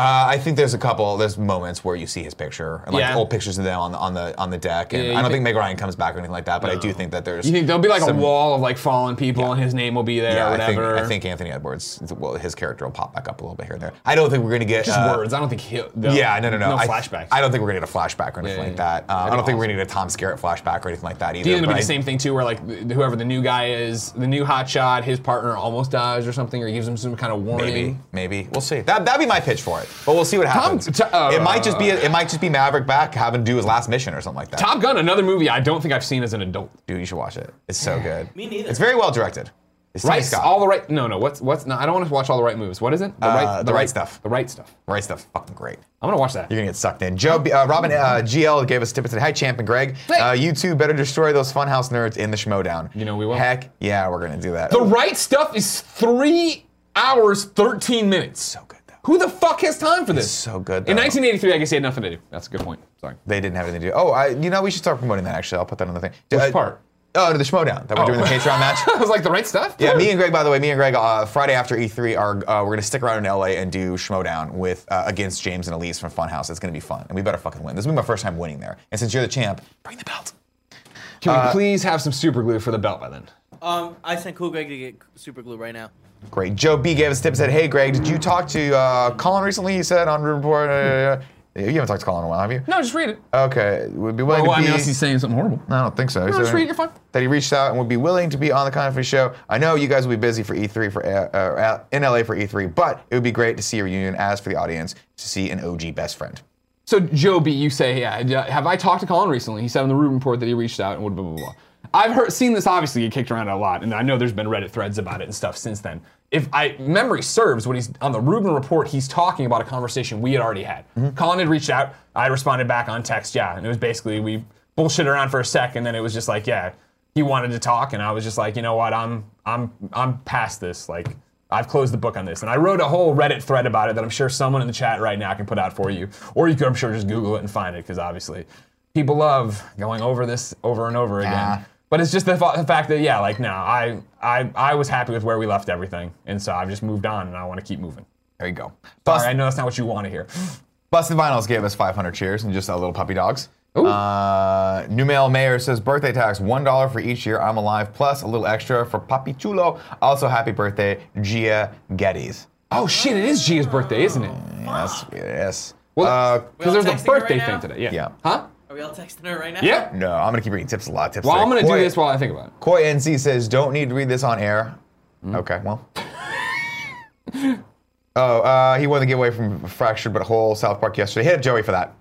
Speaker 2: Uh, I think there's a couple. There's moments where you see his picture, and like
Speaker 1: Yeah.
Speaker 2: old pictures of them on the on the on the deck. And
Speaker 1: Yeah, you
Speaker 2: I don't
Speaker 1: think-
Speaker 2: think Meg Ryan comes back or anything like that, but I do think that there's.
Speaker 1: You think there'll be like
Speaker 2: some-
Speaker 1: a wall of like fallen people, and his name will be there
Speaker 2: Yeah,
Speaker 1: or
Speaker 2: I think,
Speaker 1: whatever?
Speaker 2: I think Anthony Edwards, well, his character will pop back up a little bit here and there. I don't think we're gonna get
Speaker 1: just
Speaker 2: uh,
Speaker 1: words. I don't think he'll. they'll-
Speaker 2: Yeah, no, no, no.
Speaker 1: No
Speaker 2: I,
Speaker 1: flashbacks.
Speaker 2: I don't think we're gonna get a flashback or anything
Speaker 1: Yeah,
Speaker 2: like
Speaker 1: yeah,
Speaker 2: that. Um, I
Speaker 1: That'd
Speaker 2: don't
Speaker 1: be
Speaker 2: think we're gonna get a Tom Skerritt flashback or anything like that
Speaker 1: Do
Speaker 2: either.
Speaker 1: you think it'll
Speaker 2: but
Speaker 1: be
Speaker 2: I-
Speaker 1: the same thing too, where like th- whoever the new guy is, the new hotshot, his partner almost dies or something, or gives him some kind of warning?
Speaker 2: Maybe, maybe we'll see. That that'd be my pitch for it. But we'll see what
Speaker 1: Tom-
Speaker 2: happens.
Speaker 1: t- uh,
Speaker 2: it might just be it might just be Maverick back having to do his last mission or something like that.
Speaker 1: Top Gun, another movie I don't think I've seen as an adult.
Speaker 2: Dude, you should watch it. It's so good.
Speaker 1: Me neither.
Speaker 2: It's very well directed. It's Tony
Speaker 1: Right,
Speaker 2: Scott.
Speaker 1: all the right. No, no. What's what's? No, I don't want to watch all the right moves. What is it? The
Speaker 2: Uh,
Speaker 1: right,
Speaker 2: The Right Stuff.
Speaker 1: The right stuff.
Speaker 2: Right stuff, fucking great.
Speaker 1: I'm gonna watch that.
Speaker 2: You're gonna get sucked in. Joe, uh, Robin
Speaker 1: Mm-hmm.
Speaker 2: uh, GL gave us a tip and said, "Hi, Champ and Greg. Uh, you two better destroy those Funhouse nerds in the Schmodown. You know we will. Heck yeah, we're gonna do that. Oh,
Speaker 1: The right stuff is three hours, 13 minutes. So good, though. Who the fuck has time for this?
Speaker 2: so good.
Speaker 1: In
Speaker 2: though.
Speaker 1: 1983, I guess he had nothing to do. That's a good point. Sorry.
Speaker 2: They didn't have anything to do. Oh, I, you know, we should start promoting that. Actually, I'll put that on the thing. Which
Speaker 1: part?
Speaker 2: Oh, no, the Schmodown that we're
Speaker 1: Oh.
Speaker 2: doing the Patreon match.
Speaker 1: I was like, the right stuff?
Speaker 2: Yeah, me and Greg. By the way, me and Greg. Uh, Friday after E3, are uh, we're gonna stick around in LA and do Schmodown with uh, against James and Elise from Funhouse. It's gonna be fun, and we better fucking win. This will be my first time winning there. And since you're the champ, bring the belt.
Speaker 1: Can we
Speaker 2: Uh,
Speaker 1: please have some super glue for the belt by then?
Speaker 7: Um, I sent Cool Greg to get super glue right now.
Speaker 2: Great. Joe B gave us a tip and said, "Hey, Greg, did you talk to uh, Colin recently?" He said on Rude Report. Uh, you haven't talked to Colin in a while, have you?
Speaker 1: No, just read it.
Speaker 2: Okay. Would be willing
Speaker 1: Well, I
Speaker 2: to
Speaker 1: mean,
Speaker 2: be.
Speaker 1: unless he's saying something horrible.
Speaker 2: I don't think so. He
Speaker 1: No,
Speaker 2: said
Speaker 1: just read it. You're fine.
Speaker 2: That he reached out and would be willing to be on the Conference Show. I know you guys will be busy for E3 for uh, uh, in LA for E3, but it would be great to see a reunion. As for the audience, to see an OG best friend.
Speaker 1: So, Joe B, you say, yeah, yeah, have I talked to Colin recently? He said on the Rubin report that he reached out and blah, blah, blah, blah. I've heard, seen this obviously get kicked around a lot, and I know there's been Reddit threads about it and stuff since then. If I memory serves, when he's on the Rubin report, he's talking about a conversation we had already had. Colin had reached out, I responded back on text, yeah, and it was basically we bullshit around for a sec, and then it was just like, yeah, he wanted to talk, and I was just like, you know what, I'm, I'm, I'm past this, like. I've closed the book on this, and I wrote a whole Reddit thread about it that I'm sure someone in the chat right now can put out for you, or you can, I'm sure, just Google it and find it because obviously, people love going over this over and over again.
Speaker 2: Nah.
Speaker 1: But it's just the, fa- the fact that yeah, like no, I, I I was happy with where we left everything, and so I've just moved on, and I want to keep moving.
Speaker 2: There you go.
Speaker 1: Sorry, I know that's not what you want to hear.
Speaker 2: Busted Vinyls gave us 500 cheers and just uh, little puppy dogs. Uh, New Mail Mayor says birthday tax $1 for each year I'm alive, plus a little extra for Papi Chulo. Also, happy birthday, Gia Geddes.
Speaker 1: Oh shit, it is Gia's birthday, isn't it?
Speaker 2: Yes, yes. Uh,
Speaker 1: Well, because
Speaker 7: all
Speaker 1: there's
Speaker 7: texting
Speaker 1: a
Speaker 7: her right
Speaker 1: birthday
Speaker 7: now?
Speaker 1: thing today. Yeah.
Speaker 2: Yeah.
Speaker 1: Huh?
Speaker 7: Are we all texting her right now?
Speaker 1: Yeah.
Speaker 2: No, I'm going to keep reading tips a lot. Tips
Speaker 1: Well,
Speaker 2: today.
Speaker 1: I'm gonna do
Speaker 2: Koi-
Speaker 1: this while I think about it.
Speaker 2: Koi NC says, don't need to read this on air. Okay, well. oh, uh, he won the giveaway from Fractured But Whole South Park yesterday. Hit up Joey for that.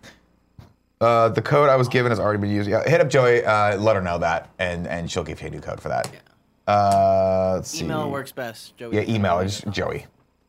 Speaker 2: Uh, the code I was given has already been used. Yeah, hit up Joey, uh, let her know that, and, and she'll give you a new code for that. Uh, let's see.
Speaker 7: Email works best, Joey.
Speaker 2: Yeah, email is Joey.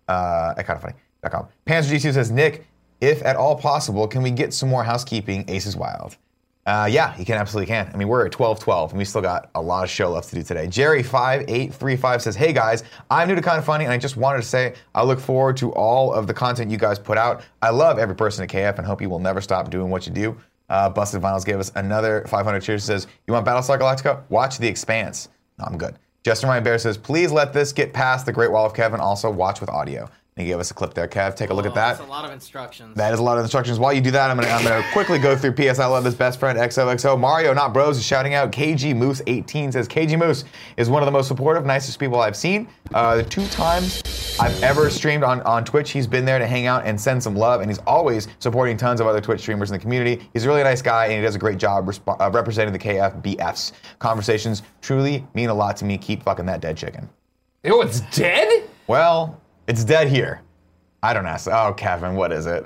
Speaker 2: Uh, at kind of funny. .com. Panzer G2 says, Nick, if at all possible, can we get some more housekeeping? Ace is wild. Uh, yeah, you can absolutely can. I mean, we're at 12-12, and we still got a lot of show left to do today. Jerry5835 says, Hey guys, I'm new to Kind of Funny, and I just wanted to say I look forward to all of the content you guys put out. I love every person at KF and hope you will never stop doing what you do. Uh, Busted Vinyls gave us another 500 cheers. Says, You want Battlestar Galactica? Watch The Expanse. No, I'm good. Justin Ryan Bear says, Please let this get past the Great Wall of Kev and also watch with audio. And he gave us a clip there, Kev. Take a look at that.
Speaker 7: Oh, That's a lot of instructions.
Speaker 2: That is a lot of instructions. While you do that, I'm gonna, I'm gonna quickly go through PS I Love His Best Friend XOXO. Mario Not Bros is shouting out KG Moose 18 says KG Moose is one of the most supportive, nicest people I've seen. Uh, the two times I've ever streamed on, on Twitch, he's been there to hang out and send some love, and he's always supporting tons of other Twitch streamers in the community. He's a really nice guy, and he does a great job resp- uh, representing the KFBFs. Conversations truly mean a lot to me. Keep fucking that dead chicken.
Speaker 1: Oh, it's dead?
Speaker 2: Well, it's dead here. I don't ask. Oh, Kevin, what is it?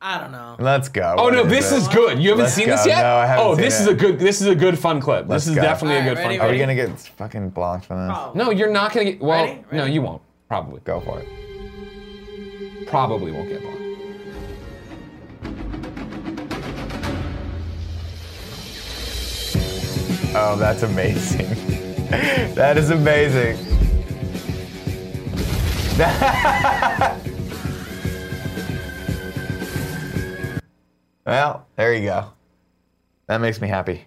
Speaker 7: I don't know.
Speaker 2: Let's go.
Speaker 1: Oh
Speaker 2: What
Speaker 1: no, this
Speaker 2: it?
Speaker 1: is good. You haven't
Speaker 2: Let's
Speaker 1: seen this
Speaker 2: go.
Speaker 1: yet?
Speaker 2: No, I haven't
Speaker 1: oh,
Speaker 2: seen
Speaker 1: this
Speaker 2: it.
Speaker 1: is a good. This is a good fun clip.
Speaker 2: Let's
Speaker 1: this is
Speaker 2: go.
Speaker 1: definitely a
Speaker 7: Alright,
Speaker 1: good
Speaker 7: ready,
Speaker 1: fun.
Speaker 2: Are we
Speaker 1: clip.
Speaker 2: gonna get fucking blocked for that?
Speaker 1: No, you're not gonna get. Well,
Speaker 7: Ready?
Speaker 1: no, you won't. Probably.
Speaker 2: Go for it.
Speaker 1: Probably won't get blocked.
Speaker 2: Oh, that's amazing. that is amazing. Well, there you go. That makes me happy.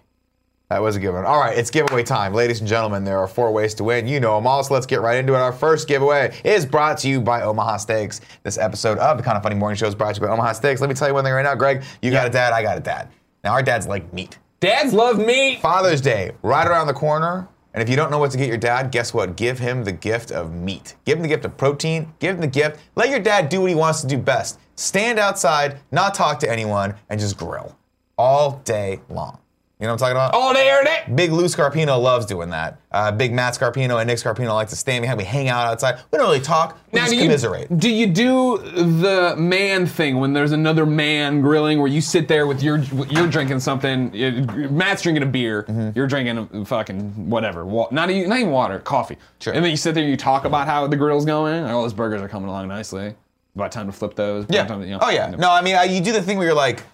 Speaker 2: That was a good one. All right, it's giveaway time. Ladies and gentlemen, there are four ways to win. You know them all, so let's get right into it. Our first giveaway is brought to you by Omaha Steaks. This episode of the Kind of Funny Morning Show is brought to you by Omaha Steaks. Let me tell you one thing right now, Greg. You got a dad, I got a dad. Now, our dads like meat.
Speaker 1: Dads love meat.
Speaker 2: Father's Day, right around the corner. And if you don't know what to get your dad, guess what? Give him the gift of meat. Give him the gift of protein. Give him the gift. Let your dad do what he wants to do best. Stand outside, not talk to anyone, and just grill all day long. You know what I'm talking about?
Speaker 1: All day, every day.
Speaker 2: Big Lou Scarpino loves doing that. Uh, Big Matt Scarpino and Nick Scarpino like to stand behind. We hang out outside. We don't really talk. We just
Speaker 1: do you-
Speaker 2: commiserate.
Speaker 1: do you do the man thing when there's another man grilling, where you sit there with your you're drinking something, it- Matt's drinking a beer,
Speaker 2: Mm-hmm.
Speaker 1: you're drinking fucking whatever, wa- not even, not even water, coffee, sure. and then you sit there, you talk about how the grill's going, like, oh, those burgers are coming along nicely. About time to flip those. About
Speaker 2: Yeah.
Speaker 1: time to, you know,
Speaker 2: oh yeah. No, I mean I, you do the thing where you're like,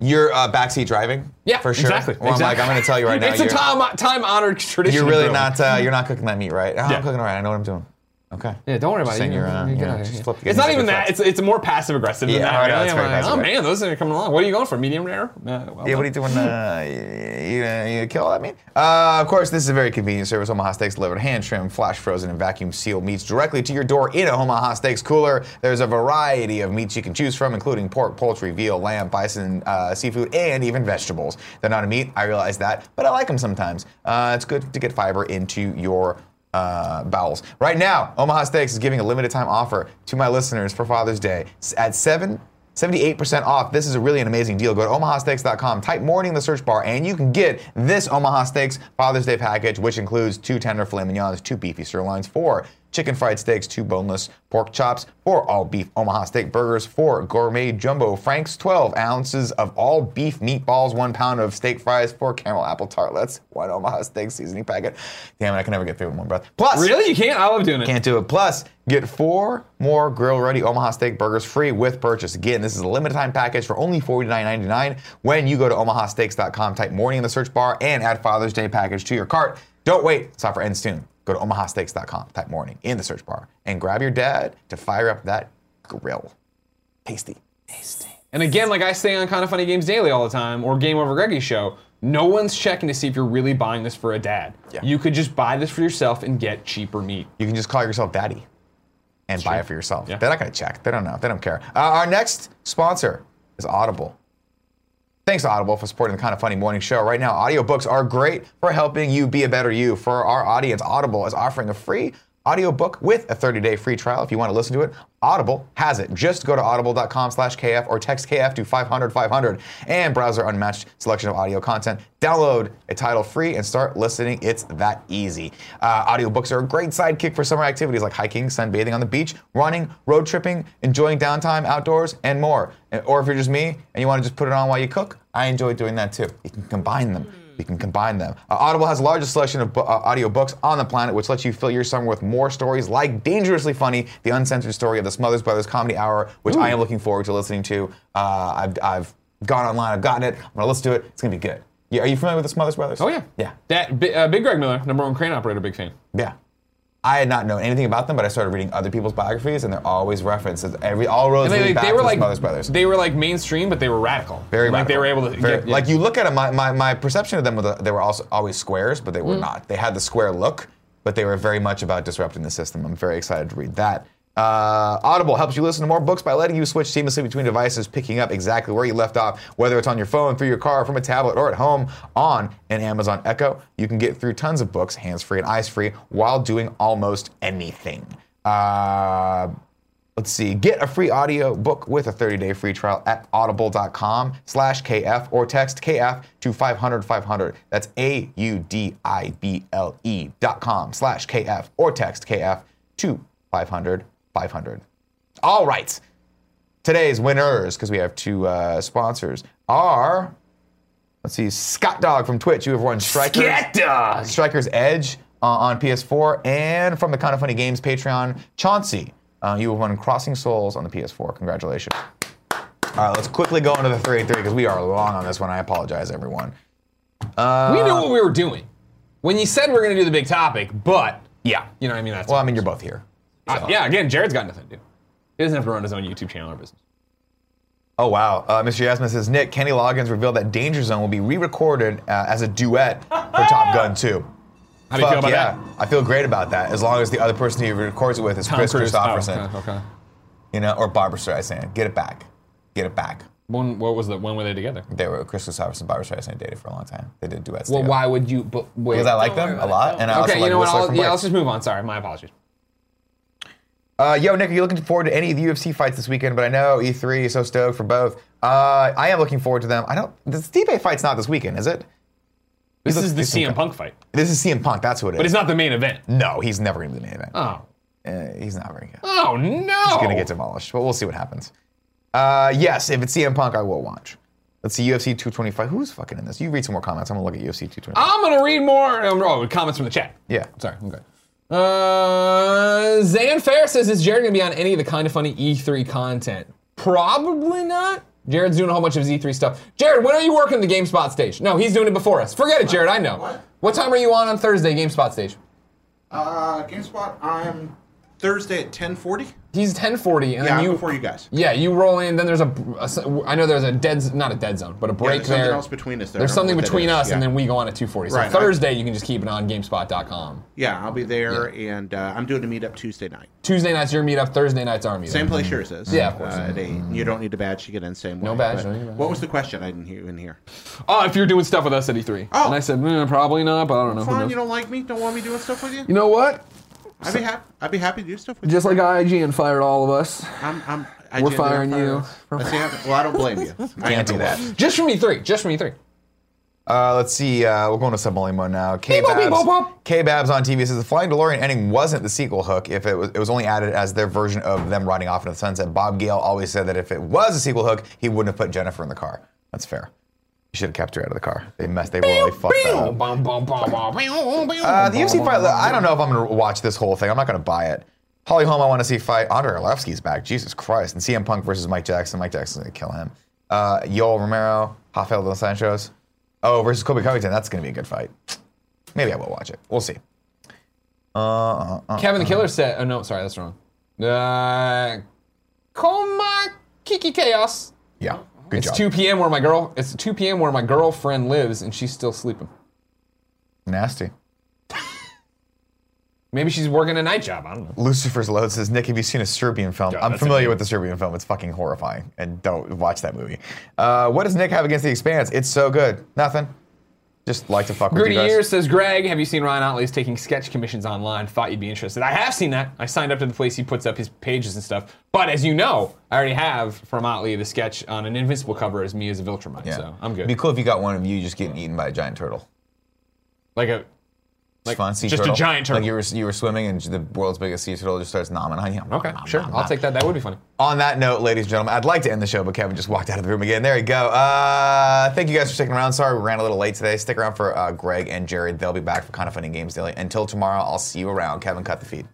Speaker 2: you're uh, backseat driving.
Speaker 1: Yeah,
Speaker 2: for sure.
Speaker 1: Exactly.
Speaker 2: Or I'm like,
Speaker 1: exactly.
Speaker 2: I'm going to tell you right now.
Speaker 1: It's a
Speaker 2: you're-
Speaker 1: time time honored tradition.
Speaker 2: You're
Speaker 1: of
Speaker 2: really
Speaker 1: grilling.
Speaker 2: not. Uh, you're not cooking that meat right. Oh,
Speaker 1: Yeah.
Speaker 2: I'm cooking it right. I know what I'm doing. Okay.
Speaker 1: Yeah, don't worry about
Speaker 2: Just
Speaker 1: it.
Speaker 2: saying
Speaker 1: You-
Speaker 2: You're, uh,
Speaker 1: you
Speaker 2: you
Speaker 1: get
Speaker 2: know,
Speaker 1: out of
Speaker 2: just
Speaker 1: here.
Speaker 2: flip the
Speaker 1: It's not
Speaker 2: games
Speaker 1: even
Speaker 2: with your
Speaker 1: that.
Speaker 2: flips.
Speaker 1: It's it's more passive aggressive than
Speaker 2: Yeah,
Speaker 1: that.
Speaker 2: I know,
Speaker 1: really.
Speaker 2: it's
Speaker 1: I'm
Speaker 2: very
Speaker 1: like, oh
Speaker 2: passive-aggressive.
Speaker 1: man, those are coming along. What are you going for? Medium rare? Uh, well
Speaker 2: Yeah, what
Speaker 1: done.
Speaker 2: are you doing? Uh, you, you, you kill all that meat? Uh, of course, this is a very convenient service. Omaha Steaks delivered hand trimmed, flash frozen, and vacuum sealed meats directly to your door in a Omaha Steaks cooler. There's a variety of meats you can choose from, including pork, poultry, veal, lamb, bison, uh, seafood, and even vegetables. They're not a meat, I realize that, but I like them sometimes. Uh, it's good to get fiber into your uh, bowels. Right now, Omaha Steaks is giving a limited time offer to my listeners for Father's Day S- at 7 78% off. This is a really an amazing deal. Go to omahasteaks.com, type morning in the search bar, and you can get this Omaha Steaks Father's Day package, which includes two tender filet mignons, two beefy sirloins, four chicken fried steaks, two boneless pork chops, four all beef Omaha steak burgers, four gourmet jumbo franks, 12 ounces of all beef meatballs, one pound of steak fries, four caramel apple tartlets, one Omaha steak seasoning packet. Damn it, I can never get through it in one breath. Plus,
Speaker 1: Really? You can't? I love doing it.
Speaker 2: Can't do it. Plus, get four more grill ready Omaha steak burgers free with purchase. Again, this is a limited time package for only $49.99 when you go to omahasteaks.com, type morning in the search bar, and add Father's Day package to your cart. Don't wait. This offer ends soon. Go to omahasteaks.com, type morning in the search bar, and grab your dad to fire up that grill. Tasty.
Speaker 1: And again, like I say on Kind of Funny Games Daily all the time, or Game Over Greggy's show, no one's checking to see if you're really buying this for a dad. You could just buy this for yourself and get cheaper meat.
Speaker 2: You can just call yourself daddy and buy it for yourself. They're not going to check. They don't know. They don't care. Uh, our next sponsor is Audible. Thanks to Audible for supporting the Kind of Funny Morning Show. Right now, audiobooks are great for helping you be a better you. For our audience, Audible is offering a free audiobook with a 30-day free trial. If you want to listen to it, Audible has it. Just go to audible.com slash KF or text KF to 500 500 and browse our unmatched selection of audio content. Download a title free and start listening. It's that easy. Uh, audiobooks are a great sidekick for summer activities like hiking, sunbathing on the beach, running, road tripping, enjoying downtime outdoors, and more. And- Or if you're just me and you want to just put it on while you cook, I enjoy doing that too. You can combine them. You can combine them. Uh, Audible has the largest selection of bu- uh, audiobooks on the planet, which lets you fill your summer with more stories like Dangerously Funny, the uncensored story of the Smothers Brothers Comedy Hour, which I am looking forward to listening to. Uh, I've, I've gone online, I've gotten it, I'm gonna listen to it. It's gonna be good. Yeah, are you familiar with the Smothers Brothers? Oh
Speaker 1: yeah,
Speaker 2: yeah,
Speaker 1: That Bi- uh, Big Greg Miller, number one crane operator, big fan.
Speaker 2: yeah. I had not known anything about them, but I started reading other people's biographies, and they're always references. Every all roads
Speaker 1: And
Speaker 2: lead
Speaker 1: they,
Speaker 2: back
Speaker 1: they were
Speaker 2: to the
Speaker 1: like
Speaker 2: Smothers Brothers.
Speaker 1: they were like mainstream, but they were radical.
Speaker 2: Very
Speaker 1: like they
Speaker 2: radical.
Speaker 1: were able to
Speaker 2: Very-
Speaker 1: get,
Speaker 2: like you look at them. My, my, my perception of them was that they were also always squares, but they were
Speaker 1: Mm.
Speaker 2: not. They had the square look, but they were very much about disrupting the system. I'm very excited to read that. Uh, Audible helps you listen to more books by letting you switch seamlessly between devices, picking up exactly where you left off, whether it's on your phone, through your car, from a tablet, or at home on an Amazon Echo. You can get through tons of books hands free and eyes free while doing almost anything. Uh, Let's see. Get a free audio book with a 30-day free trial at audible.com slash KF or text KF to 500 500. That's A-U-D-I-B-L-E E dot com slash KF or text KF to 500 500. All right. Today's winners, because we have two uh, sponsors, are... Let's see, Scott Dog from Twitch. You have won Strikers,
Speaker 1: Scat Dog!
Speaker 2: Strikers Edge uh, on PS4, and from the Kind of Funny Games Patreon, Chauncey. Uh, you have won Crossing Souls on the PS4. Congratulations. All right, let's quickly go into the 383 because we are long on this one. I apologize, everyone. Uh,
Speaker 1: we knew what we were doing when you said we're going to do the big topic, but
Speaker 2: yeah,
Speaker 1: you know, what I mean, that's
Speaker 2: well, I mean, you're both here.
Speaker 1: Uh, yeah. Again, Jared's got nothing to do. He doesn't have to run his own YouTube channel or business.
Speaker 2: Oh wow, uh, Mr. Yasmin says Nick Kenny Loggins revealed that Danger Zone will be re-recorded uh, as a duet for Top Gun 2.
Speaker 1: How do you feel about
Speaker 2: yeah. I feel great about that. As long as the other person he records it with is
Speaker 1: Tom
Speaker 2: Chris
Speaker 1: Cruise.
Speaker 2: Christopherson,
Speaker 1: Oh, okay, okay.
Speaker 2: you know, or Barbara Streisand. Get it back, get it back.
Speaker 1: When what was the when were they together?
Speaker 2: They were Chris Christopherson, Barbara Streisand dated for a long time. They did duets.
Speaker 1: Well,
Speaker 2: together.
Speaker 1: why would you? But wait.
Speaker 2: Because I like them a lot, and I also
Speaker 1: okay, you
Speaker 2: like
Speaker 1: know what?
Speaker 2: Whistler
Speaker 1: I'll,
Speaker 2: from
Speaker 1: yeah,
Speaker 2: Blitz.
Speaker 1: let's just move on. Sorry, my apologies.
Speaker 2: Uh, yo, Nick, are you looking forward to any of the UFC fights this weekend? But I know E3 is so stoked for both. Uh, I am looking forward to them. I don't. The Stipe fight's not this weekend, is it?
Speaker 1: This
Speaker 2: He's
Speaker 1: is
Speaker 2: a-
Speaker 1: the
Speaker 2: he's some
Speaker 1: CM
Speaker 2: guy.
Speaker 1: Punk fight,
Speaker 2: This is CM Punk. That's what it is.
Speaker 1: but it's not the main event.
Speaker 2: No, he's never gonna be the main event.
Speaker 1: Oh,
Speaker 2: Uh, he's not very good.
Speaker 1: oh no!
Speaker 2: He's gonna get demolished. But we'll see what happens. Uh, yes, if it's CM Punk, I will watch. Let's see UFC 225. Who's fucking in this? You read some more comments. I'm gonna look at UFC 225.
Speaker 1: I'm gonna read more. um, Oh, comments from the chat.
Speaker 2: Yeah.
Speaker 1: Sorry, I'm good. Uh, Zan Fair says, "Is Jared gonna be on any of the kind of funny E3 content? Probably not. Jared's doing a whole bunch of his E3 stuff. Jared, when are you working the GameSpot stage? No, he's doing it before us. Forget it, Jared. I know. What, time are you on on Thursday, GameSpot stage?
Speaker 4: Uh, GameSpot, I'm Thursday at 10:40.
Speaker 1: He's 10:40, and
Speaker 4: Yeah,
Speaker 1: then you
Speaker 4: before you guys.
Speaker 1: Yeah, you roll in. Then there's a, a s- I know there's a dead, not a dead zone, but a break
Speaker 4: there's
Speaker 1: there.
Speaker 4: something else between us there. I
Speaker 1: There's
Speaker 4: don't know
Speaker 1: something
Speaker 4: what that
Speaker 1: between
Speaker 4: is.
Speaker 1: us, and
Speaker 4: Yeah.
Speaker 1: then we go on at 2:40. So
Speaker 4: Right, I-
Speaker 1: Thursday, you can just keep it on GameSpot.com.
Speaker 4: Yeah, I'll be there, and uh, I'm doing a meetup Tuesday night.
Speaker 1: Tuesday night's your meetup. Thursday night's our meetup.
Speaker 4: Same place yours is.
Speaker 1: Yeah, of course.
Speaker 4: Uh, at eight. And You don't need a badge to get in. Same way.
Speaker 1: No badge,
Speaker 4: But
Speaker 1: no badge.
Speaker 4: What was the question? I didn't hear. Even hear.
Speaker 1: Oh, if you're doing stuff with us at E3. Oh. And I said, mm, probably not, but I don't know. who
Speaker 4: Fine.
Speaker 1: knows.
Speaker 4: You don't like me? Don't want me doing stuff with you?
Speaker 1: You know what?
Speaker 4: I'd be happy. I'd be happy to do stuff with
Speaker 1: Just like IGN fired all of us.
Speaker 4: you. I'm. I'm I
Speaker 1: We're
Speaker 4: genuinely
Speaker 1: firing
Speaker 4: fire
Speaker 1: you.
Speaker 4: us. That's the- well, I don't blame you. I am
Speaker 2: Can't do
Speaker 4: the
Speaker 2: that.
Speaker 4: one.
Speaker 1: Just from E3. Just from E E3.
Speaker 2: Uh, let's see. Uh, we're going to Submarine mode now. K
Speaker 1: Beep-bop, beep-bop,
Speaker 2: Babs,
Speaker 1: bop.
Speaker 2: K Babs on TV says the Flying DeLorean ending wasn't the sequel hook. If it was, it was only added as their version of them riding off into the sunset. Bob Gale always said that if it was a sequel hook, he wouldn't have put Jennifer in the car. That's fair. You should have kept her out of the car. They messed. They really fucked that
Speaker 4: Oh.
Speaker 2: up. Uh, the UFC fight. look, I don't know if I'm going to watch this whole thing. I'm not going to buy it. Holly Holm, I want to see fight. Andre Arlovsky's back. Jesus Christ. And CM Punk versus Mike Jackson. Mike Jackson's going to kill him. Uh, Yoel Romero, Rafael dos Santos. Oh, versus Kobe Covington. That's going to be a good fight. Maybe I will watch it. We'll see. Uh, uh,
Speaker 4: Uh-huh.
Speaker 2: uh,
Speaker 1: Kevin the
Speaker 2: uh.
Speaker 1: Killer said, oh no, sorry, that's wrong. Uh, Coma Kiki Chaos.
Speaker 2: Yeah. Good
Speaker 1: it's
Speaker 2: job.
Speaker 1: 2 p.m. where my girl. It's 2 p.m. where my girlfriend lives, and she's still sleeping.
Speaker 2: Nasty.
Speaker 1: Maybe she's working a night job. I don't know.
Speaker 2: Lucifer's Load says, Nick, have you seen a Serbian film?
Speaker 1: God,
Speaker 2: I'm
Speaker 1: that's
Speaker 2: familiar
Speaker 1: amazing.
Speaker 2: with the Serbian film. It's fucking horrifying. And don't watch that movie. Uh, what does Nick have against The Expanse? It's so good. Nothing. Just like to fuck
Speaker 1: Gritty
Speaker 2: with you guys.
Speaker 1: Years says, Greg, have you seen Ryan Otley's taking sketch commissions online? Thought you'd be interested. I have seen that. I signed up to the place he puts up his pages and stuff. But as you know, I already have from Otley the sketch on an Invincible cover as me as a Viltrumite.
Speaker 2: Yeah.
Speaker 1: So I'm good.
Speaker 2: It'd be cool if you got one of you just getting eaten by a giant turtle.
Speaker 1: like a like
Speaker 2: Fun sea
Speaker 1: just
Speaker 2: turtle.
Speaker 1: a giant turtle.
Speaker 2: Like you were, you were swimming and the world's biggest sea turtle just starts nomming on you.
Speaker 1: okay, sure. I'll take that. That would be funny.
Speaker 2: On that note, ladies and gentlemen, I'd like to end the show, but Kevin just walked out of the room again. There you go. Uh, thank you guys for sticking around. Sorry we ran a little late today. Stick around for uh, Greg and Jared. They'll be back for Kind of Funny Games Daily. Until tomorrow, I'll see you around. Kevin, cut the feed.